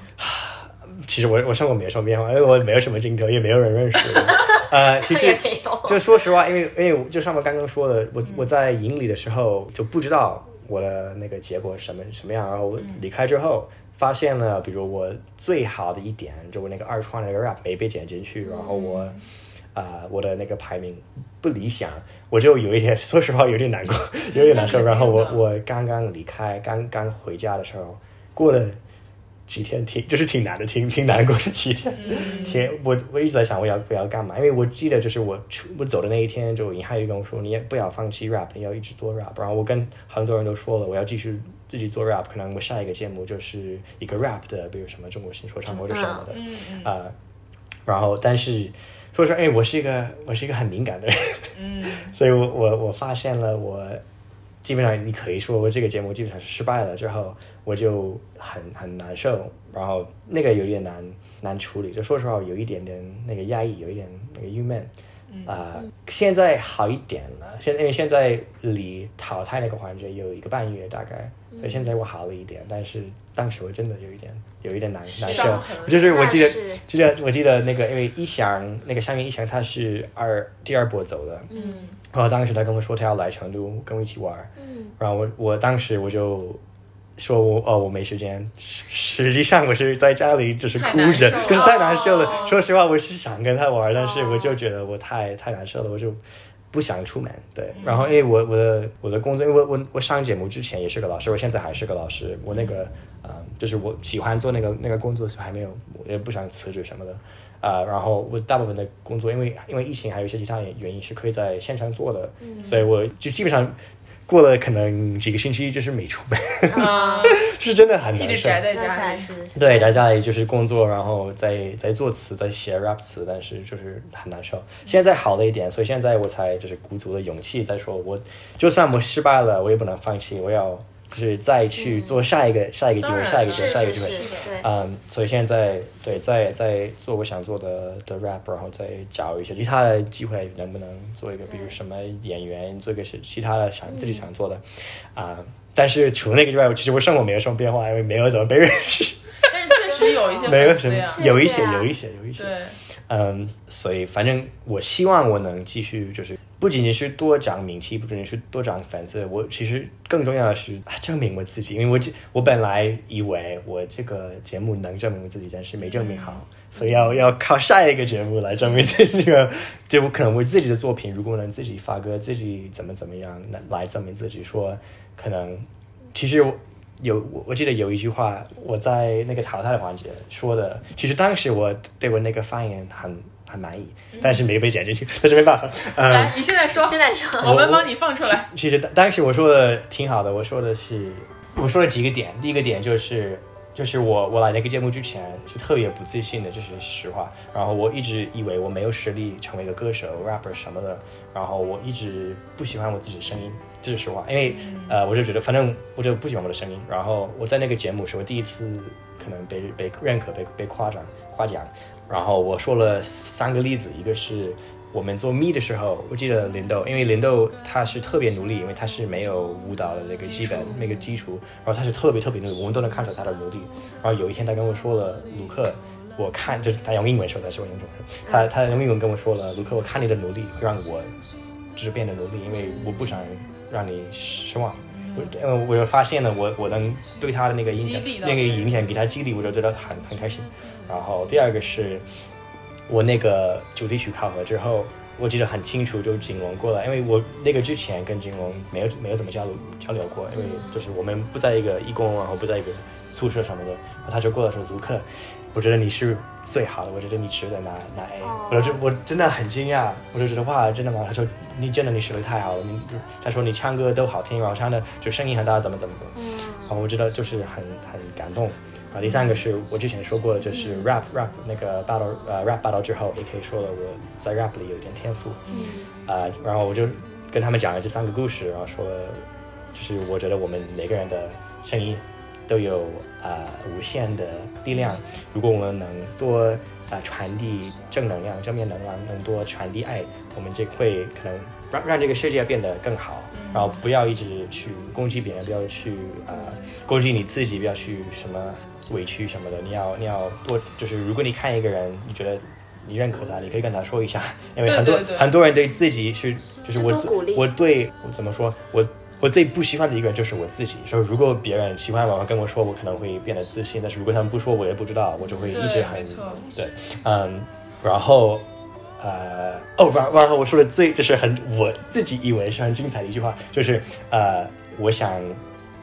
B: 其实我我生活没有什么变化，因为我没有什么镜头，也没有人认识我。 呃，其实
D: 也没有。
B: 就说实话，因为因为我就像我刚刚说的，我我在营里的时候就不知道我的那个结果什么什么样，然后我离开之后发现了，比如我最好的一点，就我那个二创那个 rap 没被剪进去，然后我啊、我的那个排名不理想，我就有一点，说实话有点难过，有点难受。
C: 那肯定的
B: 然后我我刚刚离开，刚刚回家的时候，过了几天挺就是挺难的，挺挺难过的几天。
D: 嗯
B: 天，我我一直在想我要不要干嘛，因为我记得就是我出我走的那一天，就尹汉宇跟我说，你也不要放弃 rap，你要一直做 rap。然后我跟很多人都说了，我要继续自己做 rap，可能我下一个节目就是一个 rap 的，比如什么中国新说唱或者什么的，
C: 嗯嗯
B: 啊、然后但是说实话，因为我是一个我是一个很敏感的人，
C: 嗯，
B: 所以我我我发现了我。基本上你可以说我这个节目基本上是失败了之后，我就很很难受，然后那个有点难难处理，就说实话有一点点那个压抑，有一点那个郁闷，啊、现在好一点了，现在因为现在离淘汰那个环节有一个半月大概，所以现在我好了一点，但是当时我真的有一点有一点难难受
C: 伤痕，
B: 就是我记得
D: 那是
B: 记得我记得那个因为一翔那个香云一翔他是二第二波走的，
C: 嗯，
B: 然后当时他跟我说他要来成都跟我一起玩儿，然后我我当时我就说我哦我没时间，实实际上我是在家里就是
C: 太
B: 哭
C: 难
B: 着，
C: 受
B: 就是太难受了。
C: 哦
B: 说实话，我是想跟他玩儿，但是我就觉得我太太难受了，我就不想出门。对，然后因为我我的我的工作，因为我我我上节目之前也是个老师，我现在还是个老师，我那个嗯、就是我喜欢做那个那个工作，所以还没有我也不想辞职什么的。啊，然后我大部分的工作，因为因为疫情还有一些其他原因是可以在线上做的，
C: 嗯
B: 所以我就基本上过了可能几个星期，就是没出门，
C: 啊，
B: 是真的很
C: 一
B: 难
C: 直
B: 受。
C: 宅在
D: 那
C: 家
D: 啥
C: 里。
D: 是是
B: 对，宅家里就是工作，然后在在作词，在写 rap 词，但是就是很难受。现在好了一点，所以现在我才就是鼓足了勇气，再说我就算我失败了，我也不能放弃，我要就是再去做下一个、下一个机
C: 嗯当
B: 会，
C: 然
B: 下一个
C: 了
B: 机
D: 是
B: 会，下一个
D: 是
B: 机会。
D: 是，对，
B: 嗯，所以现在对在在做我想做的的 rap，然后再找一些其他的机会，能不能做一个，比如什么演员，做一个是其他的想自己想做的啊、但是除了那个之外，我其实我生活没有什么变化，因为没有怎么被认识，
C: 但是确实有一些
B: 没有
C: 粉
B: 什
C: 丝呀
B: 么，有一些
D: 对啊
B: 有一些有一些，
C: 对，
B: 嗯，所以反正我希望我能继续，就是不仅仅是多涨名气，不仅仅是多涨粉丝，我其实更重要的是啊证明我自己，因为我这我本来以为我这个节目能证明我自己，但是没证明好，所以要要靠下一个节目来证明自己。这个，就我可能我自己的作品，如果能自己发歌，自己怎么怎么样来来证明自己，说可能其实我有我我记得有一句话，我在那个淘汰的环节说的，其实当时我对我那个发言很很满意，但是没被剪进去，但是没办法。嗯，
C: 来，你现在说，
D: 现在说
C: 我们帮你放出来。
B: 其实当当时我说的挺好的，我说的是我说了几个点，第一个点就是。就是我，我来那个节目之前是特别不自信的，这、是实话。然后我一直以为我没有实力成为一个歌手、rapper 什么的，然后我一直不喜欢我自己的声音，这是实话，因为呃，我就觉得反正我就不喜欢我的声音，然后我在那个节目是我第一次可能被被认可、被被夸奖、夸奖，然后我说了三个例子，一个是。我们做 me 的时候，我记得林豆，因为林豆他是特别努力，因为他是没有舞蹈的那个基本
C: 基础
B: 那个基础，然后他是特别特别努力，我们都能看出来他的努力。然后有一天他跟我说了，卢克，我看就是他用英文说的，是我用中文，
C: 嗯
B: 他他用英文跟我说了，卢克，我看你的努力会让我就是变得努力，因为我不想让你失望。我因为我就发现了我我能对他的那个影响
C: 嗯激励，到
B: 那个影响给他激励，我就觉得很很开心。然后第二个是我那个主题曲考核之后，我记得很清楚，就景龙过来，因为我那个之前跟景龙没有没有怎么交流交流过，因为
C: 嗯
B: 就是我们不在一个义工，然后不在一个宿舍什么的，然后他就过来说卢克，我觉得你是最好的，我觉得你值得拿拿 A，、
D: 哦
B: 我就我真的很惊讶，我就觉得哇，真的吗？他说你真的你学的太好了，你他说你唱歌都好听，然后唱的就声音很大，怎么怎么怎
D: 嗯
B: 么，然后我觉得就是很很感动。啊，第三个是我之前说过的，就是 rap rap 那个 battle 呃 rap battle 之后，也可以说了我在 rap 里有一点天赋，
D: 嗯
B: 啊、然后我就跟他们讲了这三个故事，然后说了，就是我觉得我们每个人的声音都有啊、无限的力量，如果我们能多啊、传递正能量、正面能量，能多传递爱，我们就会可能让让这个世界变得更好。
C: 嗯
B: 然后不要一直去攻击别人，不要去啊、攻击你自己，不要去什么委屈什么的。你要你要多就是，如果你看一个人，你觉得你认可他，你可以跟他说一下，因为
C: 对
B: 很多
C: 对对
B: 很多人对自己是就是我
D: 多鼓励
B: 我对我怎么说我。我最不喜欢的一个人就是我自己。说如果别人喜欢我，跟我说，我可能会变得自信；但是如果他们不说，我也不知道，我就会一直
C: 对，
B: 很
C: 没错，
B: 对，嗯，然后呃，哦，然然后我说的最就是很我自己以为是很精彩的一句话，就是呃，我想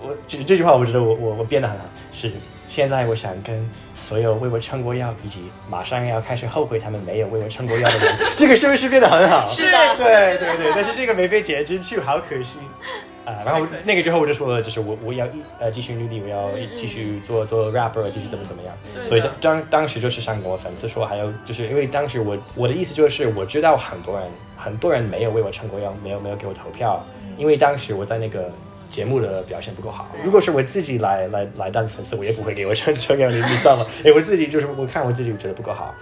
B: 我这这句话我觉得我我我编的很好，是现在我想跟所有为我撑过腰以及马上要开始后悔他们没有为我撑过腰的人， 这个是不是编的很好？
C: 是 的
B: 对对对，但是这个没被剪进去，好可惜。啊、然后那个之后我就说了，就是我我要一呃继续努力，我要继续做做 rapper，继续怎么怎么样。
C: 嗯对的
B: 所以当当当时就是想跟我粉丝说，还有就是因为当时我我的意思就是我知道很多人很多人没有为我撑过腰，没有没有给我投票，
C: 嗯
B: 因为当时我在那个。节目的表现不够好。如果是我自己来来来当粉丝，我也不会给我撑撑腰，你你知道 吗？哎，我自己就是我看我自己觉得不够好，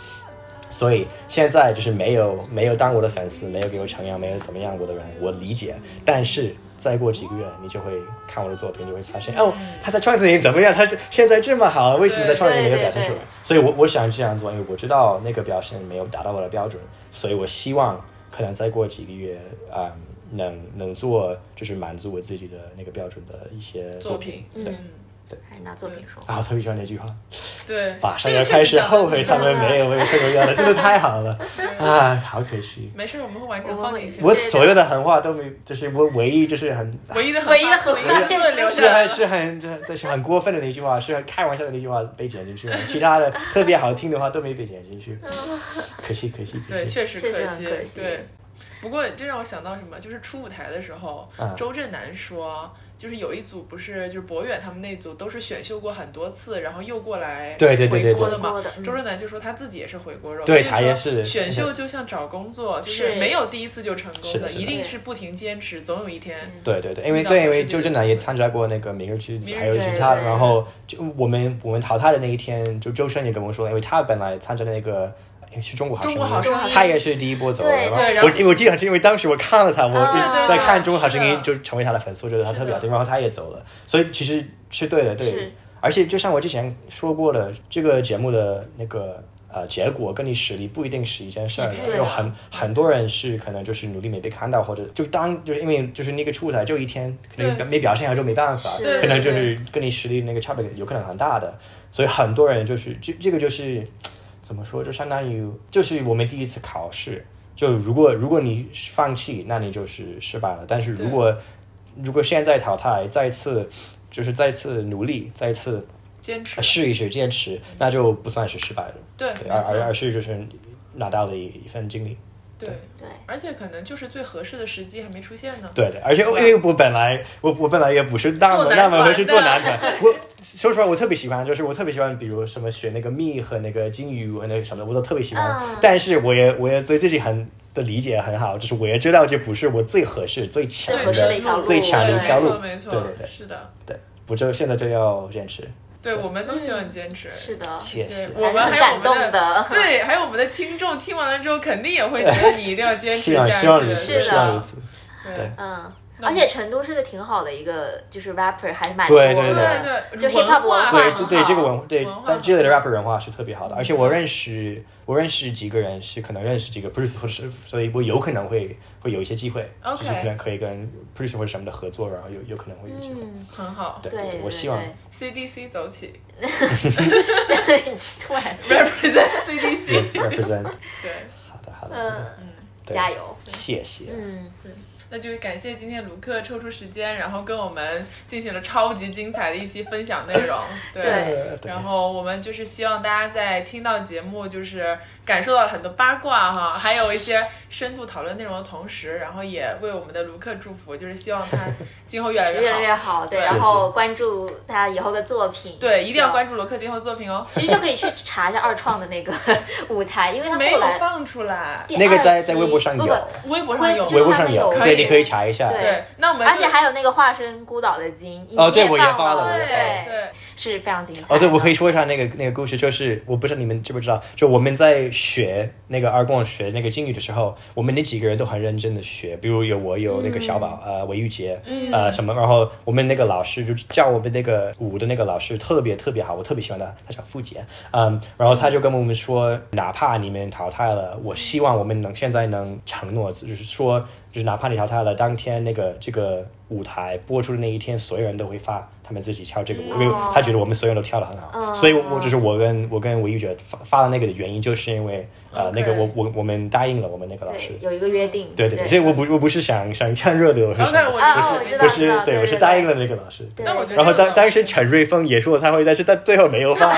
B: 所以现在就是没有没有当我的粉丝，没有给我承认，没有怎么样我的人，我理解。但是再过几个月，你就会看我的作品，你就会发现，
D: 嗯
B: 哦，他在创作营怎么样？他是现在这么好，为什么在创作营没有表现出来
D: 对对对？
B: 所以我我想这样做，因为我知道那个表现没有达到我的标准，所以我希望可能再过几个月，嗯，能能做就是满足我自己的那个标准的一些作
C: 作品，
D: 嗯
B: 对，
D: 还是拿作品说。
B: 啊，我特别喜欢那句话。
C: 对，
B: 马上
C: 这
B: 要
C: 个
B: 开始
C: 确实讲得
B: 后悔他们没有为我这个样了，真的太好 了，啊，好可惜。
C: 没事，我们会完整放进去。
B: 我所有的狠话都没，就是我唯一就是很，
C: 唯一的
D: 唯一的
C: 很
D: 很
C: 唯一的留
B: 是
C: 下来
B: 很是很这但是很过分的那句话，是很开玩笑的那句话被剪进去了，其他的特别好听的话都没被剪进 去，可惜可惜可
C: 嗯对，
B: 惜。
C: 确实
D: 确实
C: 可
D: 很可惜
C: 对，不过这让我想到什么？就是初舞台的时候，
B: 嗯
C: 周震南说，就是有一组不是就是博远他们那组都是选秀过很多次，然后又过来
B: 对对对对
C: 回锅的
D: 回
C: 嘛
D: 锅的。嗯
C: 周震南就说他自己也是回锅肉，
B: 对
C: 所以
B: 他也
C: 说
B: 是
C: 选秀就像找工作，就是是没有第一次就成功
B: 是的是的
C: 一定是不停坚持，总有一天。
D: 嗯
B: 对对对，因为
C: 嗯遇到
B: 对，
C: 合
B: 因为
C: 适
B: 就
C: 的
B: 真
C: 人
B: 的也参加过那个《明日之子
C: 明》，日
B: 还有
D: 之
B: 其
D: 子
B: 他的，
D: 对
B: 然后就我们我们淘汰的那一天，就周深也跟我说，因为他本来参加那个诶是中国好声
C: 中
B: 音，
C: 国好声音
B: 他也是第一波走的。
C: 对
D: 对
B: 然
C: 然
B: 后
C: 后
B: 我因为我记得很清，因为当时我看了他，我
D: 啊
B: 就
D: 对
B: 在
D: 对
B: 看
D: 对
B: 中国好声音，
C: 是的
B: 就成为他的粉丝，我觉得他特别好听，
C: 是的
B: 然后他也走了，所以其实是对的，对
D: 是。
B: 而且就像我之前说过的，这个节目的那个。呃，结果跟你实力不一定是一件事儿
C: 匹配，的
B: 有很很多人是可能就是努力没被看到，或者就当就是因为就是那个出彩就一天，可能
C: 对
B: 没表现好就没办法，
D: 是
C: 对
B: 可能就
C: 对
B: 是跟你实力那个差别有可能很大的，所以很多人就是这这个就是怎么说，就相当于就是我们第一次考试，就如果如果你放弃，那你就是失败了。但是如果如果现在淘汰，再次就是再次努力，再次呃
C: 坚持，
B: 试一试坚持，那就不算是失败了，
C: 对，
B: 啊对，
C: 没
B: 而
C: 错
B: 而而是就是拿到了一一份经历。
C: 对，
D: 对，
C: 而且可能就是最合适的时机还没出现呢。
B: 对的，而且因为我本来我我本来也不是那么
C: 做男
B: 那么
C: 团
B: 会去做
C: 的
B: 男 团，我说实话我特别喜欢，就是我特别喜欢，比如什么学那个蜜和那个金鱼和那个什么的，我都特别喜欢。
D: 嗯
B: 但是我也我也对自己很的理解很好，就是我也知道这不是我最合适最强
D: 最合适的一
B: 的，
D: 条路，
B: 最强
C: 对，
B: 的一条
C: 没
B: 路
C: 错，没错，
B: 对对对
C: 是的，
B: 对，我就现在就要坚持，
C: 对，我们都希望你坚持。
D: 是的，
B: 谢
C: 对
B: 谢，
C: 我们
D: 还是
C: 还有我
D: 很
C: 们
D: 感动的
C: 对，还有我们的听众听完了之后，肯定也会觉得你一定要坚持
B: 希
C: 下
B: 望
C: 去。
B: 希望如
D: 是的
B: 此，希望如此，
C: 对
B: 对
D: 嗯，
C: 那
D: 而且成都是个挺好的一个，就是 rapper 还是蛮多
B: 对
D: 的，
B: 对
C: 对
D: 就
C: 文
D: hip hop
C: 化
D: 文化
B: 对对
D: 很好
B: 对，这个文对
C: 文化，
B: 但
C: 很
B: 这类的 rapper 文化是特别好的，而且我认识我认识几个人是可能认识几个 producer，或者是所以我有可能会会有一些机会
C: OK
B: 就是可能可以跟 producer 或者什么的合作，然后有有可能会有机会。
D: 嗯，
C: 很好
B: 对
D: 对对
B: 对，
D: 对，
B: 我 希望
C: ，CDC 走 起
D: 突然，
C: ，represent CDC。
B: represent。
C: 对，
B: 好的好的，
D: 嗯，
B: 对
D: 加油，
B: 谢谢。
D: 嗯，
C: 那就感谢今天卢克抽出时间，然后跟我们进行了超级精彩的一期分享内 容。对。
D: 对
B: 呃对
C: 然后我们就是希望大家在听到节目，就是感受到了很多八卦哈，还有一些深度讨论内容的同时，然后也为我们的卢克祝福，就是希望他今后越来
D: 越
C: 越
D: 来
C: 好。
D: 越好，对，
C: 对
D: 然后关注他以后的作品，
C: 对，一定要
D: 是吧啊
C: 关注卢克今后的作品哦。
D: 其实就可以去查一下二创的那个 舞台，因为他
C: 没
D: 后
C: 有
D: 来
C: 放出来，
D: 第
B: 那个
D: 二
B: 在
D: 期
B: 在微博上
D: 不不
B: 有
C: 微博上有。
D: 会
B: 微博
D: 就是他
B: 上
D: 们
B: 有
D: 有，
B: 对，
C: 可以
B: 你可以查一下。
D: 对
C: 对，那我们
D: 而且
C: 就
D: 还有那个化身孤岛的鲸，
B: 哦对
D: 你也
B: 我也发
D: 了，
B: 了我也发
C: 了
D: 对
C: 对，
D: 是非常精彩。
B: 哦，对，我可以说一下那个那个故事，就是我不知道你们知不知道，就我们在学那个二杠学那个英语的时候，我们那几个人都很认真的学，比如有我有那个小宝、呃韦玉洁，呃什么，然后我们那个老师就叫我们那个舞的那个老师特别特别好，我特别喜欢他，他叫付杰，嗯，然后他就跟我们说，哪怕你们淘汰了，我希望我们能现在能承诺，就是说，就是哪怕你淘汰了，当天那个这个舞台播出的那一天，所有人都会发他们自己跳这个舞，
D: 嗯
B: 因为他觉得我们所有人都跳得很好，
D: 哦
B: 所以我我就是我跟我跟韦玉觉发发的那个的原因，就是因为呃
C: OK
B: 那个我我我们答应了我们那个老师
D: 对，有一个约定，
B: 对对
D: 对
B: 对，所以我不我不是想想蹭热度，我是
C: OK，
B: 想
C: 我
D: 啊，
B: 不
D: 哦
B: 是
D: 我知道，
B: 不
D: 知
B: 是
D: 道对，
B: 我是答应了那个老师，
D: 对。
C: 但我觉得
B: 然后
C: 这个
B: 当当
C: 老师
B: 时陈瑞峰也说他会，但是他最后没有发。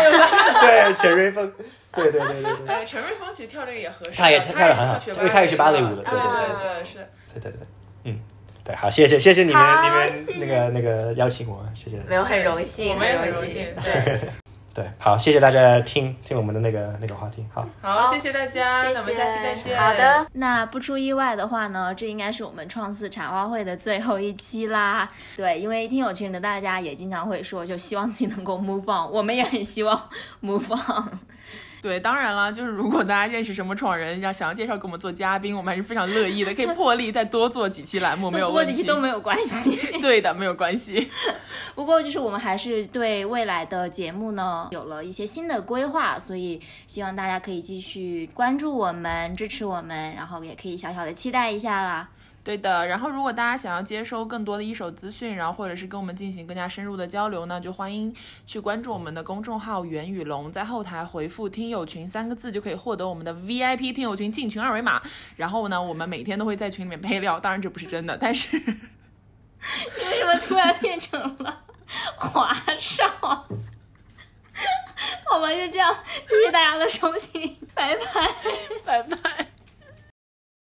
B: 对，陈瑞峰，对对对对对
C: 哎，陈瑞峰其实跳这个也合适的，啊
B: 他也
C: 他
B: 他跳得很好因为他也是芭蕾舞的
C: 对
B: 对
D: 对
C: 对
D: 对
C: 对，是。
B: 对对对，嗯，对，好，谢谢谢谢你们
D: 好
B: 你们
D: 谢谢
B: 那个那个邀请我，谢谢。
D: 没有很荣幸，
C: 我们也很
D: 荣
C: 荣幸，。对，
B: 对，好，谢谢大家听听我们的那个那个话题，好。
C: 好，谢谢大家，那我们下期再见。
D: 好的，
G: 那不出意外的话呢，这应该是我们创四茶话会的最后一期啦。对，因为听友群的大家也经常会说，就希望自己能够 move on，我们也很希望 move on。
C: 对，当然了，就是如果大家认识什么闯人，要想要介绍给我们做嘉宾，我们还是非常乐意的，可以破例再多做几期栏目，没
G: 做
C: 有
G: 多
C: 问
G: 几
C: 题。
G: 期都没有关系。
C: 对的，没有关系。
G: 不过就是我们还是对未来的节目呢有了一些新的规划，所以希望大家可以继续关注我们、支持我们，然后也可以小小的期待一下啦。
C: 对的，然后如果大家想要接收更多的一手资讯，然后或者是跟我们进行更加深入的交流呢，就欢迎去关注我们的公众号“袁宇龙”，在后台回复“听友群”三个字就可以获得我们的 VIP 听友群进群二维码。然后呢，我们每天都会在群里面配料，当然这不是真的，但是
G: 为什么突然变成了华少？ 好吧，就这样，谢谢大家的收听，拜拜。
C: 拜拜。